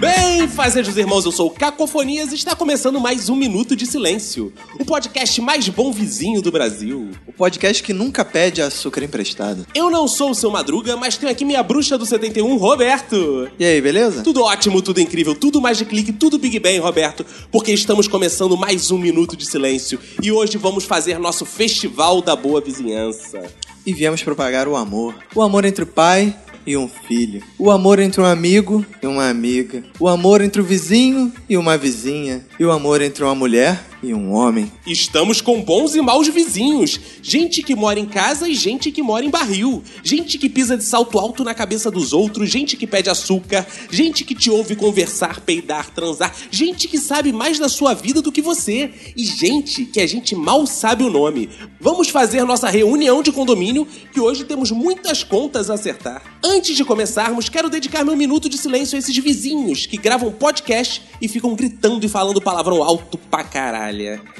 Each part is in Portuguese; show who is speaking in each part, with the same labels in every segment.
Speaker 1: Bem, fazejos irmãos, eu sou o Cacofonias e está começando mais um Minuto de Silêncio, o podcast mais bom vizinho do Brasil.
Speaker 2: O podcast que nunca pede açúcar emprestado.
Speaker 1: Eu não sou o seu Madruga, mas tenho aqui minha bruxa do 71, Roberto.
Speaker 2: E aí, beleza?
Speaker 1: Tudo ótimo, tudo incrível, tudo mais de clique, tudo Big Bang, Roberto, porque estamos começando mais um Minuto de Silêncio e hoje vamos fazer nosso Festival da Boa Vizinhança.
Speaker 2: E viemos propagar o amor. O amor entre o pai e um filho. O amor entre um amigo e uma amiga. O amor entre o vizinho e uma vizinha. E o amor entre uma mulher e um homem.
Speaker 1: Estamos com bons e maus vizinhos. Gente que mora em casa e gente que mora em barril. Gente que pisa de salto alto na cabeça dos outros. Gente que pede açúcar. Gente que te ouve conversar, peidar, transar. Gente que sabe mais da sua vida do que você. E gente que a gente mal sabe o nome. Vamos fazer nossa reunião de condomínio, que hoje temos muitas contas a acertar. Antes de começarmos, quero dedicar meu minuto de silêncio a esses vizinhos que gravam podcast e ficam gritando e falando palavrão alto pra caralho.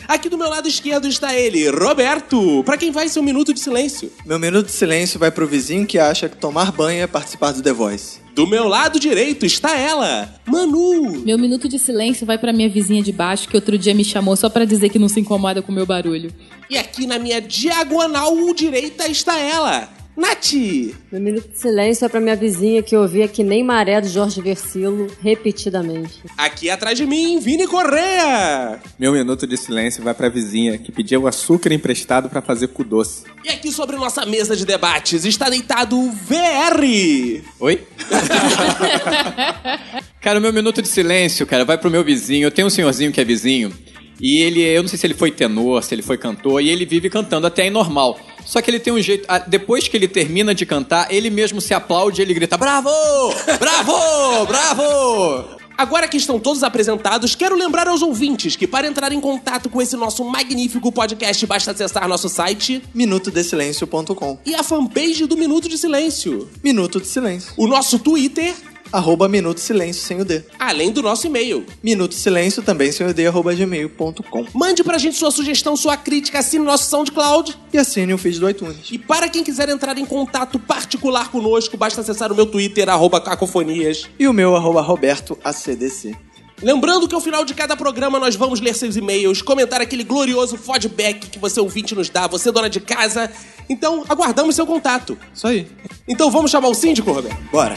Speaker 1: Aqui do meu lado esquerdo está ele, Roberto. Pra quem vai ser um minuto de silêncio.
Speaker 2: Meu minuto de silêncio vai pro vizinho que acha que tomar banho é participar do The Voice.
Speaker 1: Do meu lado direito está ela, Manu.
Speaker 3: Meu minuto de silêncio vai pra minha vizinha de baixo, que outro dia me chamou só pra dizer que não se incomoda com o meu barulho.
Speaker 1: E aqui na minha diagonal direita está ela, Nath.
Speaker 4: Meu minuto de silêncio é pra minha vizinha que ouvia que nem maré do Jorge Versilo repetidamente.
Speaker 1: Aqui atrás de mim, Vini Correa.
Speaker 5: Meu minuto de silêncio vai pra vizinha que pediu açúcar emprestado pra fazer cu doce.
Speaker 1: E aqui sobre nossa mesa de debates está deitado o VR.
Speaker 6: Oi? cara, meu minuto de silêncio, cara, vai pro meu vizinho. Eu tenho um senhorzinho que é vizinho. E ele, eu não sei se ele foi tenor, se ele foi cantor, e ele vive cantando até aí normal. Só que ele tem um jeito. ah, Depois que ele termina de cantar, ele mesmo se aplaude e ele grita: Bravo! Bravo! Bravo!
Speaker 1: Agora que estão todos apresentados, quero lembrar aos ouvintes que para entrar em contato com esse nosso magnífico podcast basta acessar nosso site
Speaker 2: Minutodesilencio.com
Speaker 1: e a fanpage do Minuto de Silêncio,
Speaker 2: Minuto de silêncio.
Speaker 1: o nosso Twitter,
Speaker 2: Arroba Minuto de Silêncio sem o D.
Speaker 1: além do nosso e-mail.
Speaker 2: Minuto de Silêncio também sem o D, arroba gmail.com.
Speaker 1: Mande pra gente sua sugestão, sua crítica, assine nosso SoundCloud.
Speaker 2: E assine o feed do iTunes.
Speaker 1: E para quem quiser entrar em contato particular conosco, basta acessar o meu Twitter, arroba cacofonias.
Speaker 2: E o meu arroba Roberto ACDC.
Speaker 1: Lembrando que ao final de cada programa nós vamos ler seus e-mails, comentar aquele glorioso feedback que você ouvinte nos dá, você é dona de casa. Então, aguardamos seu contato.
Speaker 2: Isso aí.
Speaker 1: Então vamos chamar o síndico, Roberto?
Speaker 2: Bora.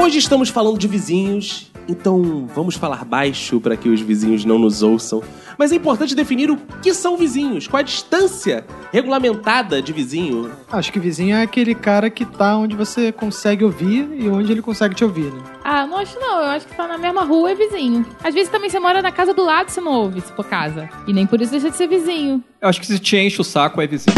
Speaker 1: Hoje estamos falando de vizinhos, então vamos falar baixo para que os vizinhos não nos ouçam. Mas é importante definir o que são vizinhos, qual a distância regulamentada de vizinho.
Speaker 7: Acho que vizinho é aquele cara que tá onde você consegue ouvir e onde ele consegue te ouvir, né?
Speaker 3: Ah, não acho não. Eu acho que tá na mesma rua é vizinho. Às vezes também você mora na casa do lado e você não ouve se for casa. E nem por isso deixa de ser vizinho.
Speaker 6: Eu acho que se te enche o saco, é vizinho.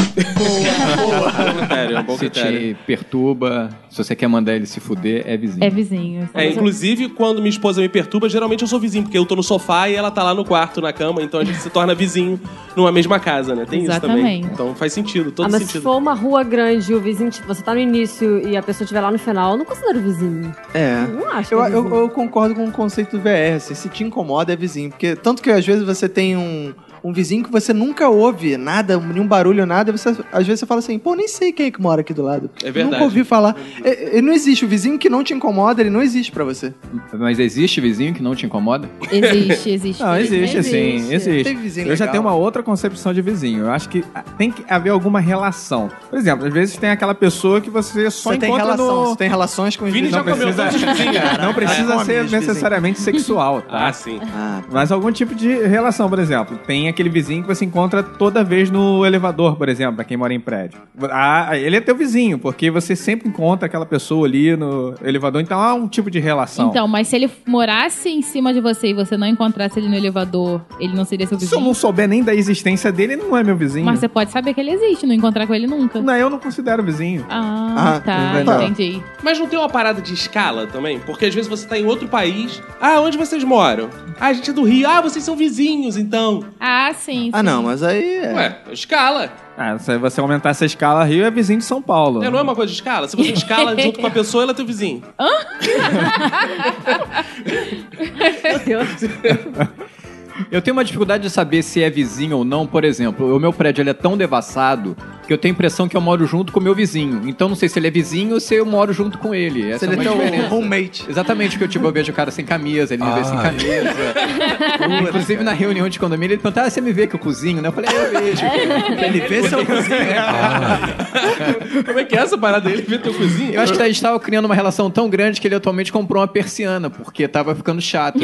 Speaker 1: Critério, é um bom
Speaker 6: se
Speaker 1: critério.
Speaker 6: te perturba, se você quer mandar ele se fuder, é vizinho.
Speaker 3: É vizinho.
Speaker 1: É, inclusive, quando minha esposa me perturba, geralmente eu sou vizinho, porque eu tô no sofá e ela tá lá no quarto, na cama, então a gente se torna vizinho numa mesma casa, né? Tem isso
Speaker 3: Exatamente.
Speaker 1: também. Então faz sentido, todo
Speaker 4: ah, mas se
Speaker 1: sentido.
Speaker 4: for uma rua grande e o vizinho, tipo, você tá no início e a pessoa estiver lá no final, eu não considero vizinho.
Speaker 2: É.
Speaker 4: Eu não acho.
Speaker 2: Eu,
Speaker 4: que é
Speaker 2: eu-
Speaker 7: Uhum.
Speaker 4: vizinho.
Speaker 2: eu concordo com o conceito do VR, assim, se te incomoda é vizinho, porque tanto que às vezes você tem um, um vizinho que você nunca ouve nada, nenhum barulho, nada, e você, às vezes você fala assim, pô, nem sei quem é que mora aqui do lado.
Speaker 1: É verdade.
Speaker 2: Nunca ouvi falar. É, é, não existe, o vizinho que não te incomoda, ele não existe pra você.
Speaker 6: Mas existe vizinho que não te incomoda?
Speaker 3: Existe, existe.
Speaker 2: Não, existe,
Speaker 6: Sim, existe.
Speaker 2: Tem vizinho
Speaker 5: Eu já
Speaker 2: legal.
Speaker 5: tenho uma outra concepção de vizinho. Eu acho que tem que haver alguma relação. Por exemplo, às vezes tem aquela pessoa que você só
Speaker 2: Você tem
Speaker 5: encontra
Speaker 2: relação,
Speaker 5: no...
Speaker 2: você tem relações com os
Speaker 1: Vini já
Speaker 2: vizinhos.
Speaker 5: Não
Speaker 1: comeu
Speaker 5: precisa-
Speaker 1: todos os vizinhos. né?
Speaker 5: Não precisa
Speaker 2: Caralho,
Speaker 5: ser
Speaker 2: homens, vizinho.
Speaker 5: necessariamente sexual, tá?
Speaker 1: Ah, sim.
Speaker 2: Ah,
Speaker 5: Mas algum tipo de relação, por exemplo. Tem
Speaker 7: aquele vizinho que você encontra toda vez no elevador, por exemplo, pra quem mora em prédio. Ah, ele é teu vizinho, porque você sempre encontra aquela pessoa ali no elevador, então há um tipo de relação.
Speaker 3: Então, mas se ele morasse em cima de você e você não encontrasse ele no elevador, ele não seria seu
Speaker 7: Se eu
Speaker 3: vizinho?
Speaker 7: não souber nem da existência dele, ele não é meu vizinho.
Speaker 3: Mas você pode saber que ele existe, não encontrar com ele nunca.
Speaker 7: Não, eu não considero vizinho.
Speaker 3: Ah,
Speaker 2: Ah,
Speaker 3: tá,
Speaker 2: é verdade.
Speaker 3: entendi.
Speaker 1: Mas não tem uma parada de escala também? Porque às vezes você tá em outro país. Ah, onde vocês moram? Ah, a gente é do Rio. Ah, vocês são vizinhos, então.
Speaker 3: Ah, sim.
Speaker 2: Ah,
Speaker 3: sim.
Speaker 2: não, mas aí. é-
Speaker 1: Ué, escala.
Speaker 7: Ah, se você aumentar essa escala, Rio é vizinho de São Paulo.
Speaker 1: Né, Não é uma coisa de escala? Se você escala junto com uma pessoa, ela é teu vizinho.
Speaker 6: Eu tenho uma dificuldade de saber se é vizinho ou não. Por exemplo, o meu prédio ele é tão devassado que eu tenho a impressão que eu moro junto com o meu vizinho. Então não sei se ele é vizinho ou se eu moro junto com ele. Essa
Speaker 2: Se ele
Speaker 6: é uma
Speaker 2: tem um
Speaker 6: diferença.
Speaker 2: roommate.
Speaker 6: Exatamente, que eu, tipo, eu vejo o cara sem camisa, ele me vê sem
Speaker 8: Ah.
Speaker 6: camisa. Inclusive, na reunião de condomínio, ele perguntou, ah, você me vê que eu cozinho, né? Eu falei, "É, eu vejo.
Speaker 2: Ele vê seu
Speaker 1: Como é que é essa parada dele ver teu cozinho?
Speaker 6: Eu acho que a gente tava criando uma relação tão grande que ele atualmente comprou uma persiana, porque tava ficando chato.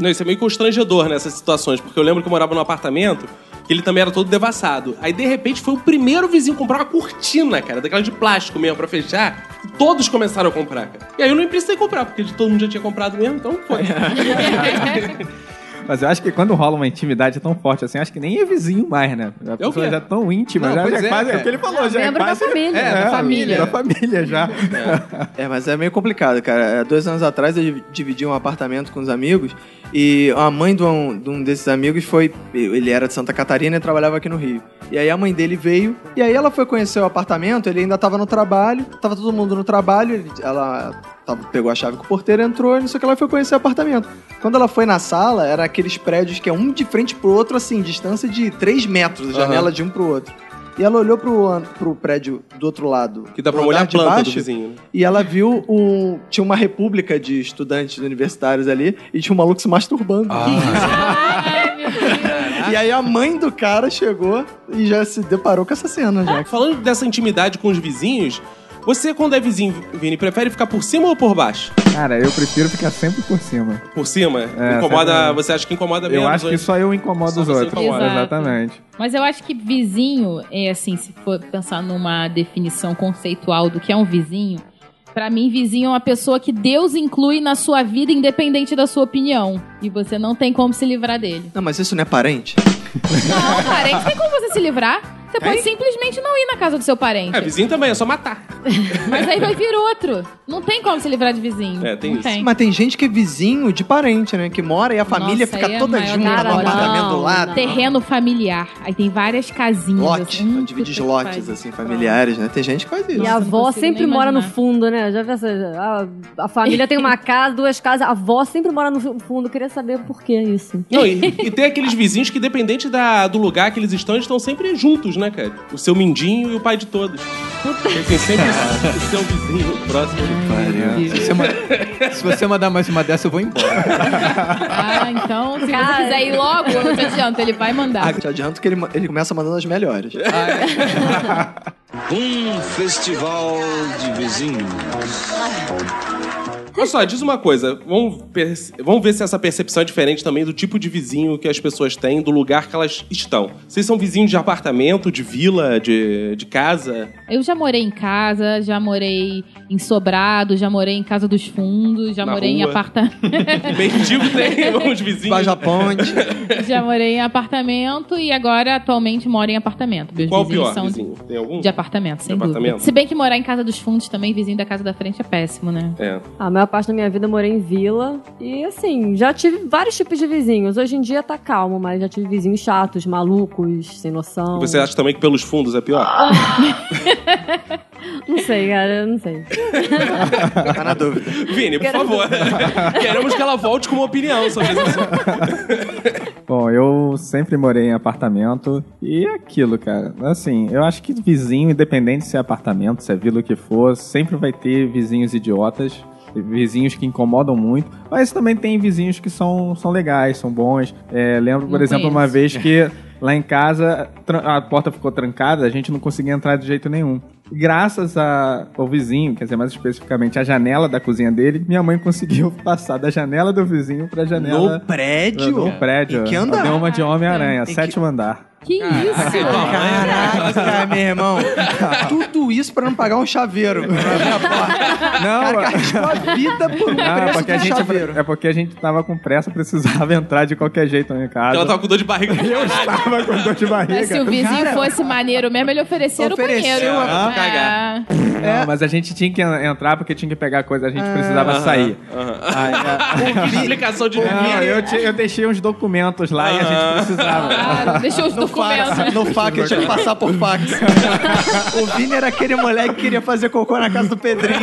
Speaker 1: Não, isso é meio constrangedor nessas situações, porque eu lembro que eu morava num apartamento que ele também era todo devassado. Aí, de repente, foi o primeiro vizinho a comprar uma cortina, cara, daquela de plástico mesmo, pra fechar. E todos começaram a comprar, cara. E aí eu não precisei comprar, porque todo mundo já tinha comprado mesmo, então foi.
Speaker 2: é
Speaker 7: Mas eu acho que quando rola uma intimidade tão forte assim, eu acho que nem é vizinho mais, né? As
Speaker 1: o quê?
Speaker 7: pessoas já tão íntimas,
Speaker 6: Não,
Speaker 7: já,
Speaker 6: pois
Speaker 7: já
Speaker 6: é,
Speaker 7: quase, é
Speaker 6: cara.
Speaker 7: o que ele falou, já é
Speaker 4: membro da
Speaker 7: quase-
Speaker 4: família,
Speaker 7: É,
Speaker 4: da
Speaker 7: é,
Speaker 4: família.
Speaker 7: Da família, já.
Speaker 2: É, mas é meio complicado, cara. Há dois anos atrás eu dividi um apartamento com uns amigos e a mãe de um, de um desses amigos foi. Ele era de Santa Catarina e trabalhava aqui no Rio. E aí a mãe dele veio e aí ela foi conhecer o apartamento, ele ainda tava no trabalho, tava todo mundo no trabalho, ele- ela tava- pegou a chave com o porteiro, entrou, e não sei o que, ela foi conhecer o apartamento. Quando ela foi na sala, era aqueles prédios que é um de frente pro outro, assim, distância de 3 metros, a janela de um pro outro. E ela olhou pro, an- pro prédio do outro lado.
Speaker 1: Que dá pra
Speaker 2: pro
Speaker 1: molhar
Speaker 2: andar
Speaker 1: a
Speaker 2: de
Speaker 1: planta do
Speaker 2: baixo,
Speaker 1: vizinho, né?
Speaker 2: e ela viu um. Tinha uma república de estudantes universitários ali e tinha um maluco se masturbando.
Speaker 3: Ai, meu Deus.
Speaker 2: E aí a mãe do cara chegou e já se deparou com essa cena já.
Speaker 1: Falando dessa intimidade com os vizinhos, você, quando é vizinho, Vini, prefere ficar por cima ou por baixo?
Speaker 7: Cara, eu prefiro ficar sempre por cima.
Speaker 1: Por cima?
Speaker 7: É,
Speaker 1: incomoda,
Speaker 7: sempre.
Speaker 1: você acha que incomoda
Speaker 7: Eu
Speaker 1: menos?
Speaker 7: acho que
Speaker 1: né?
Speaker 7: só eu incomodo
Speaker 1: Só
Speaker 7: os
Speaker 1: você
Speaker 7: outros.
Speaker 3: incomoda. Exato.
Speaker 7: Exatamente.
Speaker 3: Mas eu acho que vizinho, é assim, se for pensar numa definição conceitual do que é um vizinho, pra mim, vizinho é uma pessoa que Deus inclui na sua vida, independente da sua opinião. E você não tem como se livrar dele.
Speaker 2: Não, mas isso não é parente?
Speaker 3: Não, parente, tem como você se livrar. Você pode simplesmente não ir na casa do seu parente.
Speaker 1: É, vizinho também, é só matar.
Speaker 3: Mas aí vai vir outro. Não tem como se livrar de vizinho.
Speaker 1: É, tem
Speaker 3: não
Speaker 1: isso.
Speaker 3: Tem.
Speaker 2: Mas tem gente que é vizinho de parente, né? Que mora e a família
Speaker 3: Nossa, aí
Speaker 2: fica
Speaker 3: é
Speaker 2: toda
Speaker 3: maior
Speaker 2: junta no
Speaker 3: garota.
Speaker 2: apartamento do
Speaker 4: Não,
Speaker 2: lado.
Speaker 3: Terreno familiar. Aí tem várias casinhas.
Speaker 2: Lote,
Speaker 3: assim. Hum,
Speaker 2: então divide os
Speaker 3: puta que
Speaker 2: lotes,
Speaker 3: pariu.
Speaker 2: assim, familiares, né? Tem gente que faz isso.
Speaker 4: E
Speaker 3: Nossa,
Speaker 4: a
Speaker 3: não
Speaker 4: avó
Speaker 3: consigo
Speaker 4: sempre
Speaker 3: nem
Speaker 4: mora no
Speaker 3: imaginar.
Speaker 4: fundo, né? Já vi essa. A, a família tem uma casa, duas casas. A avó sempre mora no fundo. Eu queria saber por que isso.
Speaker 1: Não, e, e tem aqueles vizinhos que, dependente da- do lugar que eles estão, eles estão sempre juntos, né, cara? O seu mindinho e o pai de todos. Ele tem sempre o seu vizinho próximo do pai.
Speaker 6: Se você ma- Se você mandar mais uma dessa, eu vou embora.
Speaker 3: Ah, então, se
Speaker 4: Cara.
Speaker 3: você quiser ir logo, eu te adianto, ele vai
Speaker 2: Ah,
Speaker 3: mandar.
Speaker 2: te adianto que ele, ele começa mandando as melhores.
Speaker 9: Um festival de vizinhos.
Speaker 1: Olha só, diz uma coisa. Vamos, perce- vamos ver se essa percepção é diferente também do tipo de vizinho que as pessoas têm, do lugar que elas estão. Vocês são vizinhos de apartamento, de vila, de, de casa?
Speaker 3: Eu já morei em casa, já morei em sobrado, já morei em casa dos fundos, já
Speaker 1: Na
Speaker 3: morei em
Speaker 1: rua.
Speaker 3: apartamento.
Speaker 1: Mendigo tem uns vizinhos.
Speaker 2: Baja Ponte.
Speaker 3: já morei em apartamento e agora atualmente moro em apartamento. Meus
Speaker 1: Qual o
Speaker 3: vizinhos
Speaker 1: pior
Speaker 3: são
Speaker 1: vizinho? Tem algum?
Speaker 3: de apartamento, sem
Speaker 1: De apartamento?
Speaker 3: dúvida. Se bem que morar em casa dos fundos também, vizinho da casa da frente é péssimo, né?
Speaker 1: É.
Speaker 4: A maior parte da minha vida eu morei em vila. E assim, já tive vários tipos de vizinhos. Hoje em dia tá calmo, mas já tive vizinhos chatos, malucos, sem noção.
Speaker 1: Você acha também que pelos fundos é pior?
Speaker 4: Não sei, cara, eu não sei.
Speaker 2: Tá na dúvida.
Speaker 1: Vini, por favor. Queremos que ela volte com uma opinião sobre esse assunto.
Speaker 7: Bom, eu sempre morei em apartamento e é aquilo, cara. Assim, eu acho que vizinho, independente se é apartamento, se é vila o que for, sempre vai ter vizinhos idiotas, vizinhos que incomodam muito, mas também tem vizinhos que são, são legais, são bons. É, lembro, por
Speaker 3: Não
Speaker 7: exemplo, uma
Speaker 3: conheço.
Speaker 7: vez que Lá em casa, tra- a porta ficou trancada, a gente não conseguia entrar de jeito nenhum. Graças a- ao vizinho, quer dizer, mais especificamente a janela da cozinha dele, minha mãe conseguiu passar da janela do vizinho pra janela.
Speaker 2: No prédio?
Speaker 7: No um prédio.
Speaker 2: Em que
Speaker 7: Ela
Speaker 2: andar?
Speaker 7: Deu uma de Homem-Aranha,
Speaker 2: Em que-
Speaker 7: sétimo andar.
Speaker 3: Que isso?
Speaker 2: Caraca, meu irmão. Tudo isso pra não pagar um chaveiro.
Speaker 7: Não,
Speaker 2: Cara, arriscou a vida por um
Speaker 7: não, é
Speaker 2: preço
Speaker 7: porque, a
Speaker 2: de
Speaker 7: gente,
Speaker 2: chaveiro.
Speaker 7: é porque a gente tava com pressa, precisava entrar de qualquer jeito em casa.
Speaker 10: Ela tava com dor de barriga.
Speaker 7: Eu estava com dor de barriga.
Speaker 3: Mas
Speaker 2: um
Speaker 3: se o vizinho fosse maneiro mesmo, ele oferecia o
Speaker 2: Ofereceu
Speaker 3: banheiro.
Speaker 2: a
Speaker 3: Ah.
Speaker 2: cagar.
Speaker 7: Não, mas a gente tinha que en- entrar porque tinha que pegar coisa, a gente
Speaker 2: Ah.
Speaker 7: precisava sair. Aí, a-
Speaker 10: Explicação de
Speaker 7: Não, eu, ti- eu deixei uns documentos lá e a gente precisava.
Speaker 3: Ah, deixou os
Speaker 2: No
Speaker 3: documentos.
Speaker 2: fax, no fax, eu tinha que passar por fax. o Vini era aquele moleque que queria fazer cocô na casa do Pedrinho.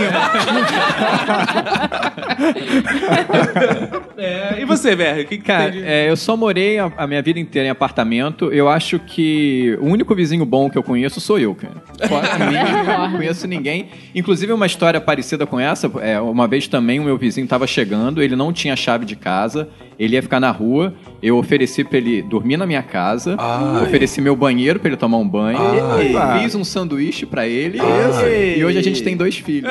Speaker 10: é. E você, velho? O que, que
Speaker 6: Cara,
Speaker 10: tem de-
Speaker 6: é, eu só morei a, a minha vida inteira em apartamento. Eu acho que o único vizinho bom que eu conheço sou eu, cara. Fora mim, eu não conheço ninguém. Inclusive, uma história parecida com essa. é, uma vez também o meu vizinho estava chegando, ele não tinha chave de casa, ele ia ficar na rua. Eu ofereci pra ele dormir na minha casa,
Speaker 10: Ah.
Speaker 6: ofereci meu banheiro pra ele tomar um banho,
Speaker 7: Ai.
Speaker 6: fiz um sanduíche pra ele.
Speaker 10: Ah.
Speaker 6: E hoje a gente tem dois filhos.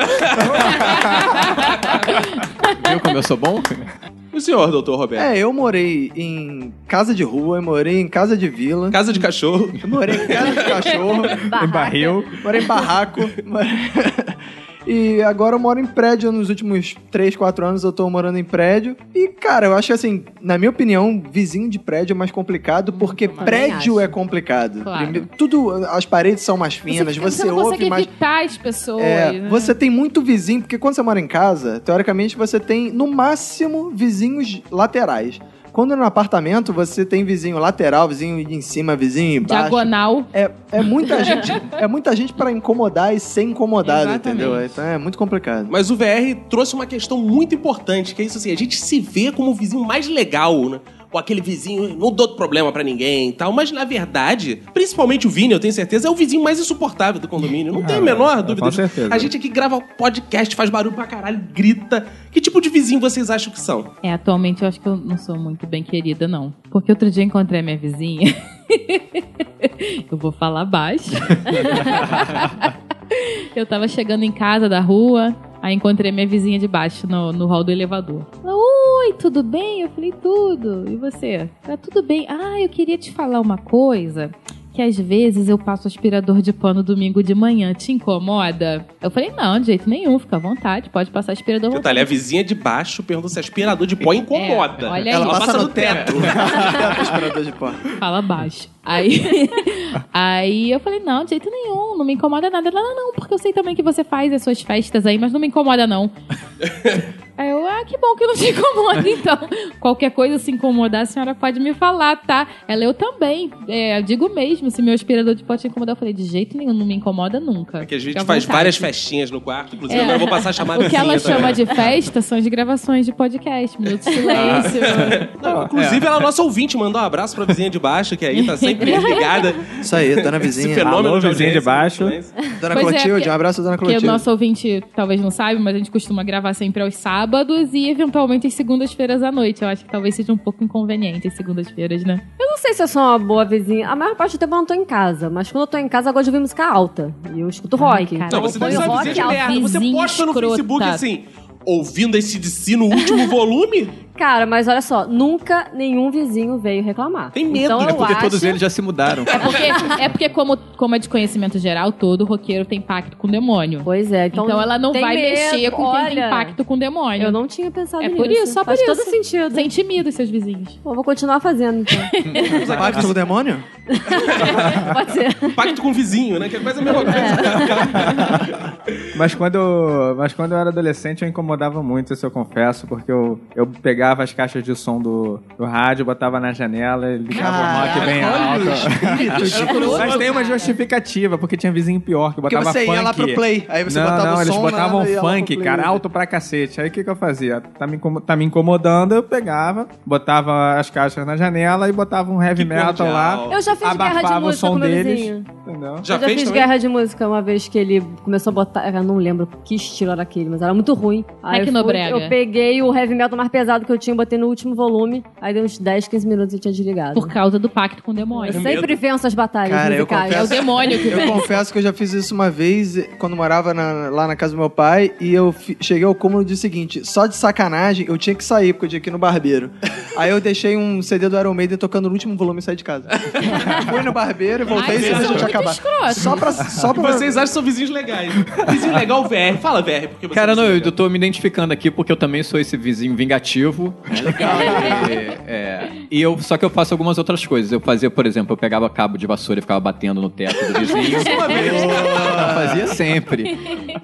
Speaker 6: Viu como eu sou bom?
Speaker 10: O senhor, doutor Roberto?
Speaker 2: É, eu morei em casa de rua, eu morei em casa de vila,
Speaker 10: Casa de cachorro.
Speaker 2: eu morei em casa de cachorro,
Speaker 7: Em barril.
Speaker 2: morei em barraco. more- E agora eu moro em prédio nos últimos 3, 4 anos eu tô morando em prédio. E, cara, eu acho que assim, na minha opinião, vizinho de prédio é mais complicado porque
Speaker 3: Hum, Também
Speaker 2: prédio
Speaker 3: acho.
Speaker 2: é complicado.
Speaker 3: Claro.
Speaker 2: Primeiro, Tudo, as paredes são mais finas,
Speaker 3: você,
Speaker 2: você,
Speaker 3: não
Speaker 2: ouve
Speaker 3: consegue
Speaker 2: mais.
Speaker 3: evitar as pessoas.
Speaker 2: É,
Speaker 3: né?
Speaker 2: você tem muito vizinho, porque quando você mora em casa, teoricamente você tem no máximo vizinhos laterais. Quando é no apartamento, você tem vizinho lateral, vizinho em cima, vizinho embaixo.
Speaker 3: Diagonal.
Speaker 2: É, é muita gente, é muita gente para incomodar e ser incomodado,
Speaker 3: Exatamente.
Speaker 2: entendeu? Então é muito complicado.
Speaker 10: Mas o VR trouxe uma questão muito importante, que é isso assim, a gente se vê como o vizinho mais legal, né? Com aquele vizinho, não dou problema pra ninguém e tal. Mas, na verdade, principalmente o Vini, eu tenho certeza, é o vizinho mais insuportável do condomínio. Não tem a menor dúvida.
Speaker 7: com
Speaker 10: disso.
Speaker 7: certeza.
Speaker 10: A gente aqui grava podcast, faz barulho pra caralho, grita. Que tipo de vizinho vocês acham que são?
Speaker 3: É, atualmente eu acho que eu não sou muito bem querida, não. Porque outro dia eu encontrei a minha vizinha. eu vou falar baixo. eu tava chegando em casa da rua, aí encontrei a minha vizinha de baixo no, no hall do elevador. Ela, Oi, tudo bem? Eu falei, tudo. E você? Ela, tudo bem. Ah, eu queria te falar uma coisa. Que às vezes eu passo aspirador de pano domingo de manhã, te incomoda? Eu falei, não, de jeito nenhum, fica à vontade, pode passar aspirador. à vontade."
Speaker 10: Detalhe, a vizinha de baixo perguntou se aspirador de pó incomoda.
Speaker 3: É, olha
Speaker 10: Ela
Speaker 3: aí.
Speaker 10: passa, no teto.
Speaker 2: Aspirador de pó.
Speaker 3: Fala baixo. Aí, aí eu falei, não, de jeito nenhum, não me incomoda nada. Ela, não, não, porque eu sei também que você faz as suas festas aí, mas não me incomoda, não. Aí eu, ah, que bom que não te incomoda, então. Qualquer coisa se incomodar, a senhora pode me falar, tá? Ela, eu também. É, eu digo mesmo, se meu aspirador de pó te incomodar, eu falei, de jeito nenhum, não me incomoda nunca.
Speaker 10: Porque É a gente
Speaker 3: Fica à
Speaker 10: faz
Speaker 3: vontade.
Speaker 10: várias festinhas no quarto. Inclusive,
Speaker 3: É.
Speaker 10: agora eu vou passar a chamar a
Speaker 3: O que
Speaker 10: vizinha
Speaker 3: ela
Speaker 10: também. Ah.
Speaker 3: chama de festa são as gravações de podcast, Minuto de Silêncio.
Speaker 10: Não, inclusive, ela é nossa ouvinte, mandou um abraço pra vizinha de baixo, que aí tá sempre ligada.
Speaker 11: Isso aí, dona
Speaker 10: Esse
Speaker 11: vizinha.
Speaker 10: fenômeno
Speaker 7: alô,
Speaker 10: de
Speaker 7: vizinha de
Speaker 10: audiência,
Speaker 7: baixo.
Speaker 10: influência.
Speaker 2: Dona
Speaker 3: Pois é,
Speaker 2: Clotilde,
Speaker 3: porque-
Speaker 2: um abraço, dona
Speaker 3: Porque o
Speaker 2: Clotilde.
Speaker 3: nosso ouvinte talvez não saiba, mas a gente costuma gravar sempre aos sábados e eventualmente às segundas-feiras à noite. Eu acho que talvez seja um pouco inconveniente as segundas-feiras, né?
Speaker 4: Eu não sei se eu sou uma boa vizinha. A maior parte do tempo eu não tô em casa, mas quando eu tô em casa eu gosto de ouvir música alta. E eu escuto
Speaker 3: Ai,
Speaker 4: rock.
Speaker 3: cara.
Speaker 4: então
Speaker 10: Não,
Speaker 3: Não,
Speaker 10: você
Speaker 4: eu
Speaker 10: deve ser
Speaker 3: põe o
Speaker 4: ponho
Speaker 10: uma
Speaker 3: rock
Speaker 10: vizinha de
Speaker 3: alto.
Speaker 10: merda. Você
Speaker 3: Vizinha
Speaker 10: posta no
Speaker 3: escrota.
Speaker 10: Facebook assim, ouvindo esse DC no último volume?
Speaker 4: Cara, mas olha só, nunca nenhum vizinho veio reclamar.
Speaker 10: Tem medo,
Speaker 4: então,
Speaker 10: né?
Speaker 4: eu
Speaker 6: É Porque
Speaker 4: acho...
Speaker 6: todos eles já se mudaram.
Speaker 3: É porque, é porque como, como é de conhecimento geral, todo roqueiro tem pacto com o demônio.
Speaker 4: Pois é, então.
Speaker 3: Então, ela não
Speaker 4: tem
Speaker 3: vai
Speaker 4: medo,
Speaker 3: mexer com quem tem
Speaker 4: olha.
Speaker 3: pacto com o demônio.
Speaker 4: Eu não tinha pensado
Speaker 3: É
Speaker 4: nisso.
Speaker 3: por isso, só por
Speaker 4: Faz todo
Speaker 3: isso.
Speaker 4: sentido.
Speaker 3: Você intimida os seus vizinhos.
Speaker 4: Pô, vou continuar fazendo, então.
Speaker 2: Pacto do demônio?
Speaker 4: Pode ser.
Speaker 10: Pacto com o vizinho, né? Que é quase a mesma coisa.
Speaker 7: Mas quando, eu, mas quando eu era adolescente, eu incomodava muito, isso eu confesso, porque eu, eu pegava as caixas de som do, do rádio, botava na janela, e ligava o rock bem alto. Mas tem uma justificativa, porque tinha vizinho pior que
Speaker 2: Porque
Speaker 7: botava
Speaker 2: você
Speaker 7: funk.
Speaker 2: ia lá pro play, aí você
Speaker 7: não,
Speaker 2: botava
Speaker 7: não,
Speaker 2: o
Speaker 7: eles
Speaker 2: som
Speaker 7: botavam um
Speaker 2: na- e ia lá pro
Speaker 7: funk,
Speaker 2: play.
Speaker 7: cara, alto pra cacete. Aí o que, que eu fazia? Tá me, incomo- tá me incomodando, eu pegava, botava as caixas na janela e botava um heavy
Speaker 10: Que
Speaker 7: metal
Speaker 10: cordial.
Speaker 7: lá,
Speaker 4: Eu já fiz guerra
Speaker 7: abafava
Speaker 4: de
Speaker 7: o
Speaker 4: música
Speaker 7: som
Speaker 4: com meu
Speaker 7: deles.
Speaker 4: vizinho.
Speaker 7: Entendeu?
Speaker 10: Já
Speaker 4: eu já
Speaker 10: fez
Speaker 4: fiz
Speaker 10: também?
Speaker 4: guerra de música uma vez que ele começou a botar. Eu não é lembro que estilo era aquele, mas era muito ruim. eu fui-
Speaker 3: Tecnobrega.
Speaker 4: eu peguei o heavy metal mais pesado que eu tinha, botei no último volume, aí deu uns 10, 15 minutos e eu tinha desligado. Por
Speaker 3: causa do pacto com o demônio.
Speaker 4: Eu sempre venço as batalhas
Speaker 2: Cara, eu
Speaker 4: musicais.
Speaker 2: confesso, Eu confesso que eu já fiz isso uma vez eh, quando morava na- lá na casa do meu pai e eu fi- cheguei ao cúmulo do seguinte, só de sacanagem eu tinha que sair porque eu tinha que ir no barbeiro. Aí eu deixei um CD do Iron Maiden tocando no último volume e saí de casa. Fui no barbeiro e voltei
Speaker 1: Ai,
Speaker 2: sem a
Speaker 3: é
Speaker 1: vocês são
Speaker 2: gente
Speaker 1: muito
Speaker 2: acabar.
Speaker 1: escrotos.
Speaker 2: Só pra só
Speaker 1: E
Speaker 2: pra
Speaker 1: vocês acham que são vizinhos legais. Vizinho legal, VR. Fala, VR, porque você
Speaker 6: Cara, não, eu eu tô me identificando aqui porque eu também sou esse vizinho vingativo. É legal. e, é, e eu, só que eu faço algumas outras coisas. Eu fazia, por exemplo, eu pegava cabo de vassoura e ficava batendo no teto do vizinho. Eu fazia sempre.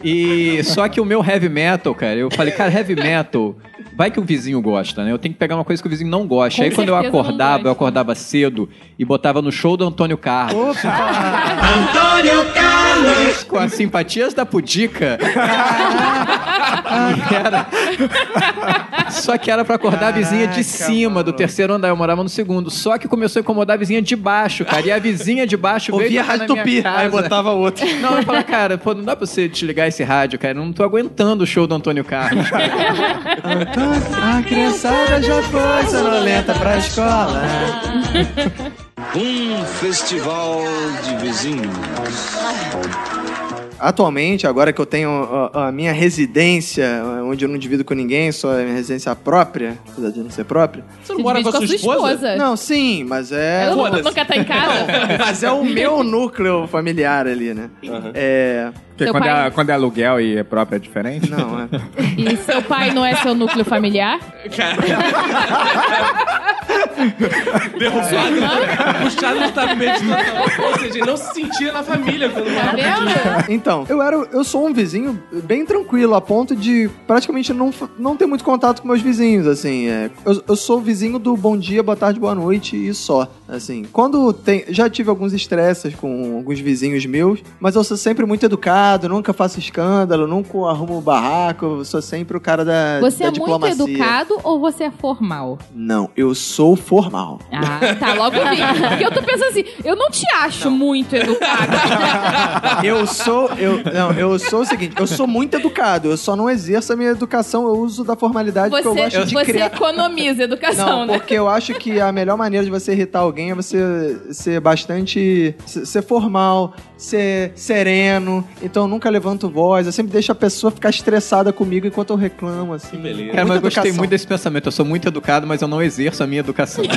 Speaker 6: E só que o meu heavy metal, cara, eu falei, cara, heavy metal, vai que o vizinho gosta, né? Eu tenho que pegar uma coisa que o vizinho não gosta.
Speaker 1: Com
Speaker 6: Aí quando eu
Speaker 1: certeza não
Speaker 6: acordava,
Speaker 1: gosta.
Speaker 6: eu acordava cedo e botava no show do Antônio Carlos.
Speaker 1: Antônio Carlos!
Speaker 6: Com as simpatias da pudica. E era- Só que era pra acordar a vizinha de cima, do terceiro andar. Eu morava no segundo. Só que começou a incomodar a vizinha de baixo, cara. E a vizinha de baixo veio.
Speaker 2: Ouvia
Speaker 6: tocar na
Speaker 2: Rádio
Speaker 6: minha
Speaker 2: Tupi, aí
Speaker 6: casa.
Speaker 2: botava outra.
Speaker 6: Não, eu falava, cara, pô, não dá pra você desligar esse rádio, cara. Eu não tô aguentando o show do Antônio Carlos.
Speaker 2: A criançada já foi sonolenta pra escola.
Speaker 8: Um festival de vizinhos.
Speaker 2: Atualmente, agora que eu tenho a, a minha residência, onde eu não divido com ninguém, só é minha residência própria, apesar de não ser própria.
Speaker 1: Você não mora com a sua esposa?
Speaker 2: Não, sim, mas é.
Speaker 1: Ela não- Foda-se. nunca tá em casa?
Speaker 2: Não, mas é o meu núcleo familiar ali, né? É.
Speaker 7: Porque quando, é, quando é aluguel e é próprio é diferente?
Speaker 2: Não, é.
Speaker 3: E seu pai não é seu núcleo familiar?
Speaker 1: Derrubado. né? Puxado no tapete. total. Ou seja, ele não se sentia na família quando
Speaker 2: É,
Speaker 1: morava
Speaker 3: Tá
Speaker 1: junto.
Speaker 2: Então, eu era, eu sou um vizinho bem tranquilo, a ponto de praticamente não, fa- não ter muito contato com meus vizinhos, assim. é. eu, eu sou vizinho do bom dia, boa tarde, boa noite e só, assim. Quando tem, já tive alguns estresses com alguns vizinhos meus, mas eu sou sempre muito educado, nunca faço escândalo, nunca arrumo barraco, eu sou sempre o cara da,
Speaker 3: Você
Speaker 2: da
Speaker 3: é muito
Speaker 2: diplomacia.
Speaker 3: educado ou você é formal?
Speaker 2: Não, eu sou formal.
Speaker 3: Ah, Tá, logo vi. Porque eu tô pensando assim, eu não te acho muito educado.
Speaker 2: Eu sou, eu, não, eu sou o seguinte, eu sou muito educado, eu só não exerço a minha educação, eu uso da formalidade porque eu gosto
Speaker 3: Você,
Speaker 2: de
Speaker 3: você
Speaker 2: criar.
Speaker 3: economiza educação,
Speaker 2: Não,
Speaker 3: né?
Speaker 2: porque eu acho que a melhor maneira de você irritar alguém é você ser bastante. se- ser formal, ser sereno. Então eu nunca levanto voz, eu sempre deixo a pessoa ficar estressada comigo enquanto eu reclamo, assim.
Speaker 1: beleza.
Speaker 6: Cara, mas eu gostei
Speaker 2: educação.
Speaker 6: muito desse pensamento. Eu sou muito educado, mas eu não exerço a minha educação.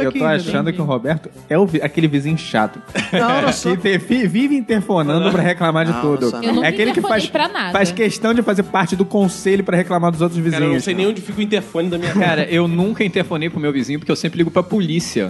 Speaker 7: Eu tô achando
Speaker 2: um
Speaker 7: que o Roberto é o vi- aquele vizinho chato.
Speaker 2: Não, eu sou-
Speaker 7: Que te- fi- vive interfonando pra reclamar de
Speaker 2: Não,
Speaker 7: tudo.
Speaker 2: não sou
Speaker 3: Eu nunca
Speaker 7: É aquele que
Speaker 3: interfonei
Speaker 7: faz,
Speaker 3: pra nada.
Speaker 7: faz questão de fazer parte do conselho pra reclamar dos outros
Speaker 1: Cara, eu não
Speaker 7: vizinhos.
Speaker 1: sei nem onde fica o interfone da minha
Speaker 6: Cara, eu nunca interfonei pro meu vizinho porque eu sempre ligo pra polícia.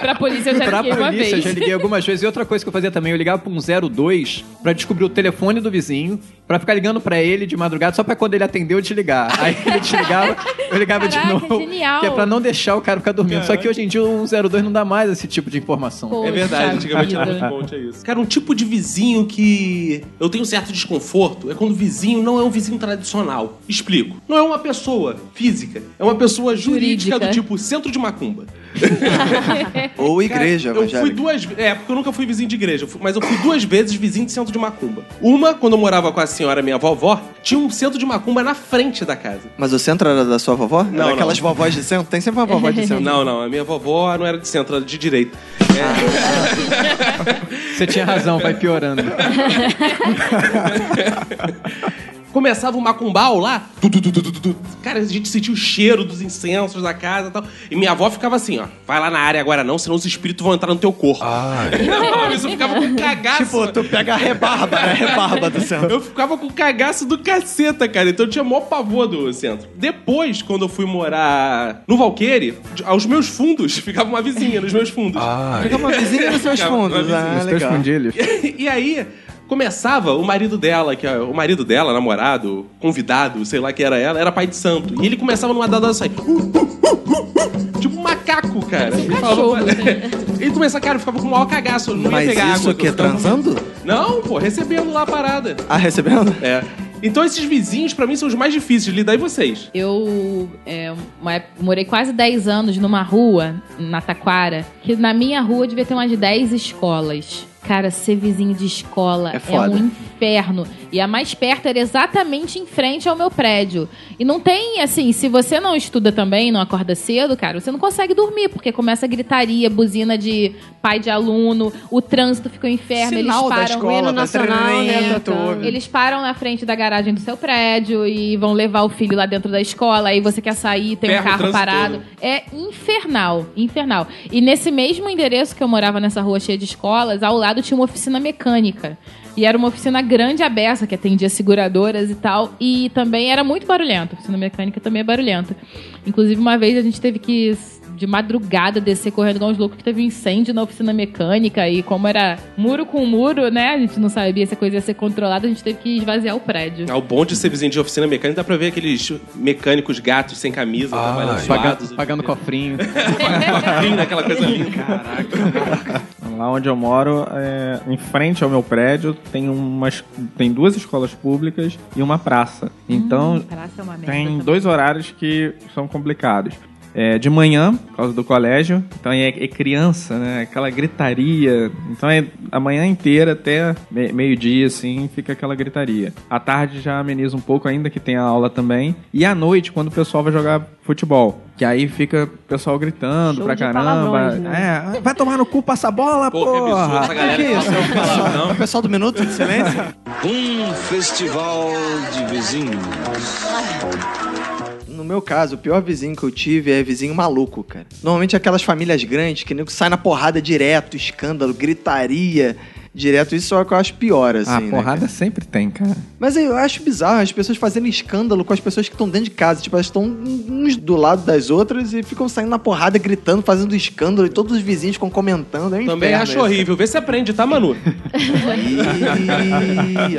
Speaker 3: pra polícia eu já
Speaker 6: pra
Speaker 3: liguei
Speaker 6: polícia,
Speaker 3: uma vez.
Speaker 6: eu já liguei algumas vezes. E outra coisa que eu fazia também, eu ligava pra um 02 pra descobrir o telefone do vizinho, pra ficar ligando pra ele de madrugada, só pra quando ele atender eu desligar. Aí ele desligava, eu ligava
Speaker 3: Caraca,
Speaker 6: de novo.
Speaker 3: genial.
Speaker 6: Que é pra não deixar o cara ficar dormindo. Só que hoje em dia o 02 não dá mais esse tipo de informação.
Speaker 3: Poxa
Speaker 1: É verdade, antigamente
Speaker 3: vida.
Speaker 1: era muito bom, tinha isso. Cara, um tipo de vizinho que eu tenho um certo desconforto é quando o vizinho não é um vizinho tradicional. Explico. Não é uma pessoa física, é uma pessoa jurídica,
Speaker 3: Jurídica.
Speaker 1: do tipo centro de macumba.
Speaker 2: Ou igreja,
Speaker 1: eu fui
Speaker 2: evangélica.
Speaker 1: duas ve- É, porque eu nunca fui vizinho de igreja, eu fui- mas eu fui duas vezes vizinho de centro de macumba. Uma, quando eu morava com a senhora, minha vovó, tinha um centro de macumba na frente da casa.
Speaker 2: Mas o centro era da sua vovó?
Speaker 1: Não,
Speaker 2: era
Speaker 1: não.
Speaker 2: aquelas vovós de centro? Tem sempre uma vovó de centro.
Speaker 1: Não, não, a minha vovó não era de centro, era de direita.
Speaker 6: Você tinha razão, vai piorando.
Speaker 1: Começava o macumbau lá. tu, tu, tu, tu, tu, tu. Cara, a gente sentia o cheiro dos incensos da casa e tal. E minha avó ficava assim, ó. Vai lá na área agora não, senão os espíritos vão entrar no teu corpo. Não, isso eu ficava com cagaço.
Speaker 2: Tipo, tu pega a rebarba, né? A rebarba do centro.
Speaker 1: Eu ficava com cagaço do caceta, cara. Então eu tinha maior pavor do centro. Depois, quando eu fui morar no Valqueire, de- aos meus fundos, ficava uma vizinha nos meus fundos.
Speaker 2: Fica uma vizinha nos seus
Speaker 1: Ficava uma
Speaker 2: fundos.
Speaker 1: vizinha
Speaker 2: Ah,
Speaker 7: Os teus
Speaker 2: legal.
Speaker 7: fundilhos.
Speaker 1: E aí começava o marido dela, que é o marido dela, namorado, convidado, sei lá que era ela, era pai de santo. E ele começava numa dada sair. Tipo um macaco, cara. Ele
Speaker 3: cachorro,
Speaker 1: falava- Ele começava, cara, eu ficava com o maior cagaço. eu Não ia
Speaker 2: Mas
Speaker 1: pegar água.
Speaker 2: isso é o
Speaker 1: eu
Speaker 2: quê?
Speaker 1: ficava-
Speaker 2: Transando?
Speaker 1: Não, pô, recebendo lá a parada.
Speaker 2: Ah, recebendo?
Speaker 1: É. Então esses vizinhos, pra mim, são os mais difíceis de lidar e vocês.
Speaker 3: Eu é, uma época- morei quase 10 anos numa rua, na Taquara, que na minha rua devia ter umas 10 escolas. Cara, ser vizinho de escola
Speaker 12: É
Speaker 3: é,
Speaker 12: foda.
Speaker 3: um inferno. E a mais perto era exatamente em frente ao meu prédio. E não tem, assim, se você não estuda também, não acorda cedo, cara, você não consegue dormir, porque começa a gritaria, buzina de pai de aluno, o trânsito fica um inferno,
Speaker 4: Sinal
Speaker 3: eles
Speaker 4: da
Speaker 3: param.
Speaker 4: escola, O hino tá nacional, tremendo, né, tocando.
Speaker 3: Eles param na frente da garagem do seu prédio e vão levar o filho lá dentro da escola, aí você quer sair, tem
Speaker 12: Ferra
Speaker 3: um
Speaker 12: o
Speaker 3: carro
Speaker 12: trânsito
Speaker 3: parado.
Speaker 12: todo.
Speaker 3: É infernal, infernal. E nesse mesmo endereço que eu morava nessa rua cheia de escolas, ao lado tinha uma oficina mecânica. E era uma oficina grande aberta, que atendia seguradoras e tal. E também era muito barulhenta. A oficina mecânica também é barulhenta. Inclusive, uma vez a gente teve que, de madrugada, descer correndo igual uns loucos, que teve um incêndio na oficina mecânica. E como era muro com muro, né? A gente não sabia se a coisa ia ser controlada, a gente teve que esvaziar o prédio.
Speaker 1: Ah, o bom de ser vizinho de oficina mecânica, dá pra ver aqueles mecânicos gatos sem camisa, trabalhando suados.
Speaker 6: Pagando, pagando cofrinho.
Speaker 1: Linda, aquela coisa linda.
Speaker 7: Lá onde eu moro, é, em frente ao meu prédio, tem, umas, tem duas escolas públicas e uma praça. Então,
Speaker 3: Praça é uma merda.
Speaker 7: tem dois horários que são complicados. É, de manhã, por causa do colégio, então é, é criança, né? Aquela gritaria. Então é a manhã inteira até me- meio-dia, assim, fica aquela gritaria. À tarde já ameniza um pouco, ainda que tenha aula também. E à noite, quando o pessoal vai jogar futebol. Que aí fica o pessoal gritando
Speaker 12: Show
Speaker 7: pra
Speaker 12: de
Speaker 7: caramba.
Speaker 12: palavrões, né?
Speaker 7: É, vai tomar no cu, passa a bola,
Speaker 12: Pô, que
Speaker 7: porra!
Speaker 12: absurdo essa galera
Speaker 7: Que
Speaker 12: que
Speaker 7: isso?
Speaker 12: não sabe falar,
Speaker 7: Pessoal-
Speaker 12: não.
Speaker 7: Pessoal do Minuto de Silêncio?
Speaker 8: Um festival de vizinhos.
Speaker 2: No meu caso, o pior vizinho que eu tive é vizinho maluco, cara. Normalmente é aquelas famílias grandes que nego sai na porrada direto, escândalo, gritaria direto. Isso é o que eu acho pior, assim.
Speaker 7: Ah,
Speaker 2: né,
Speaker 7: porrada
Speaker 2: cara?
Speaker 7: sempre tem, cara.
Speaker 2: Mas eu acho bizarro as pessoas fazerem escândalo com as pessoas que estão dentro de casa. Tipo, elas estão uns do lado das outras e ficam saindo na porrada, gritando, fazendo escândalo e todos os vizinhos ficam comentando. É um
Speaker 1: Também
Speaker 2: inferno
Speaker 1: acho
Speaker 2: esse.
Speaker 1: horrível. Vê se aprende, tá, Manu?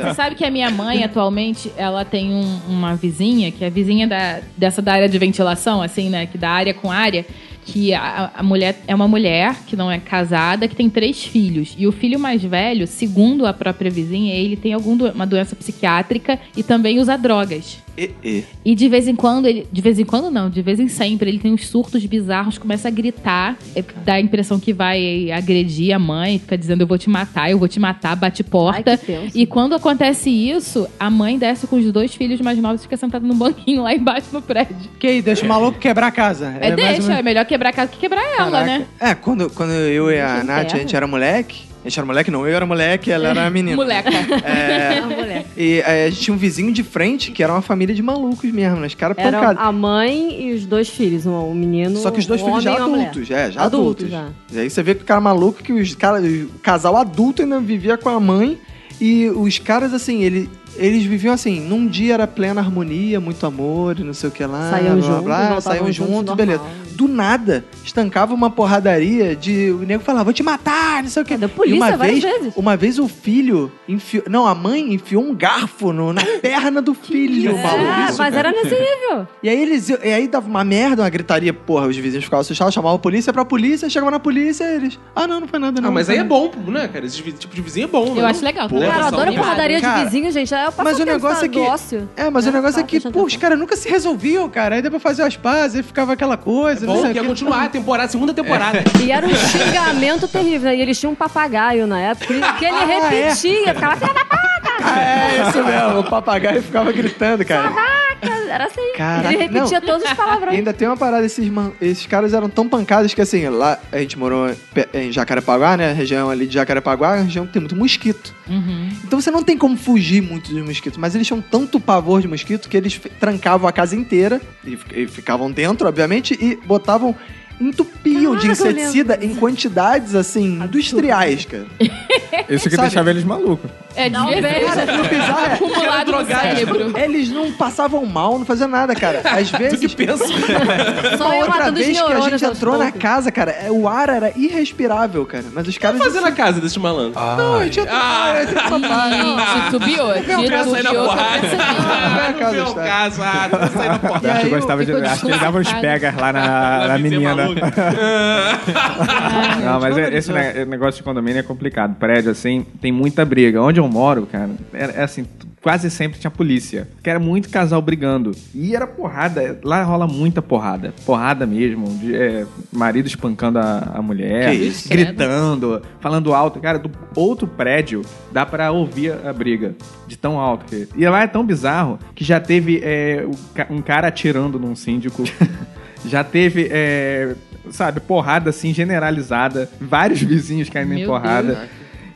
Speaker 3: Você sabe que a minha mãe, atualmente, ela tem um- uma vizinha, que é a vizinha da, dessa da área de ventilação, assim, né? Que da área com área, que a, a mulher é uma mulher que não é casada, que tem três filhos. E o filho mais velho, segundo a própria vizinha, ele tem alguma doença psiquiátrica e também usa drogas.
Speaker 2: E-
Speaker 3: E de vez em quando, ele. De vez em quando não, de vez em sempre, ele tem uns surtos bizarros, começa a gritar, é, dá a impressão que vai agredir a mãe, fica dizendo eu vou te matar, eu vou te matar, bate porta.
Speaker 4: Ai, que tenso.
Speaker 3: e quando acontece isso, a mãe desce com os dois filhos mais novos e fica sentada no banquinho lá embaixo no prédio.
Speaker 13: Que aí,
Speaker 2: É.
Speaker 13: deixa o maluco quebrar a casa.
Speaker 3: É,
Speaker 2: mais
Speaker 3: deixa,
Speaker 2: ou menos-
Speaker 3: é melhor quebrar a casa que quebrar ela,
Speaker 2: Caraca.
Speaker 3: né?
Speaker 2: É, quando, quando eu e a Nath, a gente
Speaker 3: terra.
Speaker 2: era moleque. A gente era moleque, não, eu era moleque, ela era menina.
Speaker 3: Moleca.
Speaker 2: É. E é, a gente tinha um vizinho de frente que era uma família de malucos mesmo, né? Os caras
Speaker 3: um
Speaker 4: Era
Speaker 2: pancados.
Speaker 4: a mãe e os dois filhos, um, um menino.
Speaker 2: Só que os dois
Speaker 4: um
Speaker 2: filhos já
Speaker 4: homem e uma mulher.
Speaker 2: adultos, é, já adultos.
Speaker 4: já.
Speaker 2: E aí você vê que o cara maluco, que os cara, o casal adulto ainda vivia com a mãe. E os caras, assim, ele, eles viviam assim, num dia era plena harmonia, muito amor, e não sei o que lá. blá, blá,
Speaker 4: Saíam juntos,
Speaker 2: blá,
Speaker 4: voltavam
Speaker 2: saíam
Speaker 4: juntos,
Speaker 2: juntos,
Speaker 4: normal.
Speaker 2: beleza. Do nada, estancava uma porradaria de. O nego falava, vou te matar, não sei o que.
Speaker 4: Ah, polícia
Speaker 2: e uma
Speaker 4: várias
Speaker 2: vez,
Speaker 4: vezes.
Speaker 2: Uma vez o filho enfiou. Não, a mãe enfiou um garfo no- na perna do filho, maluco.
Speaker 4: É, mas era nesse nível.
Speaker 2: E aí eles iam- e aí dava uma merda, uma gritaria, porra, os vizinhos ficavam assustados, chamavam a polícia pra polícia, chegava na polícia eles. Ah, não, não foi nada, não.
Speaker 1: Ah, mas
Speaker 2: não
Speaker 1: aí é
Speaker 2: foi
Speaker 1: bom, né, cara? Esse vi- tipo de vizinho é bom.
Speaker 2: Eu
Speaker 1: né?
Speaker 2: acho legal,
Speaker 1: Pô,
Speaker 2: cara, eu
Speaker 1: só
Speaker 2: adoro
Speaker 1: um-
Speaker 2: porradaria de
Speaker 1: Cara,
Speaker 4: Vizinho, gente, é o
Speaker 2: nada. Mas o
Speaker 4: passatempo
Speaker 2: negócio é que.
Speaker 4: do ócio.
Speaker 2: É, mas o negócio é que,
Speaker 4: fácil,
Speaker 2: pô, os caras nunca se resolviam, cara. Aí depois fazia as pazes, aí ficava aquela coisa.
Speaker 1: É bom
Speaker 2: não sei
Speaker 1: que
Speaker 2: o
Speaker 1: ia
Speaker 2: quê.
Speaker 1: continuar a temporada, a segunda temporada.
Speaker 4: E era um xingamento terrível. né? E eles tinham um papagaio na época que ele
Speaker 2: Ah, é.
Speaker 4: repetia. Ficava, "Filha da
Speaker 2: Ah, é isso mesmo, o papagaio ficava gritando, cara.
Speaker 4: vaca! Era assim.
Speaker 2: Caraca,
Speaker 4: ele repetia
Speaker 2: não.
Speaker 4: todos os
Speaker 2: E
Speaker 4: palavrões.
Speaker 2: ainda tem uma parada, esses, man- esses caras eram tão pancados que assim, lá a gente morou em Pe- em Jacarepaguá, né? Região ali de Jacarepaguá, região que tem muito mosquito.
Speaker 7: Uhum.
Speaker 2: Então você não tem como fugir muito dos mosquitos, mas eles tinham tanto pavor de mosquito que eles f- trancavam a casa inteira e, fi- e ficavam dentro, obviamente, e botavam. Entupiam de
Speaker 7: Caraca, eu
Speaker 2: inseticida em quantidades assim, industriais, cara.
Speaker 7: Isso que
Speaker 2: Sabe?
Speaker 7: deixava eles malucos.
Speaker 3: É
Speaker 2: Não, cara, o bizarro é-
Speaker 3: acumulado no cérebro.
Speaker 2: Eles não passavam mal, não faziam nada, cara. Às vezes.
Speaker 1: que pensa?
Speaker 4: Só
Speaker 2: Uma
Speaker 4: eu
Speaker 2: outra
Speaker 4: matando os
Speaker 2: vez que a
Speaker 4: neurônios
Speaker 2: gente
Speaker 4: aos
Speaker 2: entrou na
Speaker 4: poucos.
Speaker 2: casa, cara, é- o ar era irrespirável, cara. Mas os caras.
Speaker 1: fazer na casa desse malandro.
Speaker 2: Não, a gente entrou. Ah, eu tenho papai.
Speaker 3: Ih, titubeou,
Speaker 2: Meu cara saindo na
Speaker 3: titubeou.
Speaker 2: porrada.
Speaker 1: Ah,
Speaker 2: Meu
Speaker 1: meu caso, ah, tá saindo
Speaker 7: Eu acho que gostava de.
Speaker 1: ficou
Speaker 7: Acho que ele dava uns
Speaker 1: desconcertado.
Speaker 7: pegas lá na, na
Speaker 1: né?
Speaker 7: menina. Não, mas é- esse ne- negócio de condomínio é complicado. Prédio, assim, tem muita briga. Onde eu moro, cara, é, é assim, tu- quase sempre tinha polícia. Que era muito casal brigando. E era porrada. Lá rola muita porrada. Porrada mesmo. De, é, marido espancando a, a mulher.
Speaker 12: Que isso?
Speaker 7: Gritando, falando alto. Cara, do outro prédio dá pra ouvir a briga. De tão alto que. E lá é tão bizarro que já teve é, o ca- um cara atirando num síndico. já teve. é, sabe, porrada assim generalizada. Vários vizinhos caindo em
Speaker 12: Meu
Speaker 7: porrada.
Speaker 12: Deus.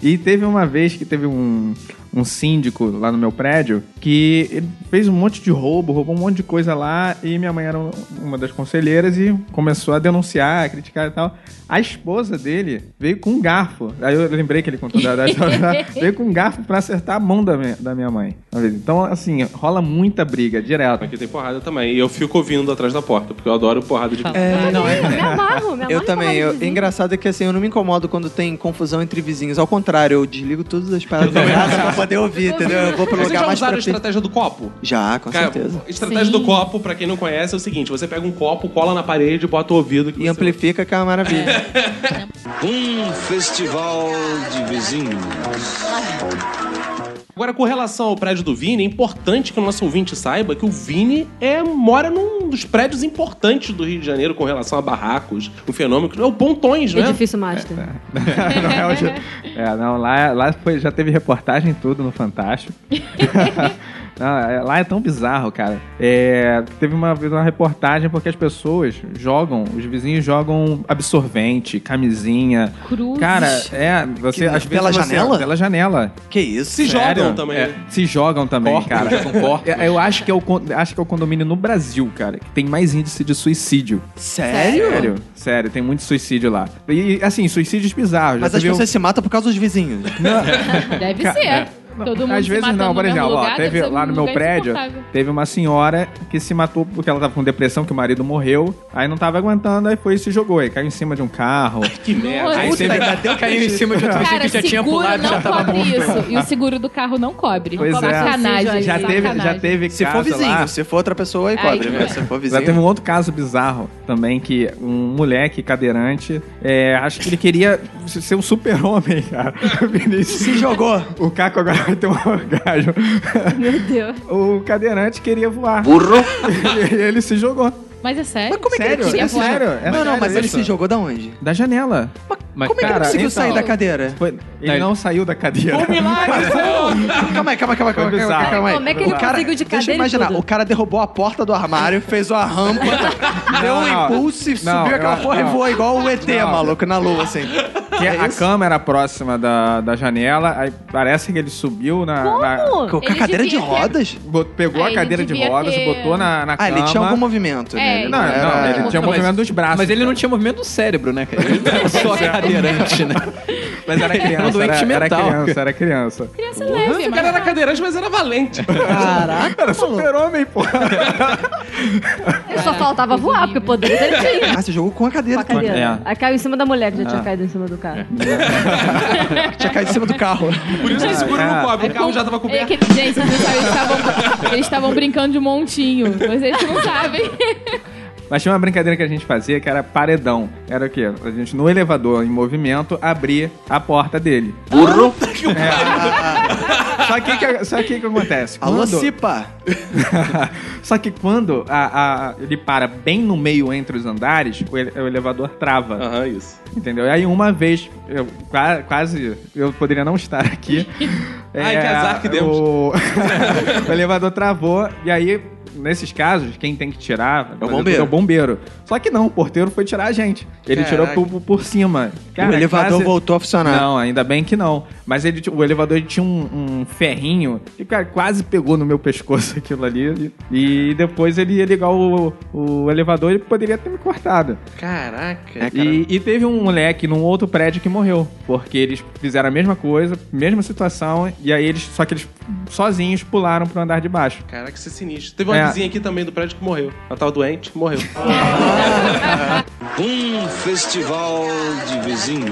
Speaker 7: E teve uma vez que teve um, um síndico lá no meu prédio que ele fez um monte de roubo, roubou um monte de coisa lá e minha mãe era um- uma das conselheiras e começou a denunciar, a criticar e tal. A esposa dele veio com um garfo. Aí eu lembrei que ele contou da, da história. da- veio com um garfo pra acertar a mão da minha, da minha mãe. Uma vez. Então, assim, rola muita briga, direto.
Speaker 1: Aqui tem porrada também. E eu fico ouvindo atrás da porta, porque eu adoro porrada de
Speaker 2: É, não, é.
Speaker 4: Me amarro, me amarro.
Speaker 2: Eu também.
Speaker 4: em
Speaker 2: Eu,
Speaker 4: vizinho.
Speaker 2: engraçado é que assim, eu não me incomodo quando tem confusão entre vizinhos. Ao contrário, eu desligo todas as paradas da casa pra poder ouvir, entendeu? Eu vou pro
Speaker 1: Vocês
Speaker 2: lugar
Speaker 1: já
Speaker 2: mais
Speaker 1: usaram
Speaker 2: pra
Speaker 1: a estratégia do copo?
Speaker 2: Já, com
Speaker 1: Cara,
Speaker 2: certeza.
Speaker 1: a estratégia do copo, pra quem não conhece, é o seguinte: você pega um copo, cola na parede, bota o ouvido que
Speaker 2: E amplifica que é uma maravilha.
Speaker 8: Um festival de vizinhos.
Speaker 1: Agora, com relação ao prédio do Vini, é importante que o nosso ouvinte saiba que o Vini é, mora num dos prédios importantes do Rio de Janeiro com relação a barracos, um fenômeno que é o Pontões, né?
Speaker 4: Edifício Master.
Speaker 7: não, é hoje-
Speaker 3: né?
Speaker 7: é, não, lá, lá foi- já teve reportagem e tudo no Fantástico. Não, é- lá é tão bizarro, cara. É, teve uma vez uma reportagem porque as pessoas jogam, os vizinhos jogam absorvente, camisinha.
Speaker 3: Cruzes.
Speaker 7: Cara, é. Você,
Speaker 2: Que-
Speaker 7: às vezes
Speaker 2: pela
Speaker 7: você-
Speaker 2: janela?
Speaker 7: Pela janela.
Speaker 2: Que isso?
Speaker 1: Se
Speaker 7: Sério?
Speaker 1: jogam também.
Speaker 2: né?
Speaker 7: É, se jogam também, cara.
Speaker 1: jogam corpos.
Speaker 7: É, Eu acho que, é o, con- acho que é o condomínio no Brasil, cara, que tem mais índice de suicídio.
Speaker 2: Sério?
Speaker 7: Sério, sério, tem muito suicídio lá. E, assim, suicídios bizarros. já
Speaker 2: Mas as
Speaker 7: teve um-
Speaker 2: pessoas se matam por causa dos vizinhos.
Speaker 3: Deve
Speaker 7: Ca-
Speaker 3: ser.
Speaker 7: é.
Speaker 3: Todo mundo
Speaker 7: Às
Speaker 3: se
Speaker 7: vezes
Speaker 3: matando
Speaker 7: não,
Speaker 3: no
Speaker 7: por
Speaker 3: mesmo
Speaker 7: exemplo, ó,
Speaker 3: lugar, deve
Speaker 7: teve
Speaker 3: ser
Speaker 7: lá no
Speaker 3: um
Speaker 7: meu
Speaker 3: lugar
Speaker 7: prédio,
Speaker 3: insuportável.
Speaker 7: teve uma senhora que se matou porque ela tava com depressão, que o marido morreu, aí não tava aguentando, aí foi e se jogou, aí caiu em cima de um carro.
Speaker 1: Que merda.
Speaker 7: Aí
Speaker 6: Puta,
Speaker 7: teve-
Speaker 6: ainda deu caiu em cima de outro vizinho
Speaker 3: Cara,
Speaker 6: que já tinha
Speaker 3: seguro
Speaker 6: pulado,
Speaker 3: não
Speaker 6: já tava
Speaker 3: cobre
Speaker 6: morto.
Speaker 3: isso. E o seguro do carro não cobre.
Speaker 7: Pois é.
Speaker 3: Sacanagem. tá
Speaker 7: Já teve, já
Speaker 3: sacanagem.
Speaker 7: teve
Speaker 2: Se for
Speaker 7: caso
Speaker 2: vizinho,
Speaker 7: lá-
Speaker 2: se for outra pessoa, aí
Speaker 3: Ai,
Speaker 2: cobre.
Speaker 3: que
Speaker 2: mas se for
Speaker 7: Já teve
Speaker 2: vizinho.
Speaker 7: um outro caso bizarro também, que um moleque cadeirante, é, acho que ele queria ser um super-homem, cara. Vinícius.
Speaker 2: Se jogou.
Speaker 7: O Caco agora vai ter um orgasmo.
Speaker 3: Meu Deus.
Speaker 7: O cadeirante queria voar. Burro! ele, ele se jogou.
Speaker 3: Mas é sério? Mas
Speaker 2: como é que
Speaker 7: Sério,
Speaker 2: ele queria
Speaker 7: é
Speaker 2: voar?
Speaker 7: sério. é
Speaker 2: Não, não,
Speaker 7: sério
Speaker 2: mas ele
Speaker 7: isso.
Speaker 2: se jogou da onde?
Speaker 7: Da janela.
Speaker 6: Mas,
Speaker 2: Como é que ele
Speaker 7: Cara,
Speaker 2: conseguiu sair
Speaker 7: então-
Speaker 2: da cadeira?
Speaker 7: Foi- ele não saiu da cadeira.
Speaker 2: Calma aí, calma aí, calma aí,
Speaker 7: Foi
Speaker 2: calma aí, calma aí,
Speaker 7: bizarro.
Speaker 2: calma aí.
Speaker 4: Como é que ele
Speaker 2: O cara-
Speaker 4: conseguiu de
Speaker 2: Deixa eu
Speaker 4: cadeira e
Speaker 2: imaginar,
Speaker 4: tudo?
Speaker 2: o cara derrubou a porta do armário, fez uma rampa, deu um
Speaker 7: não.
Speaker 2: impulso e
Speaker 7: Não,
Speaker 2: subiu aquela
Speaker 7: eu-
Speaker 2: porra e
Speaker 7: não.
Speaker 2: voou igual o ET,
Speaker 7: Não.
Speaker 2: maluco, na lua, assim.
Speaker 7: Que a cama era próxima da, da janela, aí parece que ele subiu na. na-
Speaker 4: Como?
Speaker 2: Com a
Speaker 3: Ele
Speaker 2: cadeira de
Speaker 3: devia ter-
Speaker 2: rodas?
Speaker 7: bot- pegou
Speaker 3: Ah,
Speaker 7: a
Speaker 3: ele
Speaker 7: cadeira de
Speaker 3: devia
Speaker 7: rodas,
Speaker 3: ter-
Speaker 7: botou na, na
Speaker 2: Ah,
Speaker 7: cama.
Speaker 2: ele tinha algum movimento,
Speaker 3: É,
Speaker 2: né? Ele
Speaker 7: Não,
Speaker 2: era-
Speaker 7: não, ele tinha um
Speaker 6: Não, mas-
Speaker 7: movimento dos braços.
Speaker 6: Mas ele não tinha movimento do cérebro, né, cara? Ele era só cadeirante, né?
Speaker 7: Mas era criança.
Speaker 6: um doente
Speaker 7: era,
Speaker 6: mental.
Speaker 7: Era criança, era criança.
Speaker 3: Criança tá leve,
Speaker 1: O
Speaker 3: mas-
Speaker 1: cara era cadeirante, mas é. era valente.
Speaker 2: Caraca,
Speaker 7: Era super-homem, pô.
Speaker 4: Eu só faltava voar, porque poderia ele tinha.
Speaker 2: Ah, você jogou com a
Speaker 4: Com
Speaker 2: cadeira.
Speaker 4: a cadeira.
Speaker 7: É.
Speaker 4: Aí caiu em cima da mulher, que já tinha
Speaker 7: Ah.
Speaker 4: caído em cima do
Speaker 2: É,
Speaker 4: cara.
Speaker 2: Tinha caído em cima do carro.
Speaker 1: Por isso que seguro
Speaker 7: Ah,
Speaker 1: não
Speaker 7: é.
Speaker 1: cobre. O carro já tava
Speaker 3: É
Speaker 1: coberto.
Speaker 3: que, gente, vocês não sabem, eles estavam- eles estavam brincando de montinho. Vocês não sabem.
Speaker 7: Mas tinha uma brincadeira que a gente fazia que era paredão. Era o quê? A gente, no elevador, em movimento, abria a porta dele. É.
Speaker 6: Burro!
Speaker 7: Só que o que, só que, o que acontece?
Speaker 2: Alô,
Speaker 7: Quando-
Speaker 2: Cipa.
Speaker 7: Só que quando a- a- ele para bem no meio entre os andares, o, ele- o elevador trava.
Speaker 1: Aham, isso.
Speaker 7: Entendeu? E aí uma vez, eu qua- quase, eu poderia não estar aqui. É,
Speaker 1: Ai, que azar que demos.
Speaker 7: O... o elevador travou, e aí, nesses casos, quem tem que tirar fazer tudo
Speaker 2: bombeiro.
Speaker 7: é o bombeiro. Só que não, o porteiro foi tirar a gente. Ele
Speaker 1: Caraca.
Speaker 7: tirou por, por cima. Cara,
Speaker 2: o elevador
Speaker 7: quase-
Speaker 2: voltou a funcionar.
Speaker 7: Não, ainda bem que não. Mas ele, ti- o elevador ele tinha um, um ferrinho que cara, quase pegou no meu pescoço aquilo ali. E, e depois ele ia ligar o, o elevador e poderia ter me cortado.
Speaker 1: Caraca.
Speaker 2: É, cara.
Speaker 7: E, e teve um moleque num outro prédio que morreu, porque eles fizeram a mesma coisa, mesma situação, e aí eles, só que eles sozinhos pularam pro andar de baixo.
Speaker 1: Caraca, isso é sinistro. Teve uma
Speaker 7: É.
Speaker 1: vizinha aqui também do prédio que morreu. Ela tava doente, morreu.
Speaker 8: Um festival de vizinhos.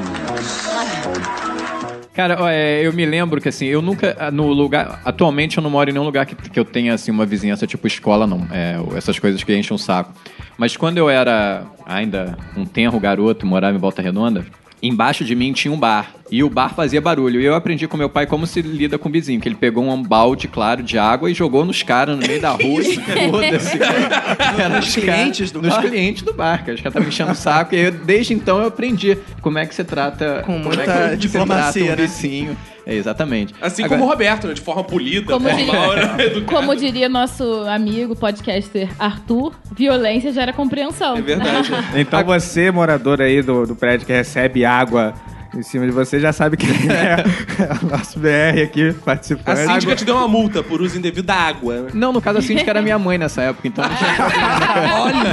Speaker 6: Cara, ó, é, eu me lembro que assim, eu nunca, ah, no lugar, atualmente eu não moro em nenhum lugar que, que eu tenha assim uma vizinhança tipo escola, não, é, ou essas coisas que enchem o saco. Mas quando eu era ainda um tenro garoto, morava em Volta Redonda, Embaixo de mim tinha um bar. E o bar fazia barulho. E eu aprendi com meu pai como se lida com o vizinho. Que ele pegou um balde, claro, de água e jogou nos caras no meio da rua. e Foda-se. Era
Speaker 2: Nos
Speaker 6: os caras-
Speaker 2: clientes do
Speaker 6: nos
Speaker 2: bar?
Speaker 6: é. clientes do bar, cara. Os caras estavam tá enchendo o saco. E eu, desde então eu aprendi como é que você trata...
Speaker 2: Com
Speaker 6: como é que
Speaker 2: muita
Speaker 6: você trata
Speaker 2: diplomacia,
Speaker 6: um
Speaker 2: né?
Speaker 6: vizinho. É, exatamente.
Speaker 1: Assim
Speaker 7: Ah,
Speaker 6: Agora-
Speaker 1: como
Speaker 7: tá.
Speaker 1: o Roberto, né? De forma polida,
Speaker 3: Como
Speaker 1: formal,
Speaker 3: diria-
Speaker 1: né? Educada.
Speaker 3: Como diria nosso amigo podcaster Arthur, violência gera compreensão. É verdade.
Speaker 7: Então você, morador aí do, do prédio que recebe água em cima de você, já sabe que é o nosso BR aqui participando.
Speaker 1: Assim A síndica te deu uma multa por uso indevido da água. né?
Speaker 6: Não, no caso a síndica era minha mãe nessa época, então... Olha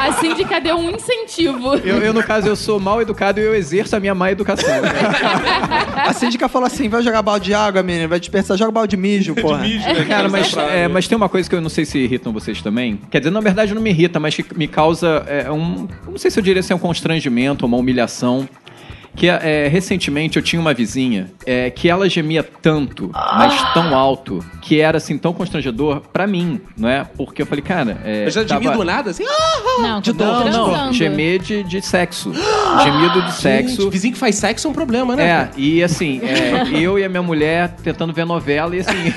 Speaker 3: A síndica deu um incentivo.
Speaker 6: Eu, eu, no caso, eu sou mal educado e eu exerço a minha má educação.
Speaker 2: A síndica falou assim: vai jogar balde de água, menina, vai dispersar, joga balde de mijo, porra.
Speaker 1: né?
Speaker 6: Cara, mas, é, mas tem uma coisa que eu não sei se irritam vocês também. Quer dizer, na verdade não me irrita, mas que me causa é, um. Não sei se eu diria se é um constrangimento, uma humilhação. Que é, recentemente eu tinha uma vizinha é, que ela gemia tanto, mas tão alto, que era assim tão constrangedor pra mim, não é? Porque eu falei, cara. É,
Speaker 1: Eu já admiro
Speaker 6: tava-
Speaker 1: do nada, assim.
Speaker 3: Não,
Speaker 6: Ah, de
Speaker 3: quando tá
Speaker 6: dor, não.
Speaker 3: transando.
Speaker 6: Gemer de, de sexo. Gemido de sexo.
Speaker 1: Gente, vizinho que faz sexo é um problema, né?
Speaker 6: É, e assim, é, eu e a minha mulher tentando ver novela e assim.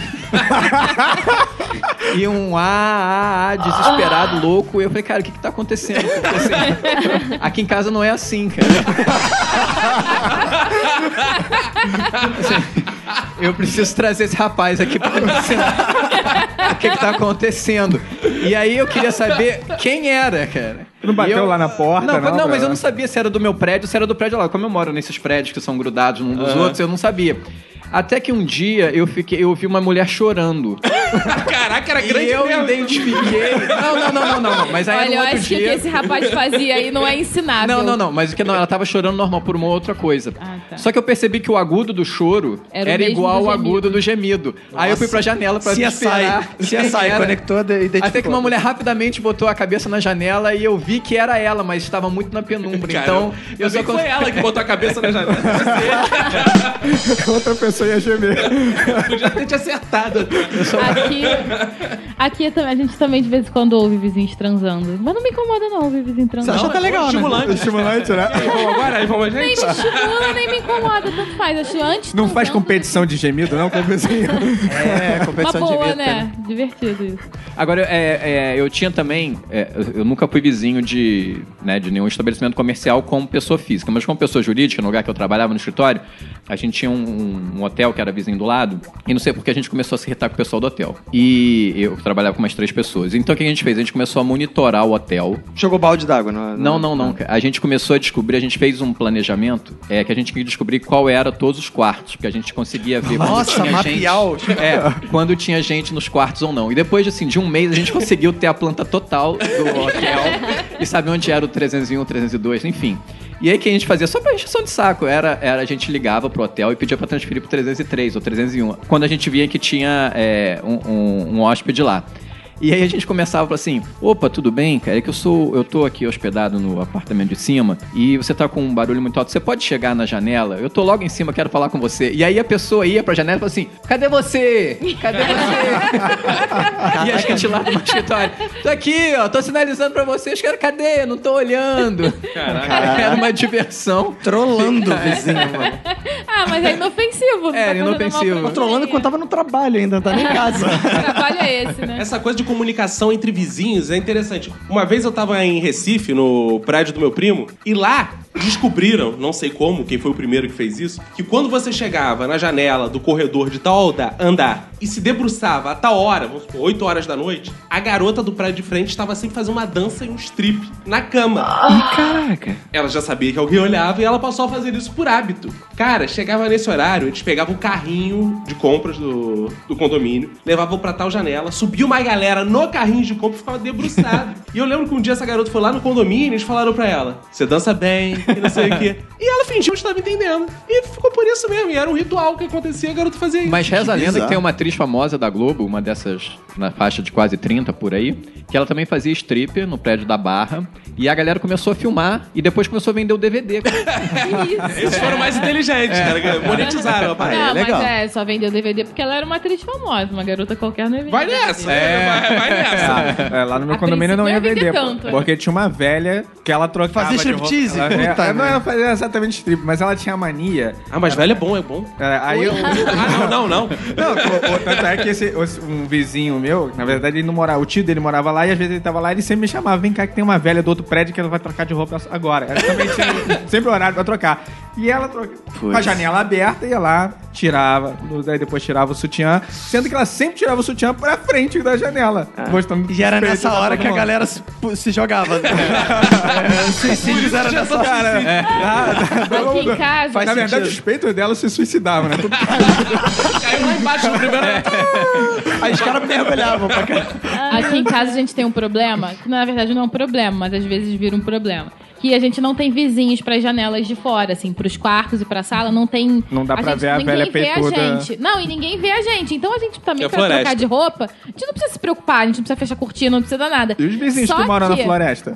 Speaker 6: e um ah, ah, ah, desesperado, louco. E eu falei, cara, o que, que tá acontecendo? Porque, assim, aqui em casa não é assim, cara. Assim, eu preciso trazer esse rapaz aqui pra você. O que, que tá acontecendo? E aí eu queria saber quem era, cara.
Speaker 7: Tu não bateu
Speaker 6: E eu-
Speaker 7: lá na porta,
Speaker 6: não,
Speaker 7: não,
Speaker 6: não, mas
Speaker 7: cara?
Speaker 6: eu não sabia se era do meu prédio, se era do prédio lá. Como eu moro nesses prédios que são grudados um dos
Speaker 7: Aham.
Speaker 6: outros, eu não sabia. Até que um dia eu fiquei, eu ouvi uma mulher chorando.
Speaker 1: Caraca, era grande
Speaker 6: e eu
Speaker 1: mesmo.
Speaker 6: identifiquei. Não, não, não, não, não, não. Mas aí era
Speaker 3: Olha,
Speaker 6: um
Speaker 3: eu
Speaker 6: outro
Speaker 3: acho que o que
Speaker 6: dia.
Speaker 3: esse rapaz fazia aí não é ensinável.
Speaker 6: Não, não, não, mas o que não, ela tava chorando normal por uma outra coisa.
Speaker 3: tá.
Speaker 6: Só que eu percebi que o agudo do choro
Speaker 3: Era o
Speaker 6: era,
Speaker 3: mesmo
Speaker 6: igual
Speaker 3: do
Speaker 6: ao
Speaker 3: gemido.
Speaker 6: agudo do gemido. Aí eu fui pra janela pra
Speaker 2: CSI,
Speaker 6: esperar.
Speaker 2: CSI,
Speaker 6: quem era.
Speaker 2: conectou e identificou.
Speaker 6: Até que uma mulher rapidamente botou a cabeça na janela e eu vi que era ela, mas estava muito na penumbra.
Speaker 1: Cara,
Speaker 6: então,
Speaker 1: eu,
Speaker 6: eu só
Speaker 1: sei que foi
Speaker 6: consegui-
Speaker 1: ela que botou a cabeça na janela.
Speaker 7: Outra pessoa ia gemer.
Speaker 1: Podia ter te acertado.
Speaker 3: Aqui, aqui é também- a gente também de vez em quando ouve vizinhos transando. Mas não me incomoda não ouvir vizinho transando.
Speaker 2: Você acha
Speaker 7: é
Speaker 2: até legal, né?
Speaker 1: Estimulante.
Speaker 7: Estimulante, né?
Speaker 1: Bom, agora aí, vamos,
Speaker 3: Nem me
Speaker 1: gente.
Speaker 3: estimula, nem me incomoda, tanto faz. Acho antes
Speaker 7: Não faz competição de gemido, não, com o vizinho.
Speaker 2: É,
Speaker 3: uma
Speaker 2: competição
Speaker 3: boa,
Speaker 2: de vida.
Speaker 3: né? Divertido isso.
Speaker 6: Agora, é, é, eu tinha também. é, eu- eu nunca fui vizinho de, né, de nenhum estabelecimento comercial como pessoa física, mas como pessoa jurídica, no lugar que eu trabalhava no escritório, a gente tinha um, um- um hotel que era vizinho do lado, e não sei porque a gente começou a se irritar com o pessoal do hotel. E eu trabalhava com umas três pessoas. Então o que a gente fez? A gente começou a monitorar o hotel
Speaker 2: Jogou balde d'água, não é?
Speaker 6: não, não, não. cara. A gente começou a descobrir, a gente fez um planejamento é, que a gente queria descobrir qual era todos os quartos, porque a gente conseguia ver quando
Speaker 2: Nossa,
Speaker 6: tinha
Speaker 2: mapear os-
Speaker 6: gente. É, quando tinha gente nos quartos ou não. E depois assim, de um mês a gente conseguiu ter a planta total do hotel e saber onde era o 301, 302, enfim. E aí o que a gente fazia só pra encheção de saco, era, era a gente ligava pro hotel e pedia pra transferir pro 303 ou 301, quando a gente via que tinha é, um, um, um hóspede lá. E aí a gente começava a falar assim: opa, tudo bem, cara? É que eu sou. Eu tô aqui hospedado no apartamento de cima e você tá com um barulho muito alto. Você pode chegar na janela? Eu tô logo em cima, quero falar com você. E aí a pessoa ia pra janela e falava assim: cadê você? Cadê você? e a gente lá no escritório: tô aqui, ó, tô sinalizando pra vocês, cara, cadê? Eu não tô olhando.
Speaker 1: Caraca.
Speaker 6: Era uma diversão.
Speaker 2: Trolando o vizinho, mano.
Speaker 3: Ah, mas é inofensivo. tá
Speaker 6: É,
Speaker 3: fazendo mal pra
Speaker 6: inofensivo.
Speaker 3: ninguém.
Speaker 2: Trolando quando tava no trabalho ainda, não tá nem em casa.
Speaker 3: Que trabalho é esse, né?
Speaker 1: Essa coisa de comunicação entre vizinhos é interessante. Uma vez eu tava em Recife, no prédio do meu primo, e lá descobriram, não sei como, quem foi o primeiro que fez isso, que quando você chegava na janela do corredor de tal alda- andar e se debruçava a tal hora, vamos supor, 8 horas da noite, a garota do prédio de frente estava sempre fazendo uma dança e um strip na cama.
Speaker 2: Caraca.
Speaker 1: Ela já sabia que alguém olhava e ela passou a fazer isso por hábito. Cara, chegava nesse horário, eles pegavam o carrinho de compras do, do condomínio, levavam pra tal janela, subia uma galera no carrinho de compras e ficava debruçado. e eu lembro que um dia essa garota foi lá no condomínio e eles falaram pra ela: Você dança bem, e não sei o quê. E ela fingiu que estava entendendo. E ficou por isso mesmo. E era um ritual que acontecia, a garota fazia isso.
Speaker 6: Mas reza a lenda que
Speaker 2: bizarro.
Speaker 6: tem uma atriz famosa da Globo, uma dessas na faixa de quase 30 por aí, que ela também fazia strip no prédio da Barra. E a galera começou a filmar e depois começou a vender o DVD.
Speaker 1: Eles foram mais inteligentes, cara. Monetizaram a parada.
Speaker 3: não,
Speaker 2: legal.
Speaker 3: mas é, só vendeu DVD porque ela era uma atriz famosa, uma garota qualquer não ia vender
Speaker 1: Vai
Speaker 3: DVD.
Speaker 1: nessa, vai, vai nessa.
Speaker 7: É, lá no meu
Speaker 3: A é
Speaker 7: condomínio não ia ia vender.
Speaker 3: tanto.
Speaker 7: Porque tinha uma velha que ela trocava.
Speaker 2: Fazia
Speaker 7: de roupa-
Speaker 2: striptease?
Speaker 7: Ela-
Speaker 2: Puta
Speaker 7: é, não,
Speaker 2: merda.
Speaker 7: ela fazia exatamente strip, mas ela tinha a mania.
Speaker 1: Ah, mas velha é bom, é bom.
Speaker 7: aí eu.
Speaker 1: Ah, não, não, não.
Speaker 7: Não, o- o- tanto é que esse, esse- um vizinho meu, na verdade, ele não morava, o tio dele morava lá e às vezes ele tava lá e ele sempre me chamava: vem cá que tem uma velha do outro prédio que ela vai trocar de roupa agora. Era também tinha- sempre o horário pra trocar. E ela troca, com a
Speaker 12: Putz.
Speaker 7: janela aberta, ia lá, tirava, daí depois tirava o sutiã, sendo que ela sempre tirava o sutiã pra frente da janela. Mostrando
Speaker 2: Ah. E era
Speaker 7: peito
Speaker 2: nessa
Speaker 7: pra
Speaker 2: hora
Speaker 7: todo
Speaker 2: que a
Speaker 7: mundo.
Speaker 2: galera se, pu- se jogava. né? É, Os suicídios eram nessa hora. Ah,
Speaker 7: É.
Speaker 3: Aqui em casa.
Speaker 7: Na verdade, os peitos dela se suicidavam, né? Tudo
Speaker 1: Caiu lá embaixo no primeiro.
Speaker 2: Aí os caras mergulhavam pra cá.
Speaker 3: Aqui em casa a gente tem um problema, que na verdade não é um problema, mas às vezes vira um problema. Que a gente não tem vizinhos pras janelas de fora, assim, pros quartos e pra sala, não tem.
Speaker 7: Não dá pra
Speaker 3: gente-
Speaker 7: ver a
Speaker 3: ninguém
Speaker 7: velha
Speaker 3: vê
Speaker 7: peituda.
Speaker 3: a gente. Não, e ninguém vê a gente. Então a gente também,
Speaker 7: É
Speaker 3: pra
Speaker 7: floresta.
Speaker 3: trocar de roupa, a gente não precisa se preocupar, a gente não precisa fechar a cortina, não precisa dar nada.
Speaker 7: E os vizinhos
Speaker 3: Só
Speaker 7: que moram
Speaker 3: que-
Speaker 7: na floresta?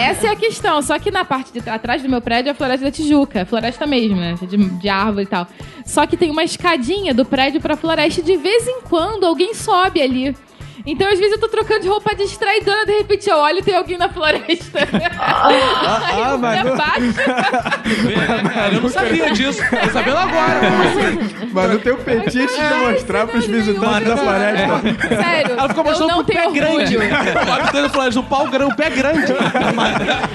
Speaker 3: É, essa é a questão. Só que na parte de atrás do meu prédio é a Floresta da Tijuca. é Floresta mesmo, né? De, de árvore e tal. Só que tem uma escadinha do prédio pra floresta e de vez em quando alguém sobe ali. Então, às vezes, eu tô trocando de roupa distraidora, de repente eu olho e tem alguém na floresta. É Aí eu
Speaker 7: Ah, mas não-
Speaker 3: baixo.
Speaker 1: Cara, eu não sabia disso. Tô sabendo agora.
Speaker 7: Mas o teu fetiche de mostrar pros visitantes da floresta.
Speaker 3: Sério.
Speaker 1: Ela ficou
Speaker 3: eu
Speaker 1: mostrando
Speaker 3: não
Speaker 1: pro pé
Speaker 3: tenho
Speaker 1: grande.
Speaker 3: orgulho.
Speaker 1: Olha o Flores, o pau grande, o pé grande.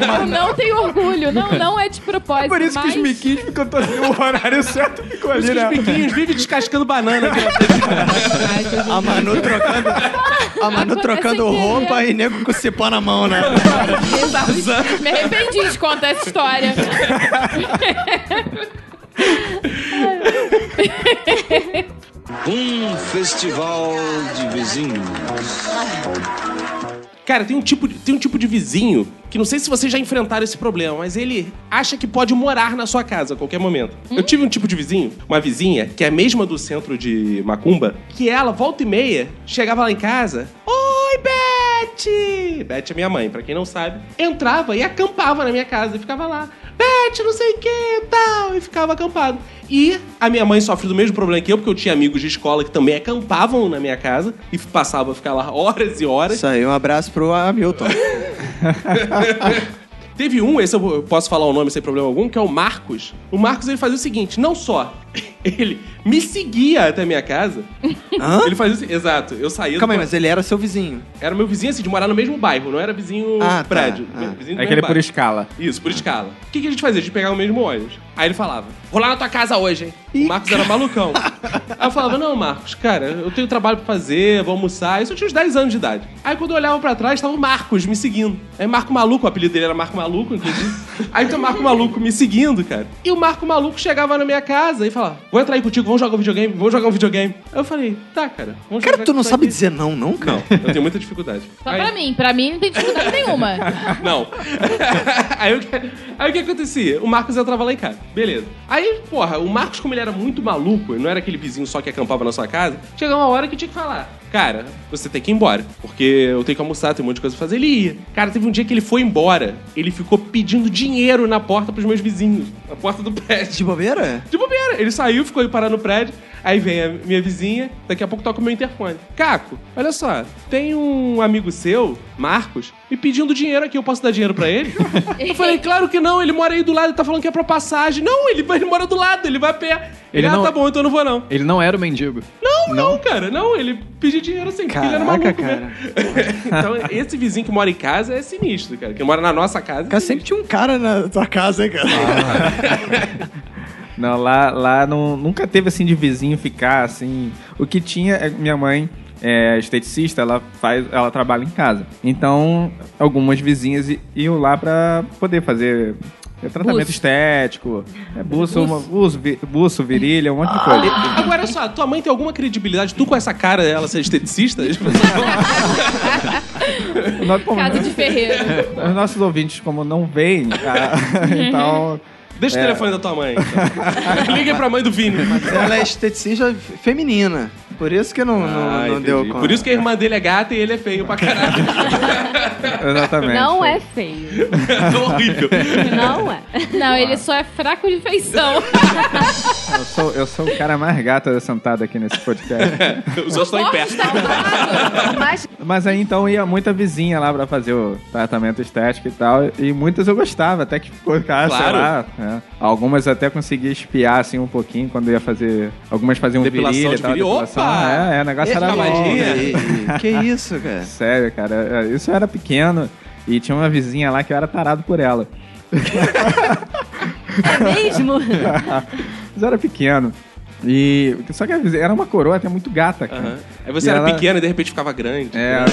Speaker 3: Eu não tenho orgulho. Não, não é de propósito.
Speaker 7: Por isso que
Speaker 3: mas-
Speaker 7: os miquinhos ficam todos no horário certo e ficam
Speaker 1: Por isso que
Speaker 7: ali, né?
Speaker 1: os biquinhos vivem descascando banana.
Speaker 2: A Manu trocando, a Manu trocando roupa e nego com cipó na mão, né?
Speaker 3: Me arrependi de contar essa história.
Speaker 8: Um
Speaker 1: tá-
Speaker 8: festival de vizinhos.
Speaker 1: Cara, tem um, tipo de, tem um tipo de vizinho que não sei se vocês já enfrentaram esse problema, mas ele acha que pode morar na sua casa a qualquer momento. Eu tive um tipo de vizinho, uma vizinha, que é a mesma do centro de Macumba, que ela, volta e meia, chegava lá em casa. Oi, Beth! Beth é minha mãe, pra quem não sabe. Entrava e acampava na minha casa e ficava lá. Beth, não sei o que tal, e ficava acampado. E a minha mãe sofre do mesmo problema que eu, porque eu tinha amigos de escola que também acampavam na minha casa e passavam a ficar lá horas e horas.
Speaker 2: Isso aí, um abraço pro Hamilton.
Speaker 1: Teve um, esse eu posso falar o nome sem problema algum, que é o Marcos. O Marcos ele fazia o seguinte: não só ele me seguia até a minha casa,
Speaker 2: Hã?
Speaker 1: ele fazia o se- Exato, eu saía
Speaker 2: Calma aí,
Speaker 1: do.
Speaker 2: mas ele era seu vizinho.
Speaker 1: Era meu vizinho assim, de morar no mesmo bairro, não era vizinho
Speaker 2: Ah, tá.
Speaker 1: prédio.
Speaker 2: Ah.
Speaker 1: meu- Vizinho do
Speaker 7: É
Speaker 1: mesmo
Speaker 7: que ele é por
Speaker 1: bairro.
Speaker 7: escala.
Speaker 1: Isso, por escala. O que, que a gente fazia? A gente pegava o mesmo ônibus. Aí ele falava: vou lá na tua casa hoje, hein? O Marcos era malucão. Aí eu falava: não, Marcos, cara, eu tenho trabalho pra fazer, vou almoçar. Isso eu tinha uns 10 anos de idade. Aí quando eu olhava pra trás, tava o Marcos me seguindo. Aí Marco Maluco, o apelido dele era Marco Maluco, inclusive. Aí tem o Marco Maluco me seguindo, cara. E o Marco Maluco chegava na minha casa e falava: vou entrar aí contigo, vamos jogar um videogame, vamos jogar um videogame. Aí eu falei: tá, cara, vamos
Speaker 2: Cara,
Speaker 1: jogar
Speaker 2: tu não
Speaker 1: isso
Speaker 2: sabe
Speaker 1: aí."
Speaker 2: dizer não, não, cara?
Speaker 1: Eu tenho muita dificuldade.
Speaker 3: Só pra mim. Pra mim não tem dificuldade nenhuma.
Speaker 1: Não. aí, o que, aí o que acontecia? O Marcos entrava lá em casa. Beleza. Aí, porra, o Marcos, como ele era muito maluco, ele não era aquele vizinho só que acampava na sua casa, chegava uma hora que tinha que falar. Cara, você tem que ir embora, porque eu tenho que almoçar, tem um monte de coisa pra fazer. Ele ia. Cara, teve um dia que ele foi embora, ele ficou pedindo dinheiro na porta pros meus vizinhos, na porta do prédio.
Speaker 2: De bobeira?
Speaker 1: De bobeira. Ele saiu, ficou aí parado no prédio. Aí vem a minha vizinha, daqui a pouco toca o meu interfone. Caco, olha só, tem um amigo seu, Marcos, me pedindo dinheiro aqui, eu posso dar dinheiro pra ele? eu falei, claro que não, ele mora aí do lado, ele tá falando que é pra passagem. Não, ele, ele mora do lado, ele vai a pé. Ele,
Speaker 6: Ele
Speaker 1: ah,
Speaker 6: não-
Speaker 1: tá bom, então eu não vou não.
Speaker 6: Ele não era o mendigo.
Speaker 1: Não, não, cara, não, ele pediu dinheiro assim, porque ele era maluco mesmo. então, esse vizinho que mora em casa é sinistro, cara, que mora na nossa casa. é
Speaker 2: Cara, sempre tinha um cara na tua casa, hein, cara?
Speaker 7: Não, lá, lá não, nunca teve assim de vizinho ficar assim. O que tinha é que minha mãe. É esteticista, ela faz, ela trabalha em casa. Então, algumas vizinhas i- iam lá pra poder fazer é, tratamento
Speaker 1: Buço.
Speaker 7: estético, é, buço,
Speaker 1: Buço.
Speaker 7: uma- buço, vi- buço, virilha, um monte de coisa.
Speaker 1: Ah. Agora olha só, tua mãe tem alguma credibilidade? Tu com essa cara dela ser esteticista?
Speaker 7: Nós- como-
Speaker 3: Casa de ferreiro.
Speaker 7: né? Os nossos ouvintes, como não veem, tá? ah, então
Speaker 1: Deixa o
Speaker 2: É.
Speaker 1: telefone da tua mãe. então. Liga pra mãe do Vini.
Speaker 2: Ela é esteticista feminina. Por isso que não, não, não deu conta.
Speaker 1: Por isso que a irmã dele é gata e ele é feio pra caralho.
Speaker 2: Exatamente.
Speaker 4: Não é feio.
Speaker 1: É horrível.
Speaker 4: Não é.
Speaker 3: Não, ele só é fraco de feição.
Speaker 7: Eu sou, eu sou o cara mais gato sentado aqui nesse podcast.
Speaker 1: Os outros estão em pé.
Speaker 4: Mas
Speaker 7: Mas aí então ia muita vizinha lá pra fazer o tratamento estético e tal. E muitas eu gostava, até que ficou, cara, sei
Speaker 1: Claro.
Speaker 7: lá. né? Algumas até conseguia espiar assim um pouquinho quando ia fazer. Algumas faziam
Speaker 1: Depilação
Speaker 7: virilha
Speaker 1: de
Speaker 7: e tal.
Speaker 1: virilha.
Speaker 7: depilação.
Speaker 1: Opa!
Speaker 7: É, é, o negócio
Speaker 1: Esse
Speaker 7: era bom.
Speaker 1: cavadinha.
Speaker 2: Que isso, cara?
Speaker 7: Sério, cara. é, Isso eu era pequeno e tinha uma vizinha lá que eu era tarado por ela.
Speaker 4: é mesmo?
Speaker 7: Mas eu era pequeno. E. Só que a vizinha era uma coroa até muito gata, cara.
Speaker 1: Aí você
Speaker 7: E
Speaker 1: era
Speaker 7: ela-
Speaker 1: pequeno e de repente ficava grande.
Speaker 7: É.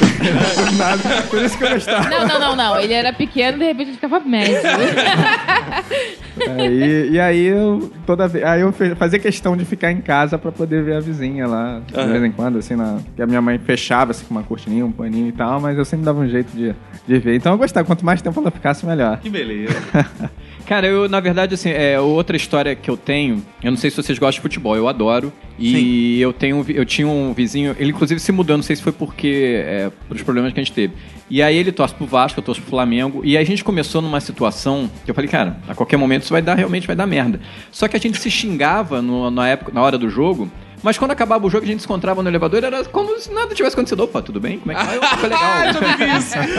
Speaker 7: Por isso que eu gostava.
Speaker 3: Não, não, não, não. Ele era pequeno e de repente ele ficava médio.
Speaker 7: Aí- É, e aí eu toda vez, aí eu fe- fazia questão de ficar em casa pra poder ver a vizinha lá de
Speaker 1: Aham.
Speaker 7: vez em quando, assim, na, que a minha mãe fechava assim com uma cortininha, um paninho e tal, mas eu sempre dava um jeito de, de ver. Então eu gostava, quanto mais tempo ela ficasse melhor.
Speaker 1: Que beleza.
Speaker 6: Cara, eu, na verdade, assim, é outra história que eu tenho. Eu não sei se vocês gostam de futebol, eu adoro. E eu tenho um vi- eu tinha um vizinho, ele inclusive se mudou, não sei se foi porque. É, pelos problemas que a gente teve. E aí ele torce pro Vasco, eu torço pro Flamengo. E aí a gente começou numa situação que eu falei, cara, a qualquer momento isso vai dar, realmente vai dar merda. Só que a gente se xingava no- na época, na hora do jogo. Mas quando acabava o jogo, a gente se encontrava no elevador, era como se nada tivesse acontecido. Opa, tudo bem? Como é que vai? Opa, foi legal.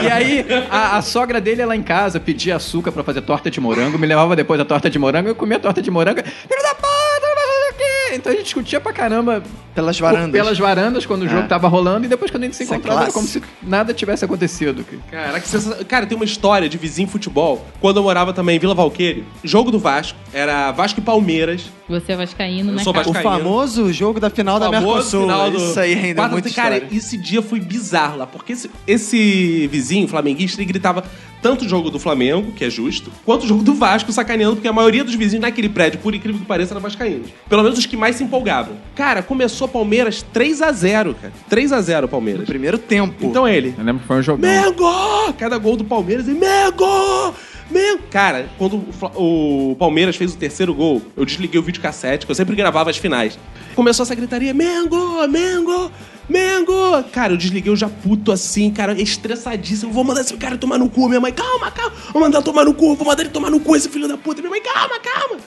Speaker 6: E aí, a, a sogra dele ia lá em casa pedia açúcar pra fazer torta de morango, me levava depois a torta de morango, eu comia a torta de morango. Filho da puta, não vai fazer o quê? Então a gente discutia pra caramba.
Speaker 2: Pelas
Speaker 6: por-
Speaker 2: varandas.
Speaker 6: Pelas varandas, quando o jogo
Speaker 2: É.
Speaker 6: tava rolando, e depois quando a gente se
Speaker 2: Isso é
Speaker 6: encontrava, era como
Speaker 2: classe.
Speaker 6: se nada tivesse acontecido.
Speaker 1: Cara, que sensa- Cara, tem uma história de vizinho futebol. Quando eu morava também em Vila Valqueire, jogo do Vasco, era Vasco e Palmeiras.
Speaker 3: Você é vascaíno, né?
Speaker 1: Eu sou
Speaker 3: cara?
Speaker 2: O
Speaker 1: vascaíno.
Speaker 2: famoso jogo da final da
Speaker 1: famoso
Speaker 2: Mercosul.
Speaker 1: final do-
Speaker 2: Isso aí rende
Speaker 1: Quatro-
Speaker 2: muito
Speaker 1: Cara,
Speaker 2: história.
Speaker 1: esse dia foi bizarro lá, porque esse, esse vizinho flamenguista, ele gritava tanto o jogo do Flamengo, que é justo, quanto o jogo do Vasco, sacaneando, porque a maioria dos vizinhos naquele prédio, por incrível que pareça, era vascaínos. Pelo menos os que mais se empolgavam. Cara, começou Palmeiras 3 a 0 cara. 3 a 0 Palmeiras.
Speaker 2: primeiro tempo.
Speaker 1: Então ele...
Speaker 7: Eu lembro que foi um jogão.
Speaker 1: Mengo! Cada gol do Palmeiras e Mengo! Mengo! Cara, quando o Fla- o Palmeiras fez o terceiro gol, eu desliguei o videocassete, que eu sempre gravava as finais. Começou essa gritaria: Mengo! Mengo! Mengo! Cara, eu desliguei, eu já puto assim, cara, estressadíssimo. Vou mandar esse cara tomar no cu, minha mãe, calma, calma. Vou mandar tomar no cu, vou mandar ele tomar no cu, esse filho da puta. Minha mãe, calma, calma.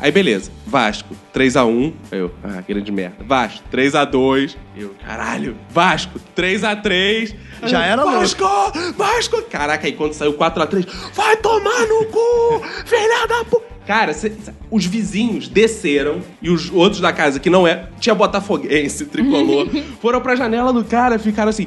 Speaker 1: Aí beleza, Vasco, 3x1. Eu, ah, grande merda. Vasco, 3x2. Eu, caralho. Vasco, 3x3.
Speaker 2: Já era louco.
Speaker 1: Vasco, Vasco. Caraca, aí quando saiu 4x3, vai tomar no cu, filha da puta. Cara, cê- cê- os vizinhos desceram e os outros da casa, que não é, tinha botafoguense, tricolor, foram pra janela do cara e ficaram assim,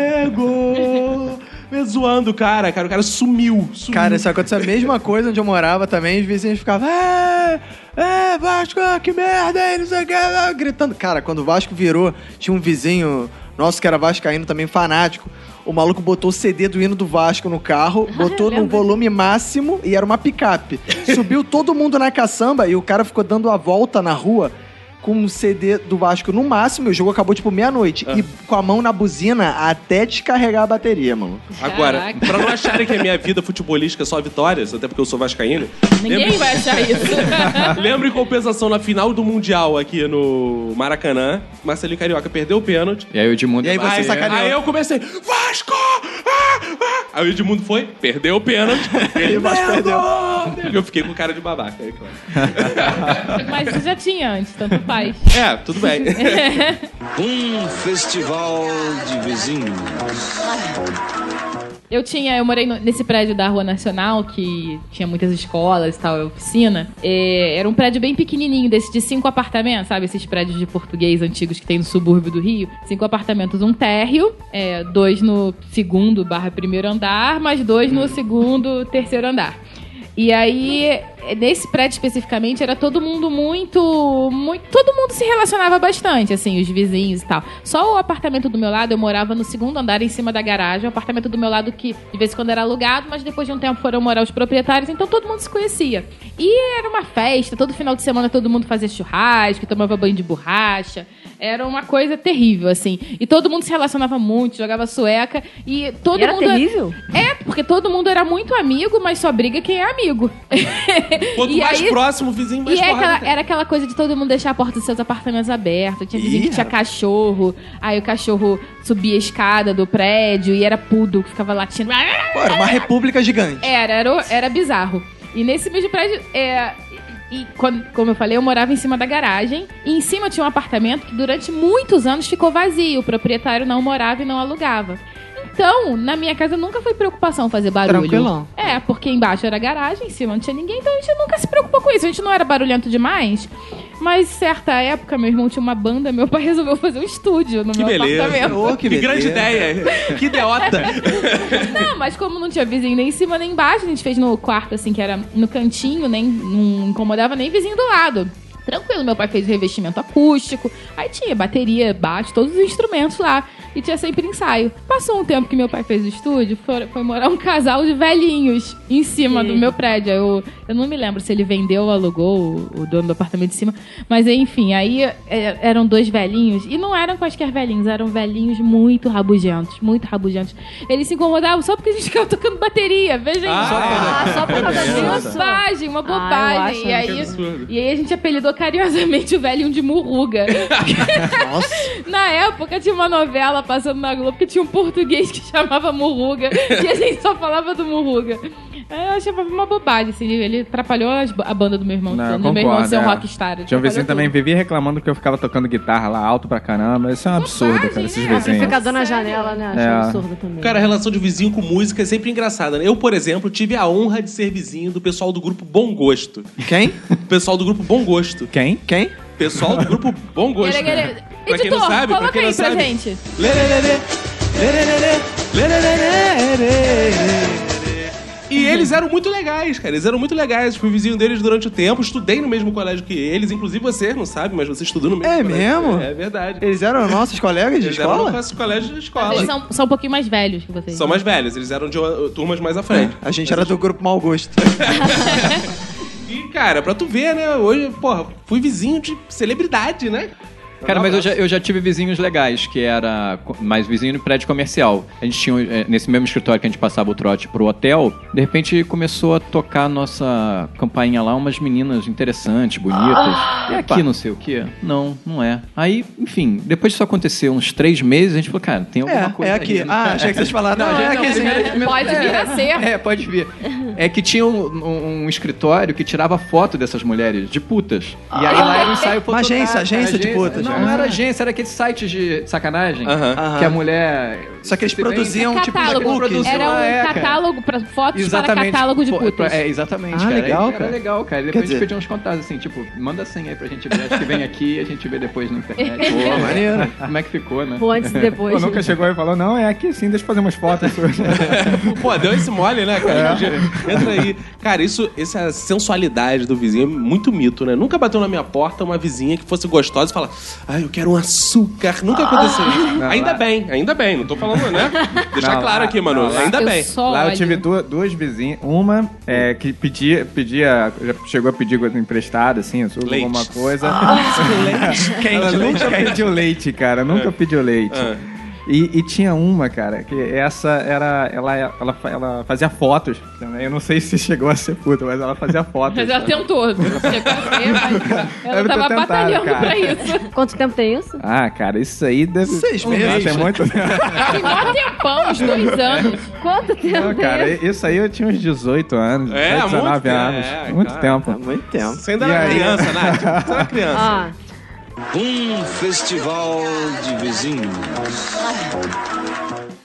Speaker 1: mego, me zoando o cara, cara, o cara sumiu, sumiu.
Speaker 2: Cara, isso aconteceu a mesma coisa onde eu morava também. Os vizinhos ficavam, é, é, Vasco, que merda, hein, não sei o que, ah", gritando. Cara, quando o Vasco virou, tinha um vizinho nosso que era vascaíno também, fanático. O maluco botou o CD do hino do Vasco no carro, botou no volume máximo e era uma picape. Subiu todo mundo na caçamba e o cara ficou dando a volta na rua com o CD do Vasco no máximo e o jogo acabou tipo meia-noite. E com a mão na buzina até descarregar a bateria, mano.
Speaker 1: Agora,
Speaker 3: Caraca.
Speaker 1: pra não acharem que a minha vida futebolística é só vitórias, até porque eu sou vascaíno,
Speaker 3: Ninguém vai achar isso.
Speaker 1: lembra em compensação na final do Mundial aqui no Maracanã, Marcelinho Carioca perdeu o pênalti.
Speaker 6: E aí o Edmundo.
Speaker 2: E aí você
Speaker 1: Aí,
Speaker 2: sacaneou.
Speaker 1: aí eu comecei, Vasco! Ah, ah! Aí o Edmundo foi, perdeu o pênalti. Ele
Speaker 2: o Vasco
Speaker 1: perdeu. Eu fiquei com cara de babaca. aí, claro.
Speaker 3: Mas você já tinha antes, tanto faz.
Speaker 1: É, tudo bem.
Speaker 8: Um festival de vizinhos.
Speaker 3: Eu tinha, eu morei no- nesse prédio da Rua Nacional, que tinha muitas escolas e tal, e oficina. É, era um prédio bem pequenininho, desse de cinco apartamentos, sabe? Esses prédios de português antigos que tem no subúrbio do Rio. Cinco apartamentos, um térreo, é, dois no segundo barra primeiro andar, mais dois no segundo, terceiro andar. E aí eh, nesse prédio especificamente, era todo mundo muito, muito. Todo mundo se relacionava bastante, assim, os vizinhos e tal. Só o apartamento do meu lado, eu morava no segundo andar, em cima da garagem. O apartamento do meu lado que de vez em quando era alugado, mas depois de um tempo foram morar os proprietários, então todo mundo se conhecia. E era uma festa, todo final de semana todo mundo fazia churrasco, tomava banho de borracha. Era uma coisa terrível, assim. E todo mundo se relacionava muito, jogava sueca. E todo
Speaker 4: E era
Speaker 3: mundo.
Speaker 4: terrível?
Speaker 3: É, porque todo mundo era muito amigo, mas só briga quem é amigo.
Speaker 1: Quanto
Speaker 3: E
Speaker 1: mais
Speaker 3: aí-
Speaker 1: próximo, o vizinho mais
Speaker 3: E é
Speaker 1: porrada
Speaker 3: aquela-
Speaker 1: tem.
Speaker 3: era aquela coisa de todo mundo deixar a porta dos seus apartamentos aberta. Tinha vizinho que tinha cachorro, aí o cachorro subia a escada do prédio e era pudo que ficava latindo.
Speaker 2: Pô, era uma república gigante.
Speaker 3: Era, era, o- era bizarro. E nesse mesmo prédio, é, e quando- como eu falei, eu morava em cima da garagem. E em cima tinha um apartamento que durante muitos anos ficou vazio. O proprietário não morava e não alugava. Então, na minha casa nunca foi preocupação fazer barulho.
Speaker 13: Tranquilão.
Speaker 3: É, porque embaixo era garagem, em cima não tinha ninguém, então a gente nunca se preocupou com isso. A gente não era barulhento demais. Mas certa época, meu irmão tinha uma banda, meu pai resolveu fazer um estúdio no
Speaker 1: Que
Speaker 3: meu
Speaker 1: beleza.
Speaker 3: apartamento.
Speaker 1: Ô, que grande ideia. Que idiota.
Speaker 3: Não, mas como não tinha vizinho nem em cima nem embaixo, a gente fez no quarto, assim, que era no cantinho, nem não incomodava nem vizinho do lado. Tranquilo, meu pai fez revestimento acústico, aí tinha bateria, baixo, todos os instrumentos lá, e tinha sempre ensaio. Passou um tempo que meu pai fez o estúdio, foi, foi morar um casal de velhinhos em cima do meu prédio. Eu, eu não me lembro se ele vendeu ou alugou o, o dono do apartamento de cima, mas enfim, aí é, eram dois velhinhos, e não eram quaisquer velhinhos, eram velhinhos muito rabugentos, muito rabugentos. Eles se incomodavam só porque a gente ficava tocando bateria, veja isso.
Speaker 4: Ah, só por causa
Speaker 3: Uma
Speaker 4: disso.
Speaker 3: bobagem, uma
Speaker 4: Ah, eu
Speaker 3: bobagem.
Speaker 4: acho
Speaker 3: e,
Speaker 4: que
Speaker 3: aí,
Speaker 4: absurdo.
Speaker 3: e aí a gente apelidou carinhosamente o velhinho de Murruga. na época tinha uma novela passando na Globo que tinha um português que chamava Murruga e a gente só falava do Murruga. Aí Eu achava uma bobagem, assim, ele atrapalhou as- a banda do meu irmão.
Speaker 7: Não, eu
Speaker 3: do meu irmão
Speaker 7: concordo,
Speaker 3: ser um
Speaker 7: é.
Speaker 3: rockstar. ele
Speaker 7: Tinha um vizinho
Speaker 3: atrapalhou
Speaker 7: também, vivia reclamando que eu ficava tocando guitarra lá alto pra caramba. Isso é um absurdo, cara, esses vizinhos.
Speaker 4: Amplificador na janela, né? Acho
Speaker 7: É.
Speaker 4: um absurdo também.
Speaker 1: Cara, a relação de vizinho com música é sempre engraçada. né? Eu, por exemplo, tive a honra de ser vizinho do pessoal do grupo Bom Gosto.
Speaker 2: Quem?
Speaker 1: O pessoal do grupo Bom Gosto.
Speaker 7: Quem?
Speaker 2: Quem?
Speaker 1: Pessoal do grupo Bom
Speaker 3: tudo.
Speaker 1: Gosto.
Speaker 3: Ele- é ele-
Speaker 1: Pra quem não
Speaker 3: Editor,
Speaker 1: sabe, pra
Speaker 3: coloca
Speaker 1: quem não
Speaker 3: aí pra
Speaker 1: sabe.
Speaker 3: gente.
Speaker 1: E eles eram muito legais, cara. Eles eram muito legais. Fui vizinho deles durante o tempo, estudei no mesmo colégio que eles. Inclusive você, não sabe, mas você estudou no mesmo
Speaker 2: É
Speaker 1: colégio.
Speaker 2: mesmo?
Speaker 1: É verdade.
Speaker 2: Eles eram nossos colegas de
Speaker 1: Eles eram
Speaker 2: escola?
Speaker 1: nossos colégios de
Speaker 3: Eles
Speaker 1: escola. São...
Speaker 3: são, são um pouquinho mais velhos que vocês.
Speaker 1: mais velhos, eles eram de uh, turmas mais à frente.
Speaker 7: É.
Speaker 2: A gente era do grupo Mau Gosto.
Speaker 1: E, cara, pra tu ver, né? Hoje, porra, fui vizinho de celebridade, né?
Speaker 6: Cara, mas eu já, eu já tive vizinhos legais, que era co- mais vizinho no prédio comercial. A gente tinha, um, eh, nesse mesmo escritório que a gente passava o trote pro hotel, de repente começou a tocar a nossa campainha lá, umas meninas interessantes, bonitas.
Speaker 2: Ah!
Speaker 6: e aqui não sei o quê. Não, não é. Aí, enfim, depois disso aconteceu uns três meses, a gente falou, cara, tem alguma
Speaker 2: É,
Speaker 6: coisa
Speaker 2: é
Speaker 6: aí,
Speaker 2: aqui.
Speaker 6: né?
Speaker 2: Ah, achei que vocês falaram.
Speaker 6: Não,
Speaker 2: Não,
Speaker 6: não,
Speaker 2: é aqui assim.
Speaker 3: não, pode vir a ser.
Speaker 6: É, pode vir. É que tinha um, um- um escritório que tirava foto dessas mulheres, de putas. E aí lá era um ensaio
Speaker 2: Uma agência,
Speaker 6: fotográfico,
Speaker 2: agência de putas. né?
Speaker 6: Não, não era agência, era aquele site de sacanagem que
Speaker 2: Aham.
Speaker 6: a mulher.
Speaker 2: Só que eles
Speaker 6: se bem-
Speaker 2: produziam, tipo,
Speaker 3: catálogo.
Speaker 6: Produziam,
Speaker 3: Era um
Speaker 6: ah, é, cara.
Speaker 3: catálogo pra fotos para
Speaker 6: Exatamente.
Speaker 3: catálogo de
Speaker 6: Pô,
Speaker 3: putas.
Speaker 6: É, exatamente,
Speaker 2: Ah,
Speaker 6: cara.
Speaker 2: legal,
Speaker 6: Era
Speaker 2: cara.
Speaker 6: legal, cara. E
Speaker 2: Quer
Speaker 6: Depois a
Speaker 2: dizer-
Speaker 6: gente pediu uns contatos assim, tipo, manda a senha aí pra gente ver. Acho que vem aqui e a gente vê depois na internet.
Speaker 2: Pô, maneiro.
Speaker 6: Como é que ficou, né?
Speaker 4: Ou antes e depois.
Speaker 7: Pô, nunca chegou e falou, não, é aqui sim, deixa eu fazer umas fotos. suas.
Speaker 1: Pô, deu esse mole, né,
Speaker 7: É.
Speaker 1: cara? Entra aí. Cara, isso, essa sensualidade do vizinho é muito mito, né? Nunca bateu na minha porta uma vizinha que fosse gostosa e fala, ai, eu quero um açúcar. Nunca aconteceu isso.
Speaker 7: Não,
Speaker 1: ainda
Speaker 7: Ah. lá-
Speaker 1: bem, ainda bem. Não tô falando, né? Deixar
Speaker 7: Não,
Speaker 1: claro
Speaker 7: lá-
Speaker 1: aqui, mano.
Speaker 7: não, lá-
Speaker 1: ainda
Speaker 3: Eu
Speaker 1: bem.
Speaker 3: só
Speaker 7: Lá eu
Speaker 3: olho.
Speaker 7: tive duas, duas vizinhas. Uma é, que pedia, pedia, já chegou a pedir coisa emprestada, assim, açúcar,
Speaker 1: Leite.
Speaker 7: alguma coisa.
Speaker 1: Ah,
Speaker 7: Ela
Speaker 1: é
Speaker 2: Quente, leite
Speaker 7: nunca
Speaker 2: quente.
Speaker 7: pediu leite, cara. Nunca pediu leite. E, e tinha uma, cara, que essa era. Ela, ela, ela fazia fotos. né? Eu não sei se chegou a ser puta, mas ela fazia fotos.
Speaker 3: Mas ela um tentou. Chegou a ser, mas ela
Speaker 7: Deve ter
Speaker 3: tava
Speaker 7: tentado,
Speaker 3: batalhando
Speaker 7: cara.
Speaker 3: pra isso.
Speaker 4: Quanto tempo tem isso?
Speaker 7: Ah, cara, isso aí deve.
Speaker 2: Seis
Speaker 7: Nossa,
Speaker 2: meses.
Speaker 7: é muito.
Speaker 3: Tem mó tempão, uns dois anos.
Speaker 4: Quanto tempo
Speaker 7: Não,
Speaker 4: tem
Speaker 7: cara,
Speaker 4: isso?
Speaker 7: isso aí eu tinha uns 18 anos,
Speaker 1: É,
Speaker 7: 18,
Speaker 1: muito
Speaker 7: 19
Speaker 1: tempo,
Speaker 7: anos.
Speaker 1: é,
Speaker 7: muito
Speaker 1: cara.
Speaker 6: tá
Speaker 7: tempo.
Speaker 2: Há muito tempo.
Speaker 1: Você ainda
Speaker 7: E
Speaker 1: era
Speaker 7: aí?
Speaker 1: criança, Nath. Você era criança.
Speaker 4: Ah,
Speaker 8: Um festival de vizinhos.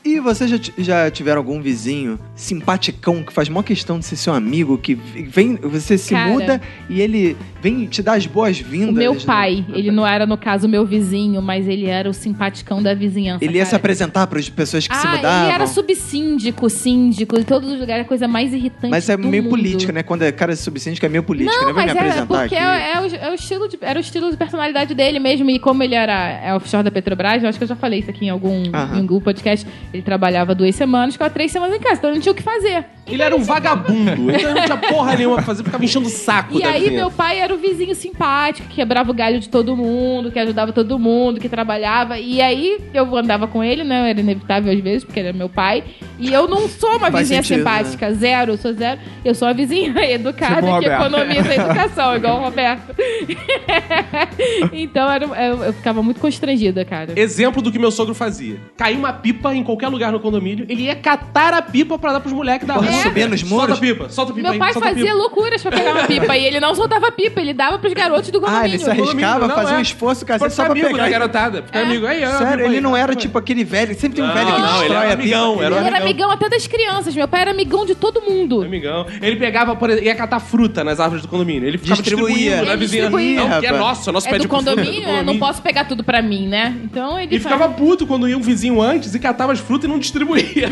Speaker 2: E E vocês já, ti- já tiveram algum vizinho simpaticão que faz maior questão de ser seu amigo, que v- vem, você se
Speaker 3: Cara.
Speaker 2: muda e ele vem te dar as
Speaker 3: O
Speaker 2: boas-vindas?
Speaker 3: meu
Speaker 2: né?
Speaker 3: pai, ele não era, no caso, meu vizinho, mas ele era o simpaticão da vizinhança.
Speaker 2: Ele ia se
Speaker 3: é cara.
Speaker 2: apresentar para as pessoas que se
Speaker 3: Ah,
Speaker 2: mudavam.
Speaker 3: ele era subsíndico, síndico, em todos os lugares, a coisa mais irritante
Speaker 2: Mas é
Speaker 3: do
Speaker 2: meio
Speaker 3: mundo.
Speaker 2: política, né? Quando é cara subsíndico é meio política, né?
Speaker 3: Não,
Speaker 2: Vem me
Speaker 3: mas era
Speaker 2: apresentar
Speaker 3: porque
Speaker 2: aqui.
Speaker 3: é, é o, é o estilo de, era o estilo de personalidade dele mesmo. E como ele era é, offshore da Petrobras, eu acho que eu já falei isso aqui em algum,
Speaker 1: Aham.
Speaker 3: em algum podcast. Ele trabalhava duas semanas, ficava três semanas em casa, então ele não tinha o que fazer.
Speaker 1: Ele era um vagabundo, então ele não tinha porra nenhuma pra fazer, ficava enchendo o saco
Speaker 3: E
Speaker 1: da
Speaker 3: aí
Speaker 1: vizinhança.
Speaker 3: meu pai era o vizinho simpático, que quebrava o galho de todo mundo, que ajudava todo mundo, que trabalhava. E aí eu andava com ele, né? Era inevitável às vezes, porque ele era meu pai. E eu não sou uma
Speaker 12: Faz
Speaker 3: vizinha
Speaker 12: sentido,
Speaker 3: simpática, zero, eu sou zero. Eu sou uma vizinha educada
Speaker 12: Tipo o
Speaker 3: que
Speaker 12: Roberto.
Speaker 3: economiza a educação, igual o Roberto. então era, eu, eu ficava muito constrangida, cara.
Speaker 1: Exemplo do que meu sogro fazia. Caiu uma pipa em qualquer lugar no condomínio, ele ia catar a pipa pra dar pros moleques da
Speaker 2: Porra,
Speaker 1: rua.
Speaker 2: subia nos
Speaker 1: Solta a pipa, solta a pipa
Speaker 3: Meu
Speaker 1: aí,
Speaker 3: pai
Speaker 1: solta a
Speaker 3: fazia
Speaker 1: pipa.
Speaker 3: loucuras pra pegar uma pipa e ele não soltava pipa, ele dava pros garotos do condomínio.
Speaker 2: Ah, ele se arriscava, fazia um esforço cacete
Speaker 1: é. Pra
Speaker 2: só
Speaker 1: ficar
Speaker 2: pra
Speaker 1: amigo
Speaker 2: pegar.
Speaker 1: da garotada,
Speaker 3: É.
Speaker 1: ficar amigo. Aí, ó,
Speaker 2: Sério,
Speaker 1: amigo
Speaker 2: ele
Speaker 1: aí,
Speaker 2: não era tipo aquele velho. Sempre tem um velho que
Speaker 1: não, ele
Speaker 2: destrói
Speaker 1: era
Speaker 2: a pipa.
Speaker 1: amigão, era um
Speaker 3: Ele era amigão até das crianças. Meu pai era amigão de todo mundo.
Speaker 1: Amigão. Ele pegava, por exemplo, ia catar fruta nas árvores do condomínio. Ele ficava
Speaker 2: Distribuía.
Speaker 1: distribuindo na
Speaker 2: Ele
Speaker 1: vizinhança.
Speaker 2: distribuía,
Speaker 1: Não, que é
Speaker 2: rapaz.
Speaker 1: nosso, é nosso
Speaker 3: é
Speaker 1: pé de
Speaker 3: do
Speaker 1: fruta,
Speaker 3: condomínio,
Speaker 1: do
Speaker 3: é, não
Speaker 1: condomínio.
Speaker 3: posso pegar tudo pra mim, né? Então ele
Speaker 1: E
Speaker 3: faz-
Speaker 1: ficava puto quando ia um vizinho antes e catava as frutas e não distribuía.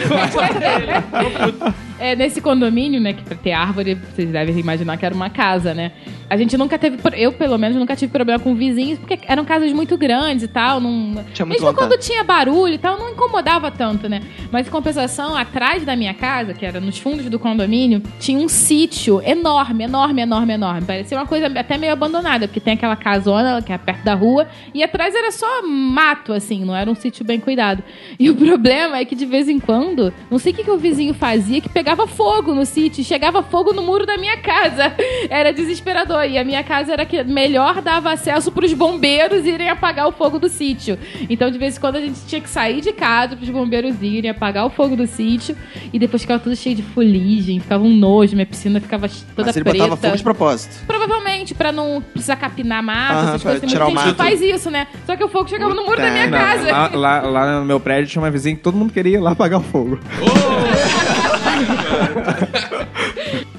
Speaker 3: É, nesse condomínio, né, que pra ter árvore, vocês devem imaginar que era uma casa, né? A gente nunca teve, pro- eu pelo menos nunca tive problema com vizinhos, porque eram casas muito grandes e tal, não...
Speaker 12: Tinha muito
Speaker 3: mesmo
Speaker 12: vontade.
Speaker 3: quando tinha barulho e tal, não incomodava tanto, né? Mas em compensação, atrás da minha casa, que era nos fundos do condomínio, tinha um sítio enorme, enorme, enorme, enorme. Parecia uma coisa até meio abandonada, porque tem aquela casona que é perto da rua, e atrás era só mato, assim, não era um sítio bem cuidado. E o problema é que de vez em quando, não sei o que, que o vizinho fazia, que pegava fogo no sítio, chegava fogo no muro da minha casa. Era desesperador. E a minha casa era que melhor dava acesso pros bombeiros irem apagar o fogo do sítio. Então, de vez em quando, a gente tinha que sair de casa pros bombeiros irem apagar o fogo do sítio. E depois ficava tudo cheio de fuligem, ficava um nojo, minha piscina ficava toda
Speaker 2: Mas ele
Speaker 3: preta.
Speaker 2: botava fogo de propósito.
Speaker 3: Provavelmente, pra não precisar capinar mato,
Speaker 7: Aham,
Speaker 3: essas
Speaker 7: pra
Speaker 3: coisas. Tem
Speaker 7: tirar o
Speaker 3: muita gente que
Speaker 7: mato.
Speaker 3: faz isso, né? Só que o fogo chegava no muro da minha
Speaker 7: Não,
Speaker 3: casa.
Speaker 7: Lá, lá- lá no meu prédio tinha uma vizinha que todo mundo queria ir lá apagar o fogo.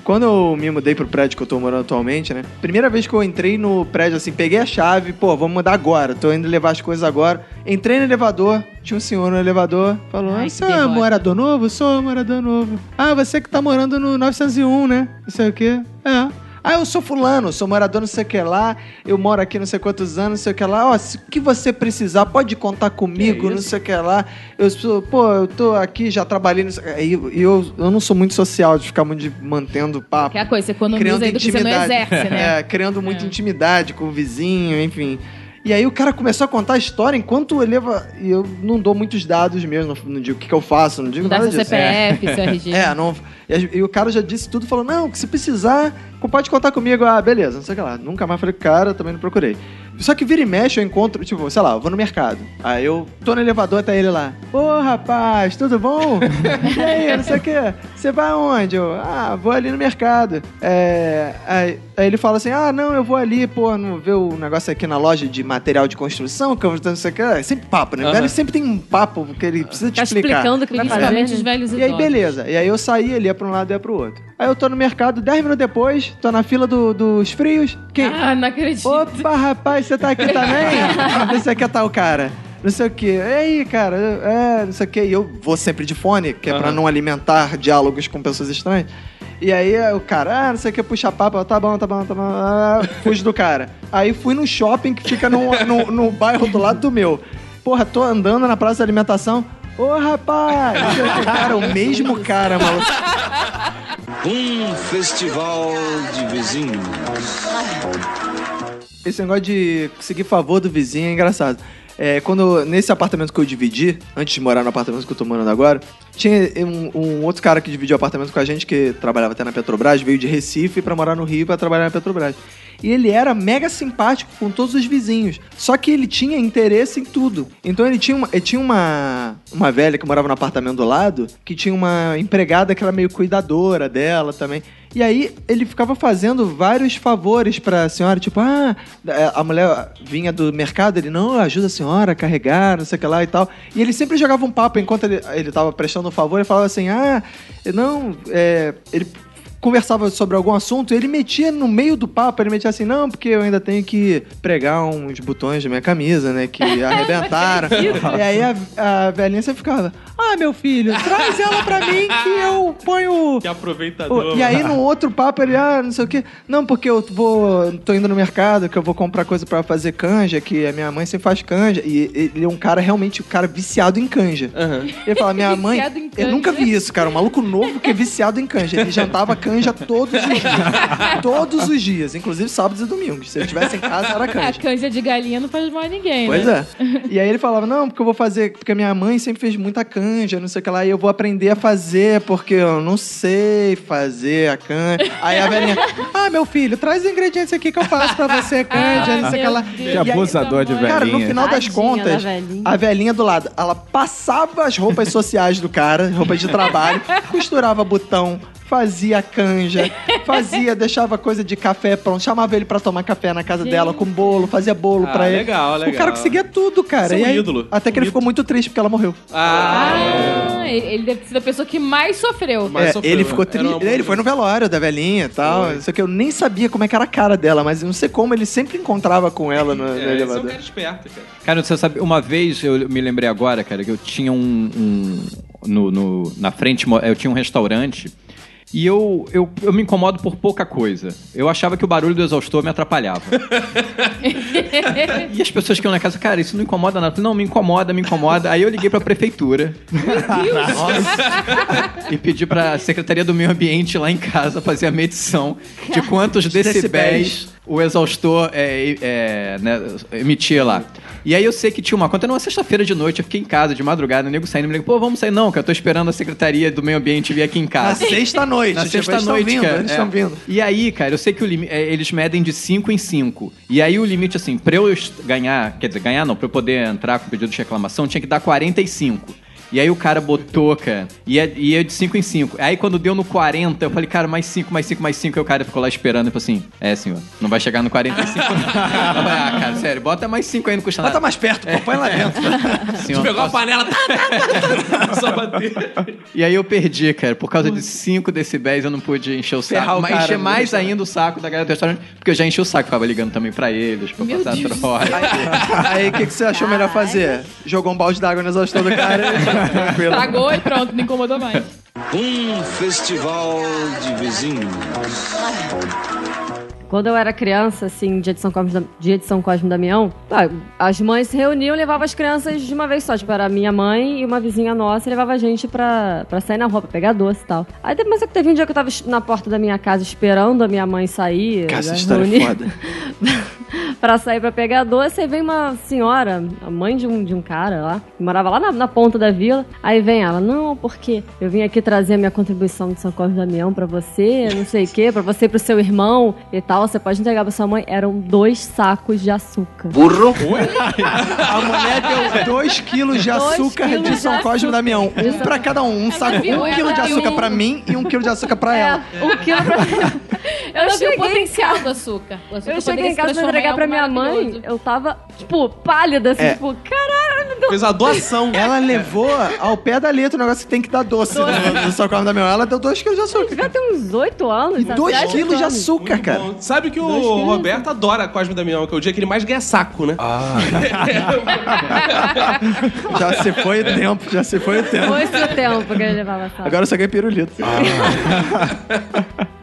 Speaker 2: Quando eu me mudei pro prédio que eu tô morando atualmente, né? Primeira vez que eu entrei no prédio, assim, peguei a chave, pô, vamos mudar agora, tô indo levar as coisas agora. Entrei no elevador, tinha um senhor no elevador, falou:
Speaker 13: Ai, que
Speaker 2: Você é
Speaker 13: derrota.
Speaker 2: morador novo? Sou morador novo. Ah, você que tá morando no 901, né? Não sei o quê. É. Ah, eu sou fulano, sou morador não sei o que lá, eu moro aqui não sei quantos anos, não sei o que lá. Ó, se- o que você precisar, pode contar comigo, não sei o que lá. Eu sou, pô, eu tô aqui, já trabalhei. não sei- E eu, eu, eu não sou muito social de ficar muito de- mantendo papo
Speaker 3: Que é a coisa, você economiza
Speaker 2: criando
Speaker 3: aí do que você não
Speaker 2: intimidade.
Speaker 3: exerce, né?
Speaker 2: É, criando muita intimidade com o vizinho, enfim. E aí o cara começou a contar a história enquanto eleva. E eu não dou muitos dados mesmo, não, não digo o que, que eu faço, não digo
Speaker 3: Não dá
Speaker 2: nada
Speaker 3: seu
Speaker 2: disso.
Speaker 3: CPF, seu RG.
Speaker 2: É, não. E, a- e o cara já disse tudo, falou: não, que se precisar, co- pode contar comigo. Ah, beleza, não sei o que lá. Nunca mais falei com o cara, também não procurei. Só que vira e mexe, eu encontro, tipo, sei lá, eu vou no mercado. Aí eu tô no elevador até ele lá. Ô rapaz, tudo bom? e aí, não sei o que. Você vai aonde? Eu, ah, vou ali no mercado. É, aí, aí ele fala assim: ah, não, eu vou ali, pô, não ver o negócio aqui na loja de material de construção, que eu não sei o que. É sempre papo, né?
Speaker 11: Aham.
Speaker 2: Velho sempre tem um papo que ele precisa te
Speaker 4: Tá
Speaker 2: explicar.
Speaker 4: explicando o que vai fazer, Principalmente né? os velhos
Speaker 2: E aí,
Speaker 4: idosos.
Speaker 2: beleza. E aí eu saí, ele ia pra um lado e ia pro outro. Aí eu tô no mercado, 10 minutos depois, tô na fila do- dos frios. Quem?
Speaker 3: Ah, não acredito.
Speaker 2: Opa, rapaz, você tá aqui também? não sei o que tá o cara. Não sei o que. E aí, cara? É, não sei o que. E eu vou sempre de fone, que é pra não alimentar diálogos com pessoas estranhas. E aí o cara, ah, não sei o que, puxa papo, eu, tá bom, tá bom, tá bom, ah, fujo do cara. Aí fui num shopping que fica num, num, num bairro do lado do meu. Porra, tô andando na praça de alimentação. Ô, rapaz! Cara, o mesmo cara, maluco.
Speaker 8: Um festival de vizinhos.
Speaker 2: Esse negócio de conseguir favor do vizinho é engraçado. É, quando nesse apartamento que eu dividi, antes de morar no apartamento que eu tô morando agora, tinha um, um outro cara que dividiu o apartamento com a gente, que trabalhava até na Petrobras, veio de Recife pra morar no Rio pra trabalhar na Petrobras. E ele era mega simpático com todos os vizinhos. Só que ele tinha interesse em tudo. Então ele tinha uma, ele tinha uma, uma velha que morava no apartamento do lado, que tinha uma empregada que era meio cuidadora dela também. E aí ele ficava fazendo vários favores pra senhora, tipo, ah, a mulher vinha do mercado, ele, não, ajuda a senhora a carregar, não sei o que lá e tal. E ele sempre jogava um papo enquanto ele, ele tava prestando um favor, ele falava assim, ah, não, é, ele conversava sobre algum assunto, ele metia no meio do papo, ele metia assim, não, porque eu ainda tenho que pregar uns botões da minha camisa, né, que arrebentaram. e aí a, a velhinha sempre ficava, ah, meu filho, traz ela pra mim que eu ponho...
Speaker 1: Que aproveitador.
Speaker 2: Pô, E aí no outro papo ele, ah, não sei o quê. Não, porque eu vou. tô indo no mercado, que eu vou comprar coisa pra fazer canja, que a minha mãe sempre faz canja. E ele é um cara realmente, um cara viciado em canja. Ele fala, minha mãe.
Speaker 1: Viciado em
Speaker 2: Eu
Speaker 1: canja.
Speaker 2: nunca vi isso, cara. Um maluco novo que é viciado em canja. Ele jantava canja todos os dias. todos os dias, inclusive sábados e domingos. Se ele estivesse em casa, era canja.
Speaker 3: A canja de galinha não faz mal a ninguém,
Speaker 2: Pois
Speaker 3: né?
Speaker 2: é. E aí ele falava, não, porque eu vou fazer, porque a minha mãe sempre fez muita canja, não sei o que lá, e eu vou aprender a fazer, porque eu não sei fazer a canja. Aí a velhinha, ah, meu filho, traz os ingredientes aqui que eu faço pra você a
Speaker 3: Ah,
Speaker 2: canja, não sei o que lá.
Speaker 6: Que
Speaker 2: E aí- então,
Speaker 6: abusador de
Speaker 2: Cara, no
Speaker 6: velhinha.
Speaker 2: final das
Speaker 6: Tadinha
Speaker 2: contas,
Speaker 6: da velhinha.
Speaker 2: a velhinha do lado, ela passava as roupas sociais do cara, roupas de trabalho, costurava botão, fazia canja, fazia, deixava coisa de café pronto, chamava ele pra tomar café na casa dela com bolo, fazia bolo
Speaker 1: Ah,
Speaker 2: pra ele.
Speaker 1: legal,
Speaker 2: O
Speaker 1: legal.
Speaker 2: cara conseguia tudo,
Speaker 1: Isso
Speaker 2: cara.
Speaker 1: é um Ah,
Speaker 2: E aí,
Speaker 1: ídolo.
Speaker 2: Até que ele ficou muito triste porque ela morreu.
Speaker 3: Ah, ele ele deve ter sido a pessoa que mais sofreu.
Speaker 2: É,
Speaker 1: né?
Speaker 2: ele ficou triste. Ele foi no velório da velhinha e tal. Não sei o que. Eu nem sabia como é que era a cara dela, mas não sei como ele sempre encontrava com ela no, no
Speaker 1: Esse é um
Speaker 2: elevador.
Speaker 1: cara esperto, cara.
Speaker 7: Cara, você sabe, uma vez eu me lembrei agora, cara, que eu tinha um. um- no, no- na frente, mo- eu tinha um restaurante. E eu, eu, eu me incomodo por pouca coisa. Eu achava que o barulho do exaustor me atrapalhava. e as pessoas que iam na casa, cara, isso não incomoda nada. Eu falei, Não, me incomoda, me incomoda. Aí eu liguei pra prefeitura. e pedi pra Secretaria do Meio Ambiente lá em casa fazer a medição de quantos
Speaker 2: Decibéis.
Speaker 7: decibéis o exaustor é, é, né, emitia lá. E aí eu sei que tinha uma conta, era uma sexta-feira de noite, eu fiquei em casa de madrugada, o nego saindo, me ligou, pô, vamos sair não, cara, eu tô esperando a Secretaria do Meio Ambiente vir aqui em
Speaker 2: Na
Speaker 7: casa.
Speaker 2: sexta-noite.
Speaker 7: Na
Speaker 2: tipo, eles tão
Speaker 7: sexta-noite,
Speaker 2: vindo,
Speaker 7: cara.
Speaker 2: Eles
Speaker 7: é.
Speaker 2: estão vindo.
Speaker 7: E aí, cara, eu sei que o limi- é, eles medem de 5 em 5. E aí o limite, assim, pra eu est- ganhar, quer dizer, ganhar não, pra eu poder entrar com pedido de reclamação, tinha que dar 45. E aí o cara botou, cara, e é, e é de 5 em 5. Aí quando deu no 40, eu falei, cara, mais 5, mais 5, mais 5. Aí o cara ficou lá esperando, tipo assim, é, senhor, não vai chegar no 45. não. Eu falei, ah, cara, sério, bota mais 5 aí, não custa nada. Bota
Speaker 2: tá mais perto, pô, põe lá dentro.
Speaker 7: senhor,
Speaker 1: pegou a panela, tá, tá, tá, tá, só bater.
Speaker 7: E aí eu perdi, cara. Por causa de 5 decibéis eu não pude encher o saco.
Speaker 1: Ferrar o
Speaker 7: mas
Speaker 1: cara,
Speaker 7: encher
Speaker 1: né?
Speaker 7: mais ainda o saco da galera do restaurante, porque eu já enchi o saco, ficava ligando também pra eles, pra
Speaker 2: Meu
Speaker 7: passar
Speaker 2: Deus.
Speaker 7: troca.
Speaker 2: Aí o que, que você achou melhor fazer? Jogou um balde d'água no exaustor do cara. Tranquilo.
Speaker 3: Tragou e pronto, não incomodou mais.
Speaker 14: Um festival de vizinhos.
Speaker 4: Quando eu era criança, assim, dia de São Cosme, da- dia de São Cosme e Damião, ah, as mães se reuniam e levavam as crianças de uma vez só. Tipo, era minha mãe e uma vizinha nossa e levava a gente pra, pra sair na rua, pra pegar doce e tal. Aí depois é que teve um dia que eu tava es- na porta da minha casa esperando a minha mãe sair.
Speaker 2: Cara, essa
Speaker 4: né,
Speaker 2: história é
Speaker 4: reunir-
Speaker 2: foda.
Speaker 4: pra sair pra pegar doce, aí vem uma senhora, a mãe de um, de um cara lá, que morava lá na, na ponta da vila. Aí vem ela, não, porque eu vim aqui trazer a minha contribuição do São Cosme e Damião pra você, não sei o quê, pra você e pro seu irmão e tal. Você pode entregar pra sua mãe. Eram dois sacos de açúcar.
Speaker 2: Burro. A mulher deu 2 quilos de
Speaker 4: Dois
Speaker 2: açúcar
Speaker 4: quilos
Speaker 2: de
Speaker 4: de
Speaker 2: São Cosme e Damião. Um pra cada um. Um saco,
Speaker 3: viu?
Speaker 2: um quilo de
Speaker 3: Ela-
Speaker 2: açúcar
Speaker 3: um-
Speaker 2: pra mim e um quilo de açúcar pra ela.
Speaker 4: Um quilo pra
Speaker 3: Eu, não vi o
Speaker 4: cheguei
Speaker 3: potencial do açúcar. O açúcar
Speaker 4: Eu cheguei
Speaker 3: Tipo, poderia
Speaker 4: em
Speaker 3: se
Speaker 4: casa pra
Speaker 3: transformar em
Speaker 4: entregar pra
Speaker 3: algo
Speaker 4: minha mãe, eu tava, tipo, pálida, assim,
Speaker 2: É.
Speaker 4: tipo, caralho,
Speaker 1: Fez a doação.
Speaker 2: Ela levou ao pé da letra o negócio que tem que dar doce
Speaker 4: Doce.
Speaker 2: no, no São Cosme e Damião. Ela deu 2 quilos de açúcar.
Speaker 4: Devia ter uns 8 anos, sabe?
Speaker 2: 2
Speaker 4: Sete,
Speaker 2: quilos
Speaker 4: oito
Speaker 2: de
Speaker 4: anos.
Speaker 2: açúcar, cara.
Speaker 1: Sabe que o Roberto adora Cosme Damião, que é o dia que ele mais ganha saco, né? Ah.
Speaker 2: Já se foi o tempo, já se foi o tempo.
Speaker 4: Foi esse o tempo que ele levava saco.
Speaker 2: Agora eu só ganhei pirulito.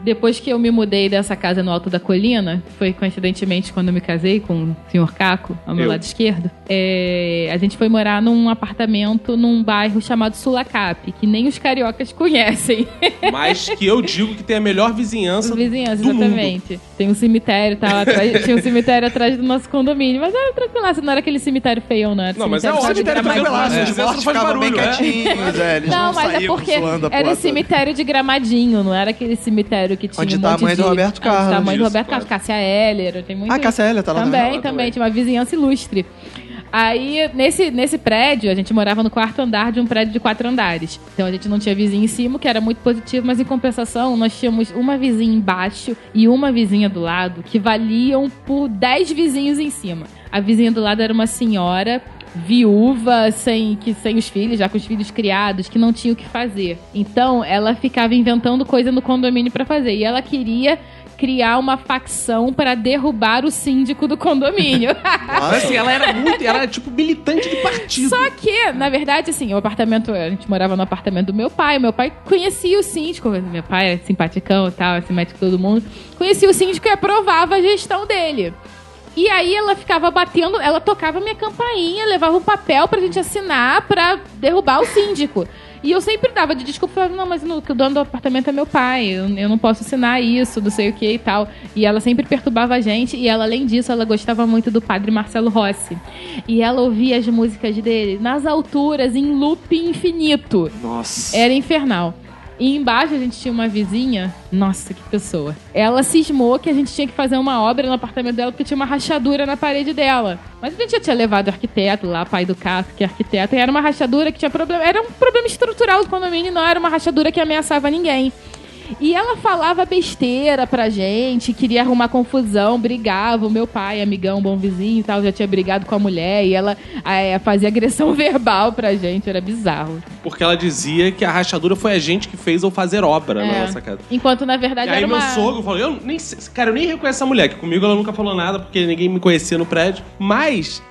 Speaker 3: Depois que eu me mudei dessa casa no alto da colina, foi coincidentemente quando eu me casei com o senhor Caco, ao meu
Speaker 15: Eu.
Speaker 3: lado esquerdo, é, a gente foi morar num apartamento num bairro chamado Sulacap, que nem os cariocas conhecem.
Speaker 1: Mas que eu digo que tem a melhor vizinhança.
Speaker 3: Vizinhança,
Speaker 1: do mundo.
Speaker 3: exatamente. Tem um cemitério, tá, atrás, tinha um cemitério atrás do nosso condomínio, mas era tranquilaço, não era aquele cemitério feio, não. Era
Speaker 1: Não, mas é
Speaker 3: cemitério
Speaker 1: um cemitério
Speaker 3: de gramado.
Speaker 1: tranquilaço, os
Speaker 2: Os mortos
Speaker 1: mortos não fazem
Speaker 2: ficavam bem
Speaker 1: barulho, né?
Speaker 2: quietinhos, é, eles não,
Speaker 3: não, mas é
Speaker 2: saíam
Speaker 3: porque
Speaker 2: zoando a
Speaker 3: era
Speaker 2: porra
Speaker 3: cemitério de gramadinho, não era aquele cemitério Império, que tinha
Speaker 2: Onde
Speaker 3: um
Speaker 2: tá a
Speaker 3: monte
Speaker 2: mãe do
Speaker 3: de-
Speaker 2: Roberto
Speaker 3: Ah, Onde tá a
Speaker 2: Carlos.
Speaker 3: mãe do
Speaker 2: Isso,
Speaker 3: Roberto
Speaker 2: claro.
Speaker 3: Carlos, Cássia Heller, tem muito...
Speaker 2: Ah, Cássia Eller tá lá na
Speaker 3: Também,
Speaker 2: janela
Speaker 3: também, tinha uma vizinhança ilustre. Aí, nesse, nesse prédio, a gente morava no quarto andar de um prédio de quatro andares. Então a gente não tinha vizinho em cima, o que era muito positivo, mas em compensação, nós tínhamos uma vizinha embaixo e uma vizinha do lado que valiam por dez vizinhos em cima. A vizinha do lado era uma senhora viúva, sem, que, sem os filhos, já com os filhos criados, que não tinha o que fazer. Então ela ficava inventando coisa no condomínio pra fazer. E ela queria criar uma facção pra derrubar o síndico do condomínio.
Speaker 1: Mas, assim, ela era muito. Ela era tipo militante de partido.
Speaker 3: Só que, na verdade, assim, o apartamento. A gente morava no apartamento do meu pai. Meu pai conhecia o síndico. Meu pai é simpaticão e tal, se mete com todo mundo. Conhecia o síndico e aprovava a gestão dele. E aí ela ficava batendo, ela tocava minha campainha, levava um papel pra gente assinar pra derrubar o síndico. E eu sempre dava de desculpa, falava, não, mas no, que o dono do apartamento é meu pai, eu, eu não posso assinar isso, não sei o que e tal. E ela sempre perturbava a gente, e ela, além disso, ela gostava muito do padre Marcelo Rossi. E ela ouvia as músicas dele nas alturas, em loop infinito.
Speaker 11: Nossa.
Speaker 3: Era infernal. E embaixo a gente tinha uma vizinha. Nossa, que pessoa. Ela cismou que a gente tinha que fazer uma obra no apartamento dela porque tinha uma rachadura na parede dela. Mas a gente já tinha levado o arquiteto lá, pai do Cássio, que é arquiteto, e era uma rachadura que tinha problema. Era um problema estrutural do condomínio, não era uma rachadura que ameaçava ninguém. E ela falava besteira pra gente, queria arrumar confusão, brigava. O meu pai, amigão, bom vizinho e tal, já tinha brigado com a mulher e ela eh, fazia agressão verbal pra gente, era bizarro.
Speaker 1: Porque ela dizia que a rachadura foi a gente que fez eu fazer obra
Speaker 3: É.
Speaker 1: na nossa casa.
Speaker 3: Enquanto na verdade
Speaker 1: e aí
Speaker 3: era
Speaker 1: meu
Speaker 3: uma...
Speaker 1: sogro falou, eu nem sei, cara, eu nem reconheço essa mulher, que comigo ela nunca falou nada porque ninguém me conhecia no prédio, mas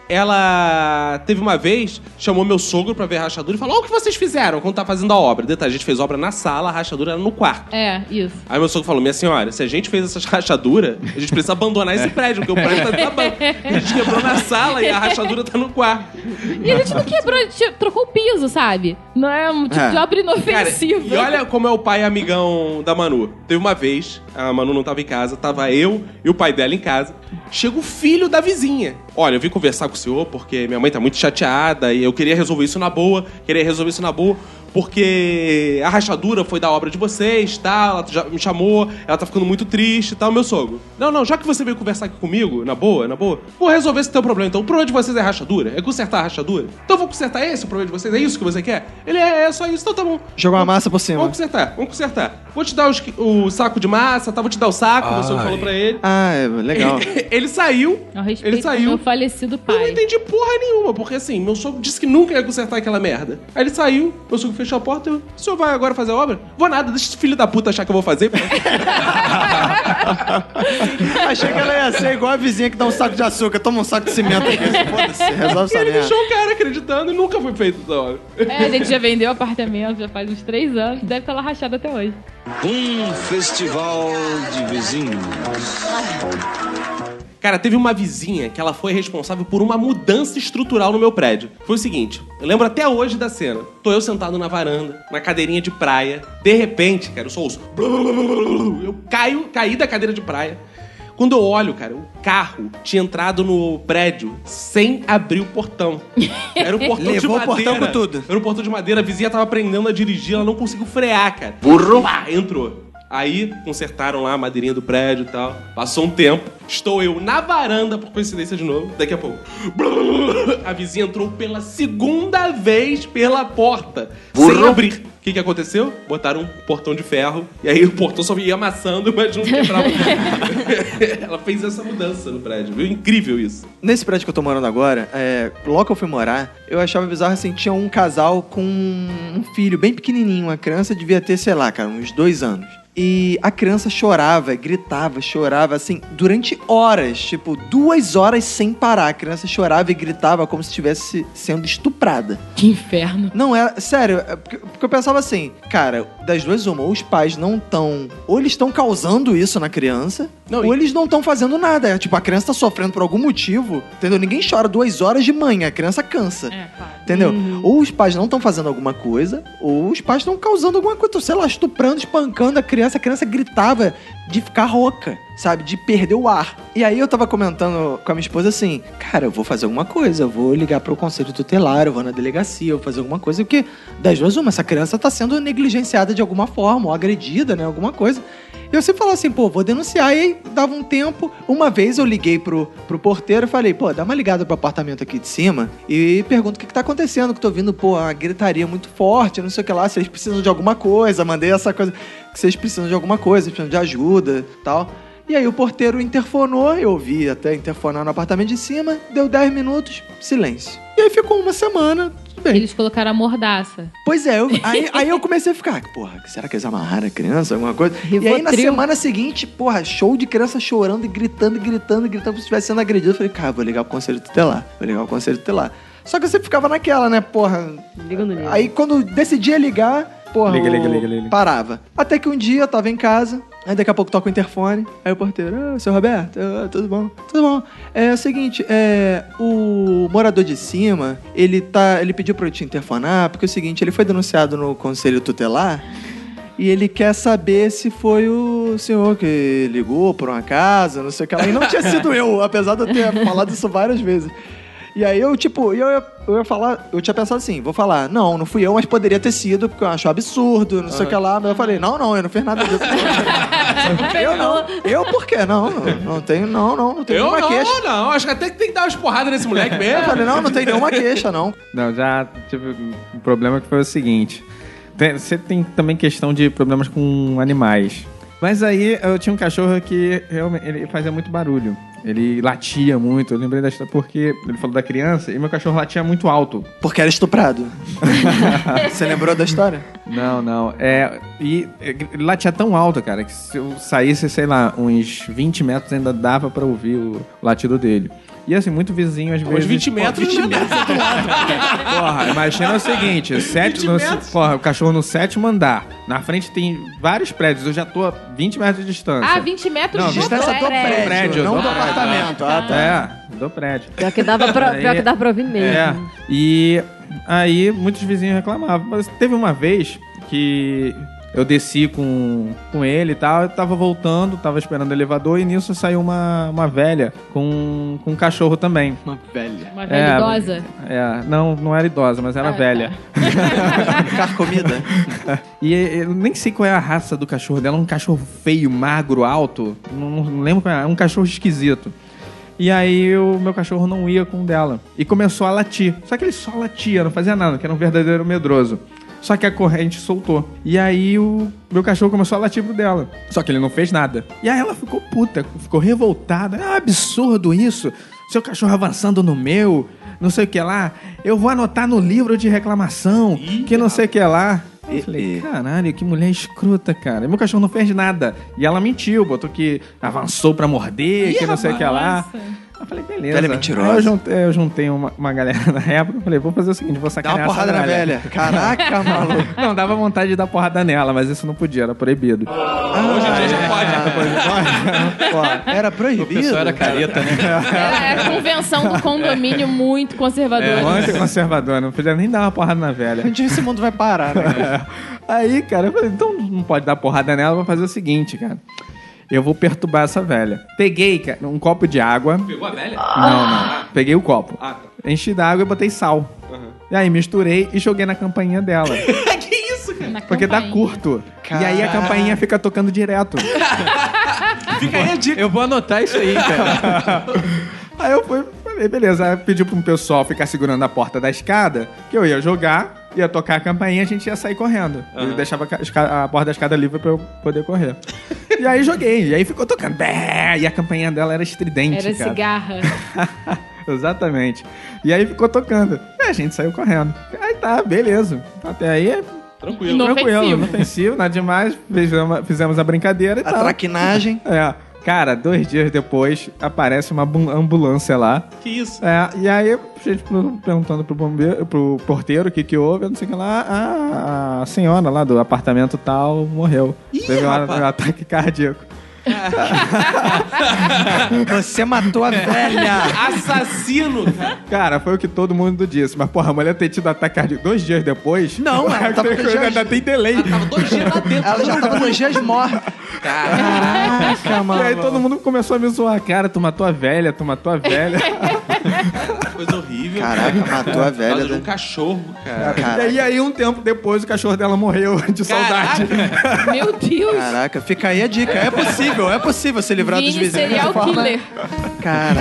Speaker 1: ela teve uma vez, chamou meu sogro pra ver a rachadura e falou, olha o que vocês fizeram quando tá fazendo a obra. Detalhe, a gente fez obra na sala, a rachadura era no quarto.
Speaker 3: É, isso.
Speaker 1: Aí meu sogro falou, minha senhora, se a gente fez essas rachaduras, a gente precisa abandonar esse prédio, porque o prédio tá desabando. A gente quebrou na sala e a rachadura tá no quarto.
Speaker 3: E a gente não quebrou, a gente trocou o piso, sabe? Não é um tipo de
Speaker 1: É.
Speaker 3: obra inofensiva.
Speaker 1: E olha como é o pai amigão da Manu. Teve uma vez, a Manu não tava em casa, tava eu e o pai dela em casa. Chega o filho da vizinha. Olha, eu vim conversar com o senhor porque minha mãe tá muito chateada e eu queria resolver isso na boa, queria resolver isso na boa. Porque a rachadura foi da obra de vocês, tá? Ela já me chamou, ela tá ficando muito triste e tal, meu sogro. Não, não, já que você veio conversar aqui comigo, na boa, na boa, vou resolver esse teu problema. Então, o problema de vocês é rachadura? É consertar a rachadura? Então, eu vou consertar esse o problema de vocês? É isso que você quer? Ele é, é só isso, então tá bom.
Speaker 2: Jogou uma massa por cima.
Speaker 1: Vamos consertar, vamos consertar. Vou te dar os qui- o saco de massa, tá? Vou te dar o saco, o meu sogro
Speaker 2: Ai.
Speaker 1: falou pra ele.
Speaker 2: Ah, é legal.
Speaker 1: ele saiu.
Speaker 3: Eu respeito
Speaker 1: Ele saiu.
Speaker 3: meu falecido Ah, pai.
Speaker 1: Eu não entendi porra nenhuma, porque assim, meu sogro disse que nunca ia consertar aquela merda. Aí ele saiu, meu sogro fechou a porta e eu, o senhor vai agora fazer a obra? Vou nada, deixa esse filho da puta achar que eu vou fazer.
Speaker 2: É. Achei que ela ia ser igual a vizinha que dá um saco de açúcar. Toma um saco de cimento aqui. Foda-se, resolve
Speaker 1: E
Speaker 2: essa
Speaker 1: ele
Speaker 2: merda.
Speaker 1: deixou o cara acreditando e nunca foi feito essa obra.
Speaker 3: É, a gente já vendeu o apartamento já faz uns três anos, deve estar lá rachado até hoje.
Speaker 8: Um festival de vizinhos.
Speaker 1: Cara, teve uma vizinha que ela foi responsável por uma mudança estrutural no meu prédio. Foi o seguinte, eu lembro até hoje da cena. Tô eu sentado na varanda, na cadeirinha de praia. De repente, cara, eu só ouço... Eu caio, caí da cadeira de praia. Quando eu olho, cara, o carro tinha entrado no prédio sem abrir o portão. Era o portão
Speaker 2: Levou
Speaker 1: de madeira.
Speaker 2: o portão com tudo.
Speaker 1: Era o portão de madeira, a vizinha tava aprendendo a dirigir, ela não conseguiu frear, cara. Burro! Pá, entrou. Aí consertaram lá a madeirinha do prédio e tal. Passou um tempo. Estou eu na varanda, por coincidência de novo, daqui a pouco. A vizinha entrou pela segunda vez pela porta, sem abrir. O que, que aconteceu? Botaram um portão de ferro, e aí o portão só ia amassando, mas não quebrava. Ela fez essa mudança no prédio, viu? Incrível isso.
Speaker 2: Nesse prédio que eu tô morando agora, é, logo que eu fui morar, eu achava bizarro assim: tinha um casal com um filho bem pequenininho. Uma criança devia ter, sei lá, cara, uns dois anos. E a criança chorava, gritava, chorava, assim, durante horas. Tipo, duas horas sem parar. A criança chorava e gritava como se estivesse sendo estuprada.
Speaker 3: Que inferno.
Speaker 2: Não, era. Sério, é porque, porque eu pensava assim, cara, das duas, uma, ou os pais não estão. Ou eles estão causando isso na criança, ou eles não estão fazendo nada. É, tipo, a criança tá sofrendo por algum motivo. Entendeu? Ninguém chora duas horas de manhã, a criança cansa. Entendeu? Ou os pais não estão fazendo alguma coisa, ou os pais estão causando alguma coisa. Tão, Sei lá, estuprando, espancando a criança. A criança gritava de ficar rouca, sabe? De perder o ar. E aí eu tava comentando com a minha esposa assim: Cara, eu vou fazer alguma coisa. Eu vou ligar pro conselho tutelar, eu vou na delegacia, eu vou fazer alguma coisa. Porque, das duas, uma, essa criança tá sendo negligenciada de alguma forma, ou agredida, né? Alguma coisa. E eu sempre falava assim, pô, vou denunciar. E aí dava um tempo. Uma vez eu liguei pro, pro porteiro e falei, pô, dá uma ligada pro apartamento aqui de cima e pergunto o que, que tá acontecendo, que eu tô ouvindo, pô, uma gritaria muito forte, não sei o que lá, se eles precisam de alguma coisa, mandei essa coisa, que vocês precisam de alguma coisa, precisam de ajuda tal. E aí o porteiro interfonou, eu ouvi até interfonar no apartamento de cima, deu 10 minutos, silêncio. E aí ficou uma semana, tudo bem.
Speaker 3: Eles colocaram a mordaça.
Speaker 2: Pois é, eu- aí, aí eu comecei a ficar, "Ah, porra, será que eles amarraram a criança, alguma coisa? E aí na
Speaker 3: Rivotril.
Speaker 2: semana seguinte, porra, show de criança chorando e gritando, e gritando, e gritando, como se estivesse sendo agredido. Eu falei, cara, vou ligar pro conselho tutelar, vou ligar pro conselho tutelar. Só que eu sempre ficava naquela, né, porra. Ligando nele. Aí quando decidia ligar, porra,
Speaker 7: Liga,
Speaker 2: o-
Speaker 7: liga, liga, liga.
Speaker 2: parava. Até que um dia eu tava em casa, aí daqui a pouco toca o interfone, aí o porteiro, ah, seu Roberto, ah, tudo bom? Tudo bom. É o seguinte, é, o morador de cima, ele tá, ele pediu pra eu te interfonar, porque é o seguinte, ele foi denunciado no conselho tutelar, e ele quer saber se foi o senhor que ligou por uma casa, não sei o que lá. E não tinha sido eu, apesar de eu ter falado isso várias vezes. E aí eu, tipo, eu ia, eu ia falar, eu tinha pensado assim, vou falar, não, não fui eu, mas poderia ter sido, porque eu acho absurdo, não sei o que lá. Mas eu falei, não, não, eu não fiz nada disso. eu não, eu por quê? Não, não, não tenho, não, não, não tenho
Speaker 1: Eu
Speaker 2: nenhuma
Speaker 1: não,
Speaker 2: queixa.
Speaker 1: não. Acho que até que tem que dar umas porradas nesse moleque mesmo.
Speaker 2: Eu falei, não, não tem nenhuma queixa, não.
Speaker 7: Não, já tive um problema que foi o seguinte. Tem- Você tem também questão de problemas com animais. Mas aí eu tinha um cachorro que realmente ele fazia muito barulho. Ele latia muito. Eu lembrei desta porque ele falou da criança e meu cachorro latia muito alto.
Speaker 2: Porque era estuprado. Você lembrou da história?
Speaker 7: Não, não. É, e é, ele latia tão alto, cara, que se eu saísse, sei lá, uns 20 metros ainda dava pra ouvir o latido dele. E assim, muito vizinho às vezes.
Speaker 1: Uns 20
Speaker 7: pô,
Speaker 1: metros,
Speaker 7: 20
Speaker 1: 20
Speaker 2: né?
Speaker 1: metros.
Speaker 7: Porra, imagina o seguinte: sete, no, porra, o cachorro no sétimo andar. Na frente tem vários prédios. Eu já tô a 20 metros de distância.
Speaker 3: Ah, 20 metros
Speaker 7: Não,
Speaker 3: de
Speaker 7: distância do prédio, não do apartamento.
Speaker 2: Ah,
Speaker 7: É, do prédio.
Speaker 4: Pior que dava pra,
Speaker 7: Aí-
Speaker 4: pior que dava pra ouvir mesmo.
Speaker 7: É. E aí muitos vizinhos reclamavam. Mas teve uma vez que eu desci com, com ele e tal, eu tava voltando, tava esperando o elevador e nisso saiu uma, uma velha com, com um cachorro também.
Speaker 2: Uma velha.
Speaker 3: Uma velha
Speaker 7: É,
Speaker 3: idosa.
Speaker 7: É, não, não era idosa, mas era
Speaker 3: Ah,
Speaker 7: velha.
Speaker 2: Carcomida.
Speaker 7: e eu nem sei qual é a raça do cachorro dela, é um cachorro feio, magro, alto. Não, não lembro qual é, é um cachorro esquisito. E aí o meu cachorro não ia com o dela. E começou a latir. Só que ele só latia, não fazia nada, que era um verdadeiro medroso. Só que a corrente soltou. E aí o meu cachorro começou a latir pro dela. Só que ele não fez nada. E aí ela ficou puta, ficou revoltada. Ah, absurdo isso. Seu cachorro avançando no meu, não sei o que lá. Eu vou anotar no livro de reclamação, que não sei o que lá. Aí Eu falei, caralho, que mulher escrota, cara. E Meu cachorro não fez nada. E ela mentiu, botou que avançou pra morder, que não sei o que lá. Eu falei, beleza.
Speaker 2: Velha é mentirosa.
Speaker 7: Aí eu juntei, eu juntei uma, uma galera na época e falei, vou fazer o seguinte,
Speaker 2: Dá
Speaker 7: vou sacanear
Speaker 2: uma porrada
Speaker 7: essa
Speaker 2: na
Speaker 7: velha.
Speaker 2: velha. Caraca, maluco.
Speaker 7: Não, dava vontade de dar porrada nela, mas isso não podia, era proibido. Ah,
Speaker 1: Hoje em dia já pode.
Speaker 2: Era proibido.
Speaker 6: O pessoal era careta, né?
Speaker 3: É a convenção do condomínio muito
Speaker 7: É,
Speaker 3: conservadora.
Speaker 7: muito conservador, não podia nem dar uma porrada na velha.
Speaker 2: Um dia esse mundo vai parar, né? cara?
Speaker 7: Aí, cara, eu falei, então não pode dar porrada nela, eu vou fazer o seguinte, cara. Eu vou perturbar essa velha. Peguei, cara, um copo de água.
Speaker 1: Pegou a velha?
Speaker 7: Não, não. Peguei o copo.
Speaker 1: Ah, tá.
Speaker 7: Enchi d'água e botei sal. E aí misturei e joguei na campainha dela.
Speaker 1: que isso, cara?
Speaker 3: Na
Speaker 7: Porque dá
Speaker 3: campainha.
Speaker 7: curto. E aí a
Speaker 2: Caraca.
Speaker 7: campainha fica tocando direto.
Speaker 1: Fica aí a dica.
Speaker 6: Eu vou anotar isso aí, cara.
Speaker 7: Aí eu fui, falei, beleza. Aí eu pedi pro pessoal ficar segurando a porta da escada, que eu ia jogar, ia tocar a campainha e a gente ia sair correndo. Eu deixava a ca- esca- a porta da escada livre pra eu poder correr. e aí joguei, e aí ficou tocando. bé, E a campainha dela era estridente,
Speaker 3: Era
Speaker 7: cara.
Speaker 3: cigarra.
Speaker 7: Exatamente. E aí ficou tocando. E a gente saiu correndo. Aí tá, beleza. Até aí, é
Speaker 1: Tranquilo.
Speaker 3: Inofensivo.
Speaker 7: tranquilo, inofensivo, nada demais. Fizemos, fizemos a brincadeira e
Speaker 2: A
Speaker 7: tal.
Speaker 2: traquinagem.
Speaker 7: É. Cara, dois dias depois, aparece uma bu- ambulância lá.
Speaker 1: Que isso?
Speaker 7: É, e aí, gente perguntando pro bombeiro, pro porteiro o que que houve, eu não sei o que lá. Ah, a senhora lá do apartamento tal morreu. Teve um, um ataque cardíaco.
Speaker 2: Você matou a velha.
Speaker 1: Assassino, cara.
Speaker 7: Cara, foi o que todo mundo disse. Mas, porra, a mulher ter tido ataque cardíaco dois dias depois.
Speaker 2: Não, é, Ah, ela
Speaker 7: ela
Speaker 2: tava
Speaker 7: tem-
Speaker 2: com dois dias-
Speaker 7: ainda tem delay.
Speaker 2: Ela já tava nos dias mortos. Caraca, tá, mano.
Speaker 7: E aí todo mundo começou a me zoar. Cara, tu matou a velha, tu matou a velha.
Speaker 1: Coisa horrível.
Speaker 7: Caraca,
Speaker 1: cara.
Speaker 7: matou a
Speaker 1: Por
Speaker 7: velha,
Speaker 1: causa de
Speaker 7: né?
Speaker 1: um cachorro, cara.
Speaker 6: É,
Speaker 7: E aí, aí, um tempo depois, o cachorro dela morreu de saudade.
Speaker 3: Meu Deus.
Speaker 2: Caraca, fica aí a dica. É possível, é possível se livrar dos
Speaker 3: Vini
Speaker 2: vizinhos.
Speaker 3: serial
Speaker 2: de forma-
Speaker 3: killer.
Speaker 2: Caraca.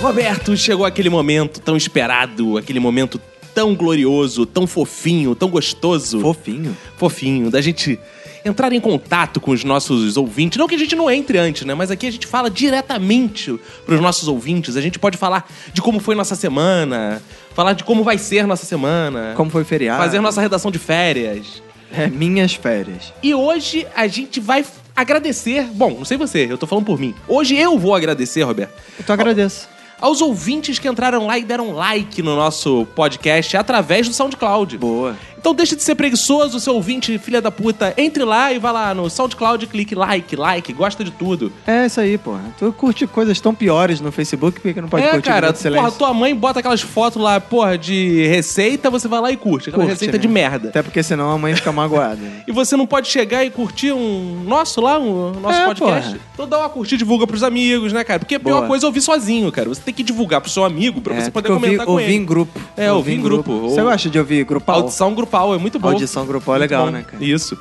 Speaker 1: Roberto, chegou aquele momento tão esperado, aquele momento tão glorioso, tão fofinho, tão gostoso.
Speaker 11: Fofinho?
Speaker 1: Fofinho, da gente entrar em contato com os nossos ouvintes. Não que a gente não entre antes, né? Mas aqui a gente fala diretamente pros nossos ouvintes. A gente pode falar de como foi nossa semana, falar de como vai ser nossa semana.
Speaker 2: Como foi o feriado?
Speaker 1: Fazer nossa redação de férias.
Speaker 2: É, minhas férias.
Speaker 1: E hoje a gente vai agradecer. Bom, não sei você, eu tô falando por mim. Hoje eu vou agradecer, Roberto.
Speaker 2: Eu tô agradeço.
Speaker 1: Aos ouvintes que entraram lá e deram like no nosso podcast através do SoundCloud.
Speaker 2: Boa.
Speaker 1: Então deixa de ser preguiçoso, seu ouvinte, filha da puta. Entre lá e vá lá no SoundCloud, clique like, like, gosta de tudo.
Speaker 2: É isso aí, porra. Tu curte coisas tão piores no Facebook, por que que não pode
Speaker 1: é,
Speaker 2: curtir
Speaker 1: cara,
Speaker 2: Minuto de silêncio?
Speaker 1: porra, tua mãe bota aquelas fotos lá, porra, de receita, você vai lá e curte. Aquela
Speaker 2: Curte,
Speaker 1: receita
Speaker 2: né?
Speaker 1: de merda.
Speaker 2: Até porque senão a mãe fica magoada. né?
Speaker 1: E você não pode chegar e curtir um nosso lá, um nosso
Speaker 2: É,
Speaker 1: podcast?
Speaker 2: porra.
Speaker 1: Então dá uma curtida e divulga pros amigos, né, cara? Porque a pior
Speaker 2: Boa.
Speaker 1: coisa é ouvir sozinho, cara. Você tem que divulgar pro seu amigo pra
Speaker 2: É,
Speaker 1: você
Speaker 2: tem
Speaker 1: poder
Speaker 2: que ouvir,
Speaker 1: comentar com
Speaker 2: ouvir
Speaker 1: ele.
Speaker 2: em grupo.
Speaker 1: É, ouvir em grupo.
Speaker 2: Você
Speaker 1: Ou-
Speaker 2: gosta de ouvir grupal?
Speaker 1: Audição grupal, é muito bom.
Speaker 2: Audição grupal é
Speaker 1: Muito
Speaker 2: legal,
Speaker 1: bom.
Speaker 2: né, cara?
Speaker 1: Isso.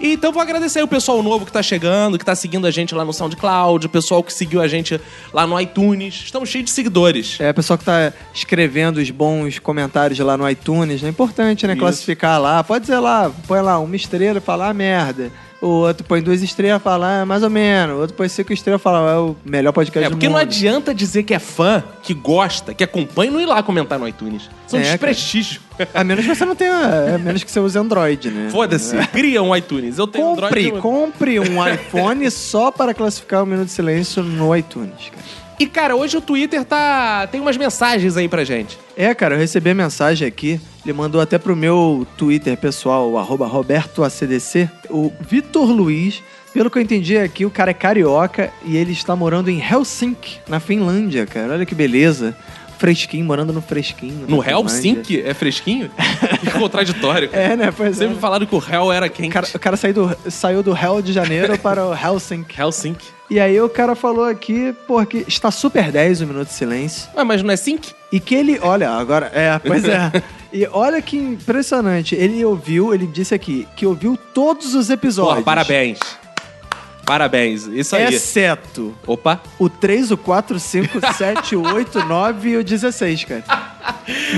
Speaker 1: E Então vou agradecer aí o pessoal novo que tá chegando, que tá seguindo a gente lá no SoundCloud, o pessoal que seguiu a gente lá no iTunes. Estamos cheios de seguidores.
Speaker 2: É, pessoal que tá escrevendo os bons comentários lá no iTunes, né? Importante, né?
Speaker 1: Isso.
Speaker 2: Classificar lá. Pode dizer lá, põe lá uma estrela e fala, ah, merda. O outro põe duas estrelas e fala, ah, mais ou menos. O outro põe cinco estrelas e fala, é o melhor podcast
Speaker 1: É,
Speaker 2: do mundo.
Speaker 1: porque não adianta dizer que é fã, que gosta, que acompanha e não ir lá comentar no iTunes. São
Speaker 2: É, cara.
Speaker 1: desprestígio.
Speaker 2: A menos que você não tenha. A menos que você use Android, né?
Speaker 1: Foda-se. Cria um iTunes. Eu tenho
Speaker 2: Compre,
Speaker 1: Android. eu-
Speaker 2: compre um iPhone só para classificar o Minuto de Silêncio no iTunes, cara.
Speaker 1: E, cara, hoje o Twitter tá. tem umas mensagens aí pra gente.
Speaker 2: É, cara, eu recebi a mensagem aqui. Ele mandou até pro meu Twitter pessoal, o arroba RobertoACDC, o Vitor Luiz. Pelo que eu entendi aqui, o cara é carioca e ele está morando em Helsinki, na Finlândia, cara. Olha que beleza. Fresquinho, morando no fresquinho.
Speaker 1: No
Speaker 2: na Finlândia.
Speaker 1: Helsinki? É fresquinho? Que contraditório.
Speaker 2: É, né? Pois é.
Speaker 1: Sempre falaram que o Hell era quente.
Speaker 2: O cara saiu do, saiu do Hell de Janeiro para o Helsinki.
Speaker 1: Helsinki.
Speaker 2: E aí o cara falou aqui, porque está super 10 o Minuto de Silêncio.
Speaker 1: Ué, mas não é sync?
Speaker 2: E que ele, olha, agora, é, pois é. E olha que impressionante, ele ouviu, ele disse aqui, que ouviu todos os episódios.
Speaker 1: Porra, parabéns. Parabéns. Isso aí.
Speaker 2: Exceto
Speaker 1: Opa.
Speaker 2: o 3, o 4, o 5, o 7, o 8, o 9 e o 16, cara.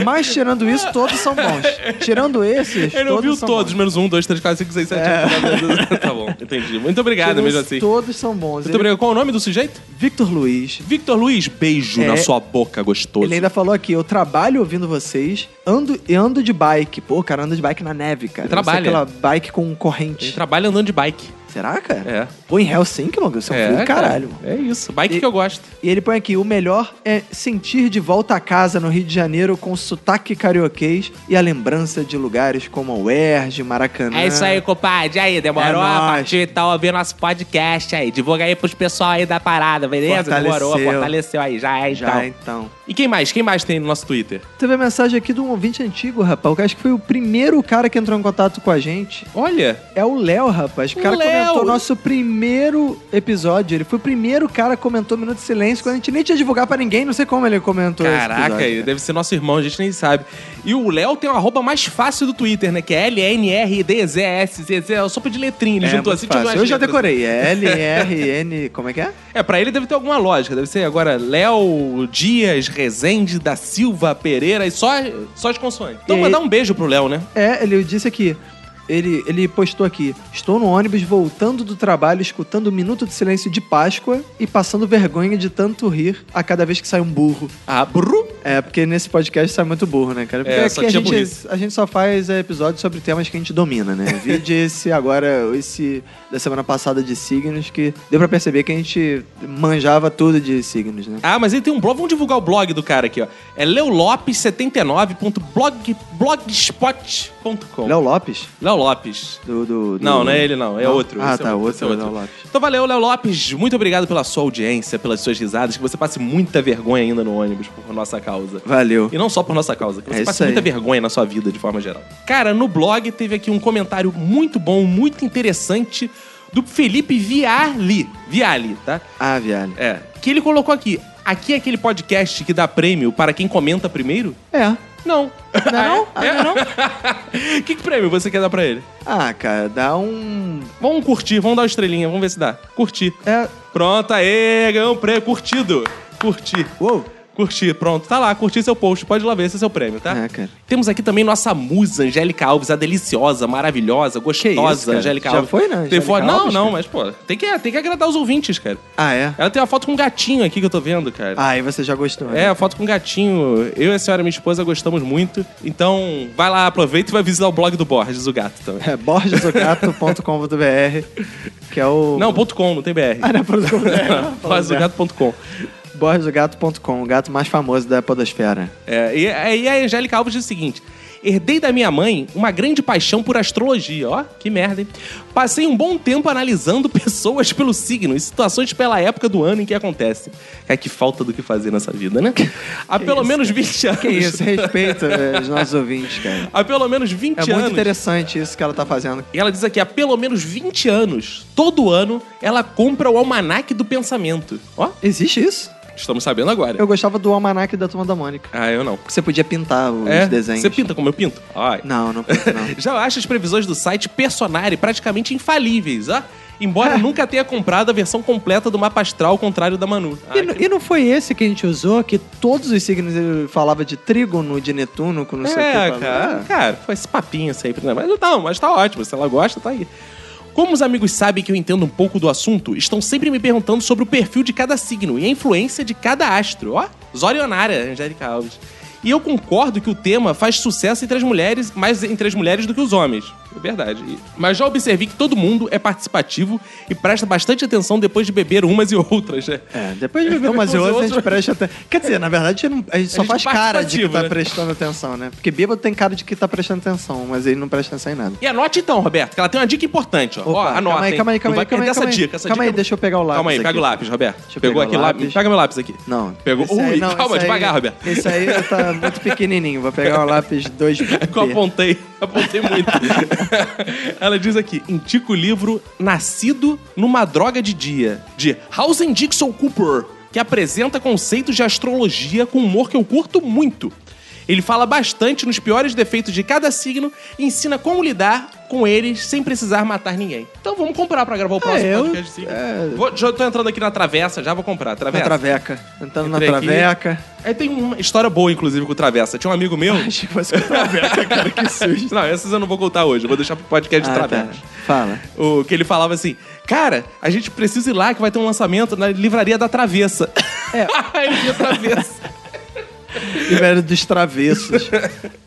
Speaker 2: Mas tirando isso, todos são bons. Tirando esses,
Speaker 1: Ele
Speaker 2: todos
Speaker 1: ouviu
Speaker 2: são
Speaker 1: todos,
Speaker 2: bons.
Speaker 1: menos um, dois, três, quatro, cinco, seis, sete, oito. Tá bom, entendi. Muito obrigado,
Speaker 2: Tirando
Speaker 1: mesmo
Speaker 2: esses,
Speaker 1: assim.
Speaker 2: Todos são bons.
Speaker 1: Muito
Speaker 2: Ele-
Speaker 1: obrigado. Qual o nome do sujeito?
Speaker 2: Victor Luiz.
Speaker 1: Victor Luiz, beijo
Speaker 2: É.
Speaker 1: na sua boca, gostoso.
Speaker 2: Ele ainda falou aqui, eu trabalho ouvindo vocês, ando e ando de bike. Pô, cara, ando de bike na neve, cara.
Speaker 1: Ele trabalha.
Speaker 2: Deve ser Aquela bike com corrente.
Speaker 1: Ele trabalha andando de bike.
Speaker 2: Será, cara?
Speaker 1: É.
Speaker 2: Pô, em Helsinki, logo, isso é um frio do caralho. mano.
Speaker 1: cara. É isso, bike
Speaker 2: E-
Speaker 1: que eu gosto.
Speaker 2: E ele põe aqui, o melhor é sentir de volta a casa no Rio de Janeiro com sotaque carioquês e a lembrança de lugares como a UERJ, Maracanã.
Speaker 1: É isso aí, compadre. Aí, demorou?
Speaker 2: É
Speaker 1: a
Speaker 2: nóis.
Speaker 1: partir e tal, ouvir nosso podcast aí. Divulga aí pros pessoal aí da parada, beleza? Demorou,
Speaker 2: Fortaleceu.
Speaker 1: fortaleceu aí. Já é, então.
Speaker 2: Já, então.
Speaker 1: E quem mais? Quem mais tem no nosso Twitter?
Speaker 2: Teve a mensagem aqui de um ouvinte antigo, rapaz. que acho que foi o primeiro cara que entrou em contato com a gente.
Speaker 1: Olha,
Speaker 2: É o Léo, rapaz. O cara
Speaker 1: Léo!
Speaker 2: comentou o nosso primeiro episódio. Ele foi o primeiro cara que comentou Minuto de Silêncio quando a gente nem tinha divulgar pra ninguém. Não sei como ele comentou esse
Speaker 1: Caraca,
Speaker 2: episódio.
Speaker 1: ele deve ser nosso irmão, a gente nem sabe. E o Léo tem uma arroba mais fácil do Twitter, né? Que é LNRDZSZZ, só de letrinha. Ele
Speaker 2: É,
Speaker 1: juntou
Speaker 2: muito
Speaker 1: assim,
Speaker 2: fácil.
Speaker 1: umas
Speaker 2: Eu já
Speaker 1: letras.
Speaker 2: decorei. É L, R, N... Como é que é?
Speaker 1: É, pra ele deve ter alguma lógica. Deve ser agora Léo Dias Rezende da Silva Pereira e só, só as consoantes. Então
Speaker 2: E-
Speaker 1: mandar um beijo pro Léo, né?
Speaker 2: É, ele disse aqui... Ele, ele postou aqui, estou no ônibus voltando do trabalho, escutando o Minuto de Silêncio de Páscoa e passando vergonha de tanto rir a cada vez que sai um burro.
Speaker 1: Ah, bru.
Speaker 2: É, porque nesse podcast sai muito burro, né, cara? Porque
Speaker 1: É,
Speaker 2: aqui
Speaker 1: só
Speaker 2: a,
Speaker 1: tinha
Speaker 2: gente,
Speaker 1: burrice.
Speaker 2: a gente só faz é, episódios sobre temas que a gente domina, né? Vide esse agora, esse da semana passada de signos, que deu pra perceber que a gente manjava tudo de signos, né?
Speaker 1: Ah, mas ele tem um blog. Vamos divulgar o blog do cara aqui, ó. É leolopes79.blogspot.com.
Speaker 2: Léo Lopes?
Speaker 1: Léo Lopes.
Speaker 2: Do,
Speaker 1: Não, não é ele não, é outro.
Speaker 2: Ah,
Speaker 1: Esse é
Speaker 2: tá,
Speaker 1: outro,
Speaker 2: outro,
Speaker 1: esse é
Speaker 2: Léo
Speaker 1: outro.
Speaker 2: Lopes.
Speaker 1: Então valeu, Léo Lopes. Muito obrigado pela sua audiência, pelas suas risadas. Que você passe muita vergonha ainda no ônibus por nossa causa.
Speaker 2: Valeu.
Speaker 1: E não só por nossa causa, que
Speaker 2: É
Speaker 1: você
Speaker 2: isso
Speaker 1: passe
Speaker 2: aí.
Speaker 1: muita vergonha na sua vida de forma geral. Cara, no blog teve aqui um comentário muito bom, muito interessante do Felipe Viali. Viali, tá?
Speaker 2: Ah, Viali.
Speaker 1: É. Que ele colocou aqui. Aqui é aquele podcast que dá prêmio para quem comenta primeiro?
Speaker 2: É.
Speaker 1: Não. É.
Speaker 2: Não? é
Speaker 1: que prêmio você quer dar pra ele?
Speaker 2: Ah, cara, dá um.
Speaker 1: Vamos curtir, vamos dar uma estrelinha, vamos ver se dá. Curtir. É. Pronto, aê, ganhou um prêmio. Curtido. Curtir.
Speaker 2: Uou.
Speaker 1: Curtir, pronto. Tá lá, curtir seu post, pode ir lá ver esse é seu prêmio, tá?
Speaker 2: É, cara.
Speaker 1: Temos aqui também nossa musa, Angélica Alves, a deliciosa, maravilhosa,
Speaker 2: isso,
Speaker 1: gostosa
Speaker 2: cara?
Speaker 1: Angélica
Speaker 2: Já
Speaker 1: Alves.
Speaker 2: foi, né,
Speaker 1: Tem
Speaker 2: Angélica
Speaker 1: foto- Não,
Speaker 2: Alves,
Speaker 1: não,
Speaker 2: cara?
Speaker 1: mas, pô, tem que, tem que agradar os ouvintes, cara.
Speaker 2: Ah, é?
Speaker 1: Ela tem uma foto com um gatinho aqui que eu tô vendo, cara.
Speaker 2: Ah, e você já gostou, né?
Speaker 1: É, a foto com um gatinho. Eu e a senhora, minha esposa, gostamos muito. Então, vai lá, aproveita e vai visitar o blog do Borges, o gato também.
Speaker 2: É borgesogato.com.br, que é o.
Speaker 1: Não, ponto .com, não tem BR. Ah,
Speaker 2: não é ponto .com, né?
Speaker 1: Borgesdogato.com.
Speaker 2: Borgesogato.com, o gato mais famoso da Podosfera.
Speaker 1: É, e aí a Angélica Alves diz o seguinte: herdei da minha mãe uma grande paixão por astrologia. Ó, que merda, hein? Passei um bom tempo analisando pessoas pelo signo e situações pela época do ano em que acontecem. É que falta do que fazer nessa vida, né? Há pelo
Speaker 2: isso,
Speaker 1: menos 20 anos.
Speaker 2: Que isso, respeita velho, eh, os nossos ouvintes, cara.
Speaker 1: Há pelo menos 20
Speaker 2: É
Speaker 1: anos.
Speaker 2: muito interessante isso que ela tá fazendo.
Speaker 1: E ela diz aqui, há pelo menos 20 anos, todo ano, ela compra o almanaque do pensamento. Ó.
Speaker 2: Existe isso?
Speaker 1: Estamos sabendo agora.
Speaker 2: Eu gostava do almanac da Turma da Mônica.
Speaker 1: Ah, eu não.
Speaker 2: Você podia pintar os
Speaker 1: É?
Speaker 2: desenhos.
Speaker 1: Você pinta como eu pinto? Ai.
Speaker 2: Não, não pinto, não.
Speaker 1: Já acho as previsões do site Personari praticamente infalíveis, ó. Embora nunca tenha comprado a versão completa do mapa astral, ao contrário da Manu. Ah,
Speaker 2: E, n- e não foi esse que a gente usou, que todos os signos ele falava de trígono, de Netuno, com não sei o que.
Speaker 1: é,
Speaker 2: falava?
Speaker 1: cara. Cara, foi esse papinho sempre, né? Mas não, mas tá ótimo. Se ela gosta, tá aí. Como os amigos sabem que eu entendo um pouco do assunto, estão sempre me perguntando sobre o perfil de cada signo e a influência de cada astro. Ó, Zorionária, Angélica Alves. E eu concordo que o tema faz sucesso entre as mulheres, mais entre as mulheres do que os homens. É verdade. E- Mas já observei que todo mundo é participativo e presta bastante atenção depois de beber umas e outras, né?
Speaker 2: É, depois de beber umas e outras, a gente presta até. Quer dizer, na verdade, a gente, não- a gente só
Speaker 1: gente
Speaker 2: faz cara de que
Speaker 1: participativo,
Speaker 2: tá
Speaker 1: né?
Speaker 2: prestando atenção, né? Porque bêbado tem cara de que tá prestando atenção, mas ele não presta atenção em nada.
Speaker 1: E anote então, Roberto, que ela tem uma dica importante. Ó, Ó,
Speaker 2: Opa,
Speaker 1: anota.
Speaker 2: calma aí,
Speaker 1: hein?
Speaker 2: calma aí, calma
Speaker 1: Não vai
Speaker 2: aí,
Speaker 1: perder
Speaker 2: calma aí,
Speaker 1: essa
Speaker 2: calma aí.
Speaker 1: dica. Essa
Speaker 2: Calma
Speaker 1: dica é
Speaker 2: aí, deixa eu pegar o lápis
Speaker 1: Calma aí, pega
Speaker 2: aqui.
Speaker 1: o lápis, Roberto.
Speaker 2: eu
Speaker 1: Pegou
Speaker 2: pegar o
Speaker 1: aqui lápis.
Speaker 2: lápis.
Speaker 1: Pega meu lápis aqui.
Speaker 2: Não.
Speaker 1: Pegou.
Speaker 2: Esse aí
Speaker 1: Ui,
Speaker 2: não,
Speaker 1: calma,
Speaker 2: esse aí-
Speaker 1: devagar, Roberto.
Speaker 2: Esse aí tá muito pequenininho. Vou pegar um lápis 2
Speaker 1: Que eu apontei, apontei muito. Ela diz aqui: indica o livro Nascido numa Droga de Dia, de Housen Dixon Cooper, que apresenta conceitos de astrologia com humor que eu curto muito. Ele fala bastante nos piores defeitos de cada signo e ensina como lidar com eles sem precisar matar ninguém. Então vamos comprar pra gravar o próximo
Speaker 2: É, eu- é.
Speaker 1: podcast de signo. Vou, já tô entrando aqui na travessa, já vou comprar.
Speaker 2: na
Speaker 1: Travessa.
Speaker 2: traveca. Entrando na
Speaker 1: Entrei aqui.
Speaker 2: traveca.
Speaker 1: Aí tem uma história boa, inclusive, com o Travessa. Tinha um amigo meu.
Speaker 2: Acho que você Traveca, cara, que susto.
Speaker 1: Não, essas eu não vou contar hoje, eu vou deixar pro podcast de
Speaker 2: Ah, tá.
Speaker 1: Travessa.
Speaker 2: Fala.
Speaker 1: O que ele falava assim: Cara, a gente precisa ir lá que vai ter um lançamento na livraria da Travessa.
Speaker 2: É.
Speaker 1: Ele tinha Travessa.
Speaker 2: Livraria dos Travessos.